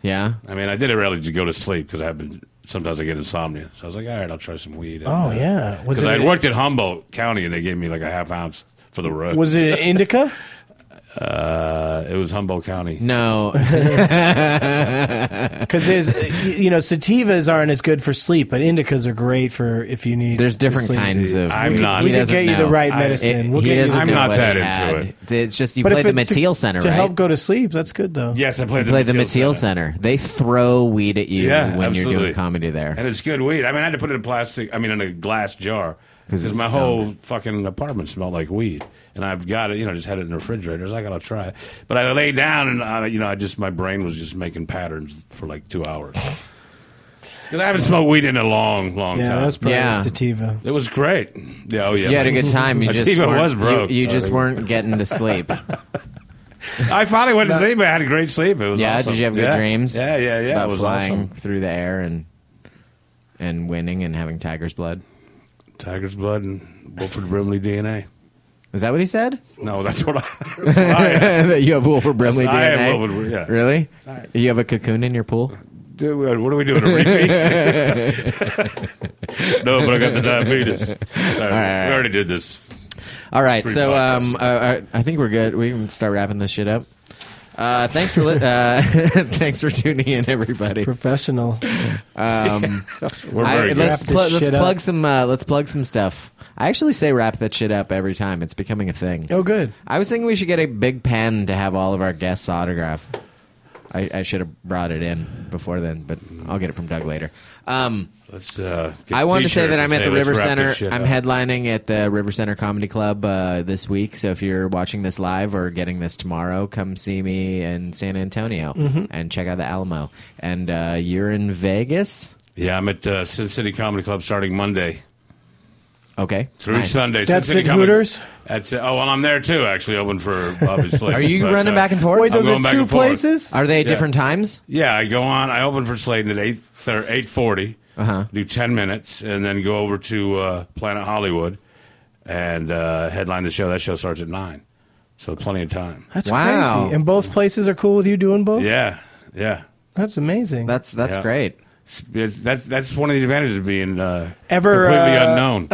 Speaker 2: Yeah.
Speaker 4: I mean, I did it really to go to sleep because I've been sometimes I get insomnia. So I was like, all right, I'll try some weed. And,
Speaker 3: Oh
Speaker 4: uh,
Speaker 3: yeah. Was
Speaker 4: Because I
Speaker 3: it?
Speaker 4: had worked at Humboldt County and they gave me like a half ounce for the road.
Speaker 3: Was it an indica?
Speaker 4: uh, it was Humboldt County.
Speaker 2: No.
Speaker 3: Because uh, you know sativas aren't as good for sleep, but indicas are great for if you need.
Speaker 2: There's
Speaker 3: to
Speaker 2: different
Speaker 3: sleep.
Speaker 2: kinds of.
Speaker 4: I'm
Speaker 2: weed.
Speaker 4: not-
Speaker 2: He
Speaker 4: We could
Speaker 2: doesn't
Speaker 3: get you the
Speaker 2: know.
Speaker 3: right medicine. We'll
Speaker 2: he
Speaker 3: get you-
Speaker 2: doesn't
Speaker 4: I'm
Speaker 2: know
Speaker 4: not
Speaker 2: what
Speaker 4: that
Speaker 2: he
Speaker 4: into
Speaker 2: had.
Speaker 4: it.
Speaker 2: It's just you play the
Speaker 3: it-
Speaker 2: Mateel Center,
Speaker 3: to
Speaker 2: right?
Speaker 3: help go to sleep, that's good though.
Speaker 4: Yes, I played
Speaker 2: play the
Speaker 4: Mateel
Speaker 2: Mateel Center. They throw weed at you
Speaker 4: Yeah,
Speaker 2: when you're
Speaker 4: absolutely.
Speaker 2: doing comedy there.
Speaker 4: And it's good weed. I mean, I had to put it in a plastic, I mean, in a glass jar. Because my whole fucking apartment smelled like weed, and I've got it. You know, just had it in the refrigerator. So I gotta try. it. But I lay down, and I, you know, I just my brain was just making patterns for like two hours. 'Cause I haven't smoked weed in a long, long
Speaker 3: Yeah,
Speaker 4: time.
Speaker 3: that's probably
Speaker 2: Yeah.
Speaker 3: sativa.
Speaker 4: it was great. Yeah, oh yeah.
Speaker 2: You had a good time. You
Speaker 4: I
Speaker 2: just
Speaker 4: think I
Speaker 2: weren't-
Speaker 4: was broke.
Speaker 2: You, you just
Speaker 4: I
Speaker 2: weren't getting to sleep.
Speaker 4: I finally went to sleep. I had a great sleep. It was
Speaker 2: yeah.
Speaker 4: awesome.
Speaker 2: Did you have good
Speaker 4: Yeah.
Speaker 2: dreams?
Speaker 4: Yeah, yeah, yeah.
Speaker 2: About
Speaker 4: it was
Speaker 2: flying
Speaker 4: awesome.
Speaker 2: through the air and and winning and having tiger's blood.
Speaker 4: Tiger's blood and Wilford Brimley DNA.
Speaker 2: Is that what he said?
Speaker 4: No, that's what I. that's what I had.
Speaker 2: that you have Wilford Brimley
Speaker 4: I
Speaker 2: DNA.
Speaker 4: have Wilford- yeah.
Speaker 2: Really? You have a cocoon in your pool?
Speaker 4: Dude, what what are we doing? A repeat? no, but I got the diabetes. Sorry, We already did this.
Speaker 2: All right.
Speaker 4: Three
Speaker 2: So um,
Speaker 4: podcasts.
Speaker 2: uh, uh, I think we're good. We can start wrapping this shit up. Uh, thanks for li- uh, thanks for tuning in, everybody.
Speaker 3: Professional.
Speaker 4: We're
Speaker 2: I,
Speaker 4: very good.
Speaker 2: let's
Speaker 3: Wrap this
Speaker 2: pl- let's
Speaker 3: shit up.
Speaker 2: plug some uh, let's plug some stuff. I actually say wrap that shit up every time. It's becoming a thing.
Speaker 3: Oh, good.
Speaker 2: I was thinking we should get a big pen to have all of our guests autograph. I, I should have brought it in before then, but I'll get it from Doug later. Um,
Speaker 4: Let's, uh, get
Speaker 2: I want to say
Speaker 4: t-shirts
Speaker 2: that
Speaker 4: and
Speaker 2: I'm at the
Speaker 4: let's
Speaker 2: River
Speaker 4: wrap
Speaker 2: Center.
Speaker 4: this shit
Speaker 2: I'm
Speaker 4: up.
Speaker 2: headlining at the River Center Comedy Club uh, this week. So if you're watching this live or getting this tomorrow, come see me in San Antonio
Speaker 3: Mm-hmm.
Speaker 2: and check out the Alamo. And uh, you're in Vegas,
Speaker 4: Yeah, I'm at uh, Sin City Comedy Club starting Monday
Speaker 2: okay?
Speaker 4: through
Speaker 2: Nice.
Speaker 4: Sunday.
Speaker 3: That's
Speaker 4: Sin City
Speaker 3: at
Speaker 4: Comedy-
Speaker 3: Hooters?
Speaker 4: That's it. Oh, well, I'm there too. Actually, open for Bobby Slay.
Speaker 2: Are you
Speaker 4: But,
Speaker 2: running
Speaker 4: uh,
Speaker 2: back and forth?
Speaker 3: Wait, those
Speaker 4: I'm going
Speaker 3: are
Speaker 4: back
Speaker 3: two
Speaker 4: and forth.
Speaker 3: places?
Speaker 2: Are they at different times?
Speaker 4: Yeah, I go on. I open for Sladen at eight eight forty.
Speaker 2: Uh-huh.
Speaker 4: Do ten minutes, and then go over to uh, Planet Hollywood and uh, headline the show. That show starts at nine, so plenty of time.
Speaker 3: That's
Speaker 2: Wow.
Speaker 3: crazy. And both places are cool with you doing both?
Speaker 4: Yeah, yeah.
Speaker 3: That's amazing.
Speaker 2: That's that's
Speaker 4: Yeah.
Speaker 2: great.
Speaker 4: It's, that's that's one of the advantages of being uh,
Speaker 3: Ever,
Speaker 4: completely
Speaker 3: uh,
Speaker 4: unknown.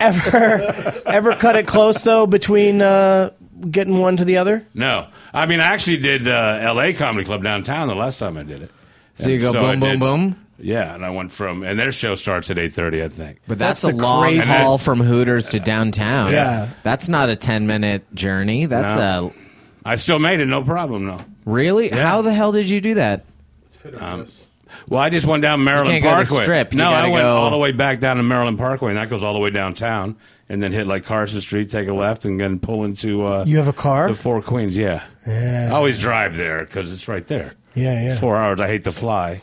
Speaker 3: ever ever cut it close though between uh, getting one to the other?
Speaker 4: No, I mean I actually did uh, L.A. Comedy Club downtown the last time I did it.
Speaker 2: So you
Speaker 4: And
Speaker 2: go
Speaker 4: I
Speaker 2: boom, boom,
Speaker 4: did-
Speaker 2: boom.
Speaker 4: Yeah, and I went from and their show starts at eight thirty, I think.
Speaker 2: But that's,
Speaker 3: That's
Speaker 2: a
Speaker 3: the
Speaker 2: long
Speaker 3: craziest-
Speaker 2: haul
Speaker 4: And that's-
Speaker 2: from Hooters to downtown.
Speaker 3: Yeah.
Speaker 2: that's not a ten minute journey. That's
Speaker 4: No.
Speaker 2: a
Speaker 4: I still made it, no problem. No.
Speaker 2: really. How the hell did you do that?
Speaker 4: Well, I just went down Maryland
Speaker 2: can't go to the
Speaker 4: Parkway.
Speaker 2: Strip. You
Speaker 4: No, I
Speaker 2: gotta
Speaker 4: went
Speaker 2: go-
Speaker 4: all the way back down to Maryland Parkway, and that goes all the way downtown, and then hit like Carson Street, take a left, and then pull into. Uh,
Speaker 3: You have a car?
Speaker 4: The Four Queens, yeah. I always drive there because it's right there.
Speaker 3: Yeah, yeah.
Speaker 4: Four hours. I hate to fly.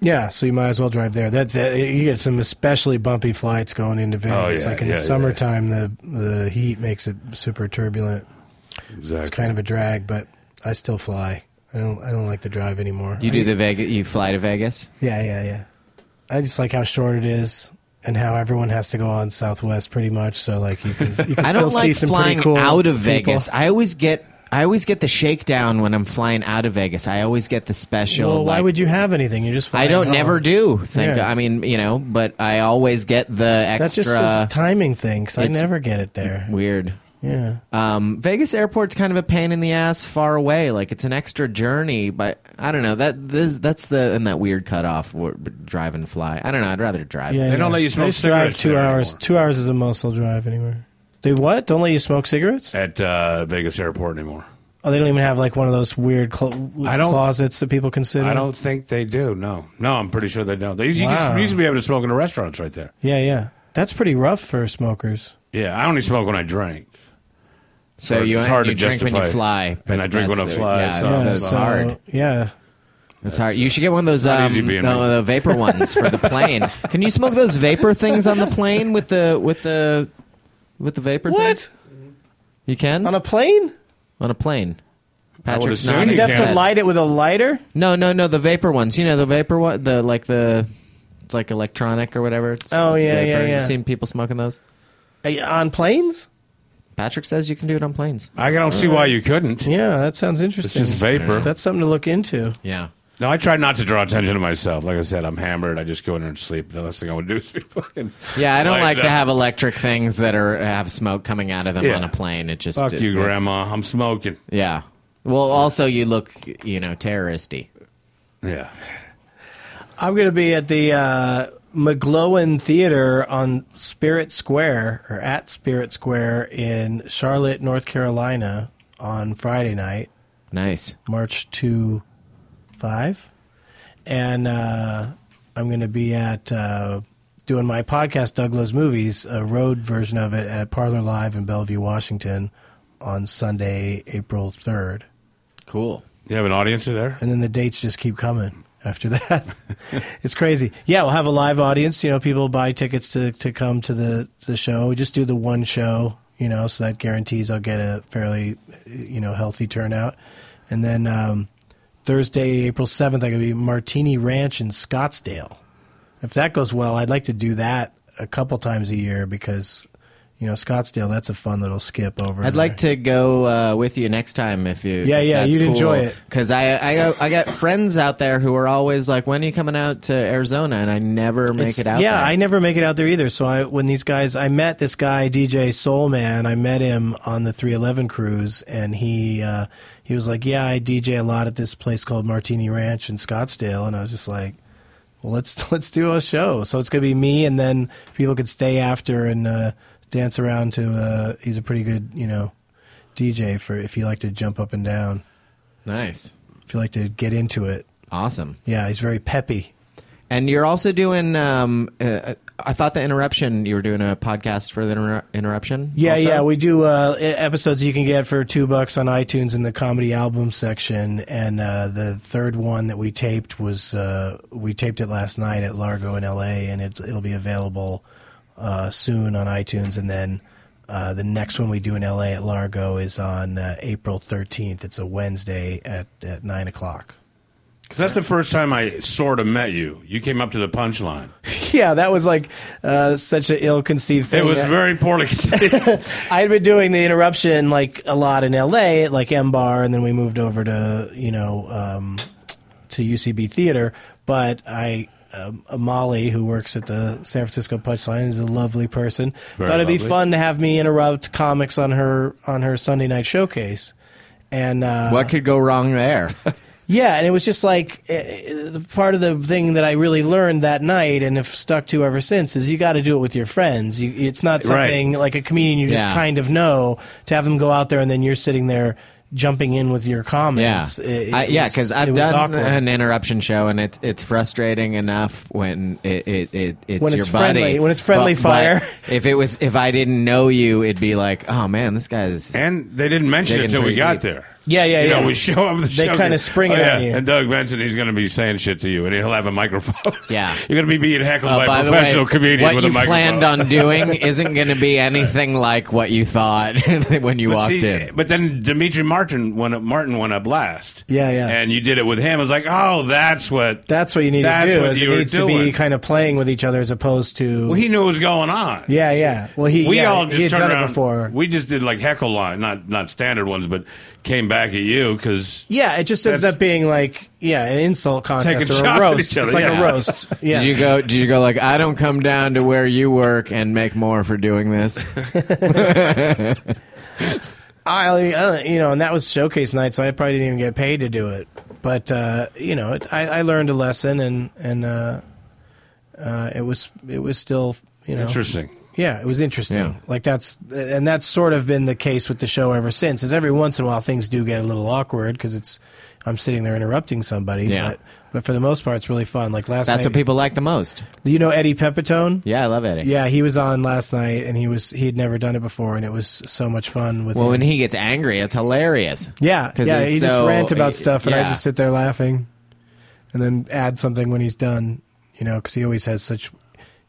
Speaker 3: Yeah, so you might as well drive there. That's uh, you get some especially bumpy flights going into Vegas.
Speaker 4: Oh, yeah,
Speaker 3: like in
Speaker 4: yeah,
Speaker 3: the
Speaker 4: yeah.
Speaker 3: summertime, the the heat makes it super turbulent.
Speaker 4: Exactly.
Speaker 3: It's kind of a drag, but I still fly. I don't I don't like to drive anymore.
Speaker 2: You do the Vegas. You fly to Vegas.
Speaker 3: Yeah, yeah, yeah. I just like how short it is and how everyone has to go on Southwest pretty much. So like you can, you can
Speaker 2: I
Speaker 3: still
Speaker 2: don't
Speaker 3: see
Speaker 2: like
Speaker 3: some
Speaker 2: flying
Speaker 3: pretty cool
Speaker 2: out of
Speaker 3: people.
Speaker 2: Vegas. I always get. I always get the shakedown when I'm flying out of Vegas. I always get the special.
Speaker 3: Well, why
Speaker 2: like-
Speaker 3: would you have anything? You're just. Flying
Speaker 2: I don't
Speaker 3: home.
Speaker 2: never do. Thank.
Speaker 3: Yeah.
Speaker 2: I mean, you know, but I always get the extra.
Speaker 3: That's just a timing thing because I
Speaker 2: It's-
Speaker 3: never get it there.
Speaker 2: weird.
Speaker 3: Yeah.
Speaker 2: Um, Vegas airport's kind of a pain in the ass, far away. Like it's an extra journey, but I don't know that this that's the and that weird cutoff where- drive and fly. I don't know. I'd rather drive.
Speaker 3: Yeah,
Speaker 4: They don't
Speaker 3: yeah.
Speaker 4: let you
Speaker 3: I
Speaker 4: smoke
Speaker 3: just drive
Speaker 4: cigarettes
Speaker 3: two
Speaker 4: there
Speaker 3: hours.
Speaker 4: anymore.
Speaker 3: Two hours is the most I'll drive anywhere. They what? Don't let you smoke cigarettes?
Speaker 4: At uh, Vegas Airport anymore.
Speaker 3: Oh, they don't even have like one of those weird clo-
Speaker 4: I don't-
Speaker 3: closets that people consider.
Speaker 4: I don't think they do. No, no, I'm pretty sure they don't. They, you,
Speaker 3: Wow.
Speaker 4: can, you used to be able to smoke in the restaurants right there.
Speaker 3: Yeah, yeah. That's pretty rough for smokers.
Speaker 4: Yeah, I only smoke when I drink.
Speaker 2: So you,
Speaker 4: It's hard
Speaker 2: you
Speaker 4: to
Speaker 2: drink when
Speaker 4: justify.
Speaker 2: you fly, but
Speaker 4: And I drink when
Speaker 2: that's
Speaker 4: I
Speaker 2: the-
Speaker 4: fly,
Speaker 2: Yeah,
Speaker 4: so-
Speaker 2: so
Speaker 3: yeah,
Speaker 2: it's hard.
Speaker 3: Yeah.
Speaker 2: It's hard. You should get one of those
Speaker 4: not
Speaker 2: um,
Speaker 4: uh, easy being me.
Speaker 2: no, the vapor ones for the plane. Can you smoke those vapor things on the plane with the with the with the vapor?
Speaker 3: What?
Speaker 2: thing? you can
Speaker 3: On a plane?
Speaker 2: on a plane.
Speaker 4: would
Speaker 2: Patrick's
Speaker 4: assume
Speaker 2: nodding
Speaker 4: you
Speaker 3: You'd
Speaker 2: his
Speaker 3: have to
Speaker 4: can.
Speaker 2: head.
Speaker 3: light it with a lighter?
Speaker 2: No, no, no. The vapor ones. You know the vapor one. The like the it's like electronic or whatever. It's,
Speaker 3: Oh,
Speaker 2: it's
Speaker 3: yeah,
Speaker 2: vapor.
Speaker 3: yeah, yeah.
Speaker 2: You've seen people smoking those.
Speaker 3: Uh, On planes?
Speaker 2: Patrick says you can do it on planes.
Speaker 4: I don't see why you couldn't.
Speaker 3: Yeah, that sounds
Speaker 4: It's
Speaker 3: interesting.
Speaker 4: just vapor.
Speaker 3: That's something to look into.
Speaker 2: Yeah.
Speaker 4: No, I try not to draw attention to myself. Like I said, I'm hammered. I just go in there and sleep. The last thing I would do is be fucking.
Speaker 2: Yeah, I don't
Speaker 4: Light
Speaker 2: like
Speaker 4: it
Speaker 2: to
Speaker 4: up.
Speaker 2: have electric things that are have smoke coming out of them
Speaker 4: Yeah.
Speaker 2: on a plane. It just
Speaker 4: Fuck
Speaker 2: it-
Speaker 4: you,
Speaker 2: it's-
Speaker 4: Grandma. I'm smoking.
Speaker 2: Yeah. Well, also you look, you know, terroristy.
Speaker 4: Yeah.
Speaker 3: I'm going to be at the uh, McGlowan Theater on Spirit Square or at Spirit Square in Charlotte, North Carolina on Friday night,
Speaker 2: Nice.
Speaker 3: March 2 5. And uh, I'm going to be at uh, doing my podcast, Douglas Movies, a road version of it at Parlor Live in Bellevue, Washington, on Sunday, April third.
Speaker 2: Cool.
Speaker 4: You have an audience there?
Speaker 3: and then the dates just keep coming after that. it's crazy. Yeah, we'll have a live audience. You know, people buy tickets to to come to the the show. We just do the one show. You know, so that guarantees I'll get a fairly you know healthy turnout. And then um, Thursday, April seventh, I'm going to be at Martini Ranch in Scottsdale. If that goes well, I'd like to do that a couple times a year because. You know, Scottsdale, that's a fun little skip over.
Speaker 2: I'd like to go uh, with you next time if you.
Speaker 3: Yeah, yeah, you'd enjoy it.
Speaker 2: because I, I I got friends out there who are always like, "When are you coming out to Arizona?" And I never make
Speaker 3: It's-
Speaker 2: it out.
Speaker 3: Yeah,
Speaker 2: there.
Speaker 3: I never make it out there either. So I, when these guys, I met this guy DJ Soulman. I met him on the 311 cruise, and he uh, he was like, "Yeah, I DJ a lot at this place called Martini Ranch in Scottsdale," and I was just like. Well, let's let's do a show. So it's gonna be me, and then people could stay after and uh, dance around to. Uh, he's a pretty good, you know, DJ for if you like to jump up and down,
Speaker 2: nice,
Speaker 3: if you like to get into it.
Speaker 2: awesome.
Speaker 3: Yeah, he's very peppy.
Speaker 2: And you're also doing. Um, uh, I thought the interruption. You were doing a podcast for the inter- interruption.
Speaker 3: Yeah,
Speaker 2: also?
Speaker 3: yeah, we do uh, e- episodes you can get for two bucks on iTunes in the comedy album section, and uh, the third one that we taped was uh, we taped it last night at Largo in L.A., and it, it'll be available uh, soon on iTunes, and then uh, the next one we do in L.A. at Largo is on uh, April thirteenth. It's a Wednesday at at nine o'clock.
Speaker 4: Because that's the first time I sort of met you. You came up to the punchline.
Speaker 3: Yeah, that was like uh, such an ill-conceived
Speaker 4: It
Speaker 3: thing.
Speaker 4: was very poorly conceived.
Speaker 3: I had been doing the interruption like a lot in LA at like M Bar, and then we moved over to you know um, to UCB Theater. But I, um, Molly, who works at the San Francisco Punchline, is a lovely person.
Speaker 4: Very
Speaker 3: Thought it'd be
Speaker 4: lovely.
Speaker 3: fun to have me interrupt comics on her on her Sunday night showcase. And uh,
Speaker 2: What could go wrong there?
Speaker 3: yeah, and it was just like uh, uh, part of the thing that I really learned that night and have stuck to ever since is you got to do it with your friends. You, it's not
Speaker 4: Right.
Speaker 3: something like a comedian you just
Speaker 2: Yeah.
Speaker 3: kind of know to have them go out there and then you're sitting there jumping in with your
Speaker 2: Yeah,
Speaker 3: comments. It- it
Speaker 2: I, yeah,
Speaker 3: was-
Speaker 2: because
Speaker 3: it
Speaker 2: I've
Speaker 3: was
Speaker 2: done
Speaker 3: awkward.
Speaker 2: an interruption show, and it's it's frustrating enough when it, it, it it's
Speaker 3: When
Speaker 2: your
Speaker 3: it's
Speaker 2: buddy.
Speaker 3: friendly- when it's friendly fire.
Speaker 2: if it was if I didn't know you, it'd be like, oh man, this guy is.
Speaker 4: and they didn't mention it
Speaker 2: Digging
Speaker 4: until we
Speaker 2: pretty
Speaker 4: got
Speaker 2: deep.
Speaker 4: there.
Speaker 3: Yeah, yeah,
Speaker 4: You
Speaker 3: yeah.
Speaker 4: know, we show up. at The
Speaker 3: They
Speaker 4: show, Oh,
Speaker 3: kinda spring it on you.
Speaker 4: And Doug mentioned he's going to be saying shit to you, and he'll have a microphone.
Speaker 2: Yeah.
Speaker 4: you're going to be being heckled
Speaker 2: Oh,
Speaker 4: by,
Speaker 2: by
Speaker 4: a
Speaker 2: the
Speaker 4: professional
Speaker 2: way,
Speaker 4: comedian
Speaker 2: what
Speaker 4: with
Speaker 2: you
Speaker 4: a microphone.
Speaker 2: planned on doing isn't going to be anything like what you thought when you walked
Speaker 4: See,
Speaker 2: in.
Speaker 4: But then Dimitri Martin went up, Martin went up last.
Speaker 3: Yeah, yeah.
Speaker 4: And you did it with him. I was like, oh, that's what.
Speaker 3: That's what you need
Speaker 4: That's
Speaker 3: to do.
Speaker 4: what
Speaker 3: Is
Speaker 4: you
Speaker 3: it
Speaker 4: were
Speaker 3: needs to be
Speaker 4: doing.
Speaker 3: kind of playing with each other as opposed to.
Speaker 4: well, he knew what was going on.
Speaker 3: yeah, yeah. Well, he
Speaker 4: We
Speaker 3: yeah,
Speaker 4: all just
Speaker 3: he had
Speaker 4: turned
Speaker 3: done
Speaker 4: around.
Speaker 3: it before.
Speaker 4: We just did like heckle line, not not standard ones, but came back at you because
Speaker 3: yeah, it just ends
Speaker 4: That's-
Speaker 3: up being like yeah, an insult contest
Speaker 4: Taking
Speaker 3: or
Speaker 4: shots
Speaker 3: a
Speaker 4: at
Speaker 3: roast.
Speaker 4: each other,
Speaker 3: it's like
Speaker 4: yeah.
Speaker 3: a roast. Yeah.
Speaker 2: Did you go? Did you go like I don't come down to where you work and make more for doing this?
Speaker 3: I, I don't- you know, and that was showcase night, so I probably didn't even get paid to do it. But uh, you know, it, I, I learned a lesson, and and uh, uh, it was it was still you know
Speaker 4: interesting.
Speaker 3: yeah, it was interesting.
Speaker 2: Yeah.
Speaker 3: Like that's and that's sort of been the case with the show ever since. Is every once in a while things do get a little awkward because it's I'm sitting there interrupting somebody.
Speaker 2: Yeah.
Speaker 3: But, but for the most part, it's really fun. Like last
Speaker 2: That's
Speaker 3: night,
Speaker 2: what people like the most.
Speaker 3: you know, Eddie Pepitone.
Speaker 2: Yeah, I love Eddie.
Speaker 3: Yeah, he was on last night, and he was he had never done it before, and it was so much fun with.
Speaker 2: Well,
Speaker 3: him.
Speaker 2: when he gets angry, it's hilarious.
Speaker 3: Yeah,
Speaker 2: 'Cause
Speaker 3: yeah.
Speaker 2: he's
Speaker 3: He just
Speaker 2: so-
Speaker 3: rant about
Speaker 2: he-
Speaker 3: stuff, and I
Speaker 2: yeah.
Speaker 3: just sit there laughing, and then add something when he's done. You know, because he always has such.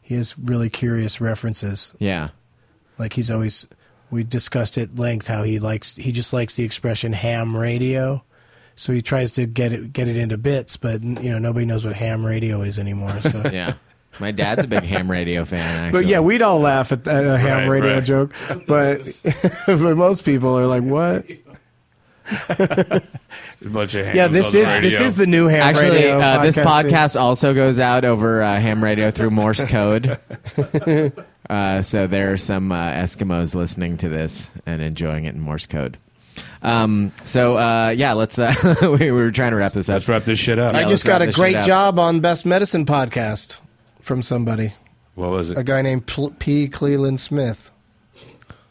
Speaker 3: He has really curious references.
Speaker 2: Yeah.
Speaker 3: Like he's always. We discussed at length how he likes. He just likes the expression "ham radio," so he tries to get it get it into bits, but you know nobody knows what ham radio is anymore. So
Speaker 2: Yeah. My dad's a big ham radio fan, actually.
Speaker 3: But yeah, we'd all laugh at that, a ham
Speaker 4: Right,
Speaker 3: radio
Speaker 4: right.
Speaker 3: joke, but but most people are like, "What?"
Speaker 4: A bunch of
Speaker 3: Yeah, this
Speaker 4: hands on the
Speaker 3: is this
Speaker 4: radio.
Speaker 3: is the new ham
Speaker 2: Actually,
Speaker 3: radio.
Speaker 2: uh, this
Speaker 3: podcasting.
Speaker 2: podcast also goes out over uh, ham radio through Morse code. uh, so there are some uh, Eskimos listening to this and enjoying it in Morse code. Um, so uh, yeah, let's. Uh, we, we were trying to wrap this up.
Speaker 4: Let's wrap this shit up.
Speaker 2: Yeah,
Speaker 3: I just
Speaker 2: let's wrap
Speaker 3: got a
Speaker 2: this shit
Speaker 3: great
Speaker 2: up.
Speaker 3: job on Best Medicine podcast from somebody,
Speaker 4: What was
Speaker 3: a
Speaker 4: it?
Speaker 3: guy named Pl- P. Cleland Smith.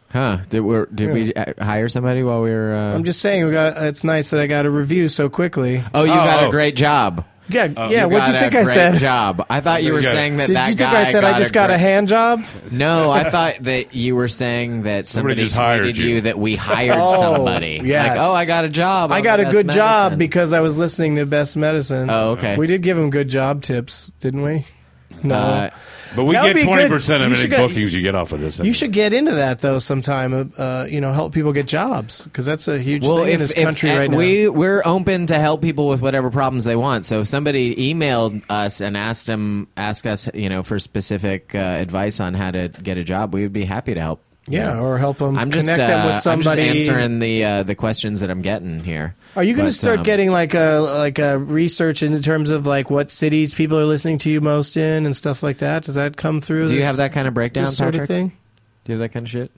Speaker 2: Huh? Did we did we uh, hire somebody while we were? Uh...
Speaker 3: I'm just saying, we got. It's nice that I got a review so quickly.
Speaker 2: oh, you got
Speaker 4: Oh.
Speaker 2: a great job.
Speaker 10: Yeah, yeah.
Speaker 2: You
Speaker 10: What'd you
Speaker 2: got
Speaker 10: think
Speaker 2: a
Speaker 10: I
Speaker 2: great
Speaker 10: said?
Speaker 2: Job. I thought you were
Speaker 4: Good.
Speaker 2: saying that
Speaker 3: Did
Speaker 2: that
Speaker 3: you think
Speaker 2: guy
Speaker 3: I said I just got a
Speaker 2: great-
Speaker 3: hand job?
Speaker 2: No, I thought that you were saying that somebody,
Speaker 4: just
Speaker 2: tweeted
Speaker 4: hired
Speaker 2: you.
Speaker 4: you.
Speaker 2: that we hired
Speaker 3: Oh,
Speaker 2: somebody. Like,
Speaker 3: yes.
Speaker 2: oh, I got a job.
Speaker 3: I
Speaker 2: on
Speaker 3: got a
Speaker 2: Best
Speaker 3: good job
Speaker 2: Medicine.
Speaker 3: because I was listening to Best Medicine.
Speaker 2: Oh, okay.
Speaker 3: We did give him good job tips, didn't we? No.
Speaker 2: Uh,
Speaker 4: But we
Speaker 3: That would
Speaker 4: get
Speaker 3: be good.
Speaker 4: twenty percent of
Speaker 3: You
Speaker 4: any
Speaker 3: should get-
Speaker 4: bookings you get off of this.
Speaker 3: you should get into that though sometime. uh, Uh, you know, help people get jobs because that's a huge
Speaker 2: well,
Speaker 3: thing
Speaker 2: if,
Speaker 3: in this
Speaker 2: if-
Speaker 3: country
Speaker 2: and
Speaker 3: right now.
Speaker 2: we we're open to help people with whatever problems they want. So if somebody emailed us and asked them, ask us, you know, for specific uh, advice on how to get a job, we would be happy to help.
Speaker 3: Yeah, or help them
Speaker 2: I'm
Speaker 3: connect
Speaker 2: just, uh,
Speaker 3: them with somebody.
Speaker 2: I'm just answering the uh, the questions that I'm getting here.
Speaker 3: Are you going to
Speaker 2: But,
Speaker 3: start
Speaker 2: um,
Speaker 3: getting like a like a research in terms of like what cities people are listening to you most in and stuff like that? Does that come through?
Speaker 2: Do you
Speaker 3: this-
Speaker 2: have that kind of breakdown,
Speaker 3: this sort
Speaker 2: Patrick?
Speaker 3: of thing?
Speaker 2: Do you have that kind of shit?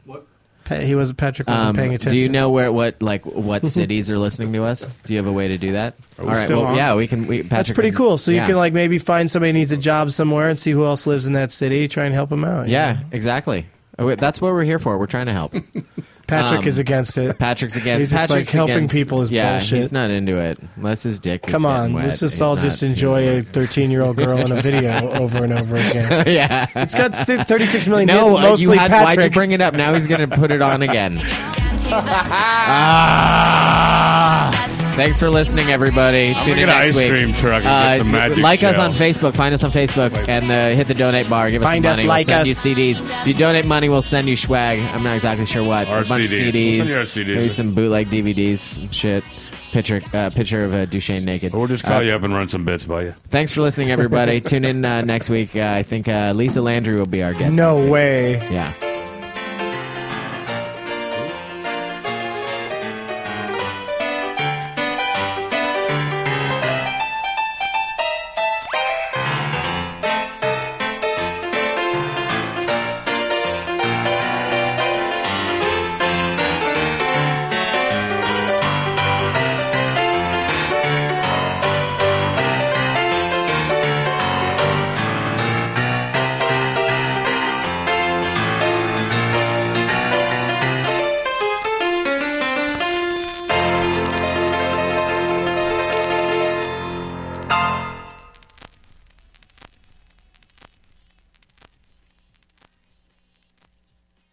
Speaker 3: Pa- he was Patrick wasn't
Speaker 2: Um,
Speaker 3: paying attention.
Speaker 2: Do you know where what like what cities are listening to us? Do you have a way to do that? All right,
Speaker 6: still
Speaker 2: well,
Speaker 6: on?
Speaker 2: yeah, we can. We, Patrick,
Speaker 3: That's pretty
Speaker 2: can-
Speaker 3: cool. So you
Speaker 2: yeah.
Speaker 3: can like maybe find somebody who needs a job somewhere and see who else lives in that city. Try and help them out.
Speaker 2: yeah, exactly. Oh, wait, That's what we're here for. We're trying to help.
Speaker 3: Patrick
Speaker 2: Um,
Speaker 3: is against it.
Speaker 2: Patrick's against.
Speaker 3: He's just, like,
Speaker 2: Patrick's
Speaker 3: helping
Speaker 2: against-
Speaker 3: people is
Speaker 2: yeah,
Speaker 3: bullshit.
Speaker 2: He's not into it unless his dick. is
Speaker 3: Come on,
Speaker 2: getting wet.
Speaker 3: let's just
Speaker 2: He's
Speaker 3: all
Speaker 2: not-
Speaker 3: just enjoy a 13 year old girl in a video over and over again.
Speaker 2: yeah.
Speaker 3: It's got si- 36 million
Speaker 2: No,
Speaker 3: hits,
Speaker 2: uh,
Speaker 3: mostly
Speaker 2: you had,
Speaker 3: Patrick.
Speaker 2: why'd you bring it up? Now he's gonna put it on again. Ah. Thanks for listening, everybody. Tune
Speaker 4: gonna
Speaker 2: in
Speaker 4: get an
Speaker 2: next
Speaker 4: ice
Speaker 2: week. Uh,
Speaker 4: cream truck and get some magic
Speaker 2: like us
Speaker 4: shell.
Speaker 2: on Facebook. Find us on Facebook and uh, hit the donate bar. Give us
Speaker 3: Find
Speaker 2: some
Speaker 3: us,
Speaker 2: money.
Speaker 3: like
Speaker 2: we'll send
Speaker 3: us.
Speaker 2: you CDs. If you donate money, we'll send you swag. I'm not exactly sure what.
Speaker 4: Or
Speaker 2: a bunch
Speaker 4: CDs.
Speaker 2: of CDs.
Speaker 4: We'll send you our CDs.
Speaker 2: Maybe some bootleg DVDs. Some shit. Picture uh, picture of uh, Duchesne naked. Uh,
Speaker 4: We'll just call you up and run some bits by you.
Speaker 2: Thanks for listening, everybody. Tune in uh, next week. Uh, I think uh, Lisa Landry will be our guest.
Speaker 3: no
Speaker 2: next week.
Speaker 3: way.
Speaker 2: Yeah.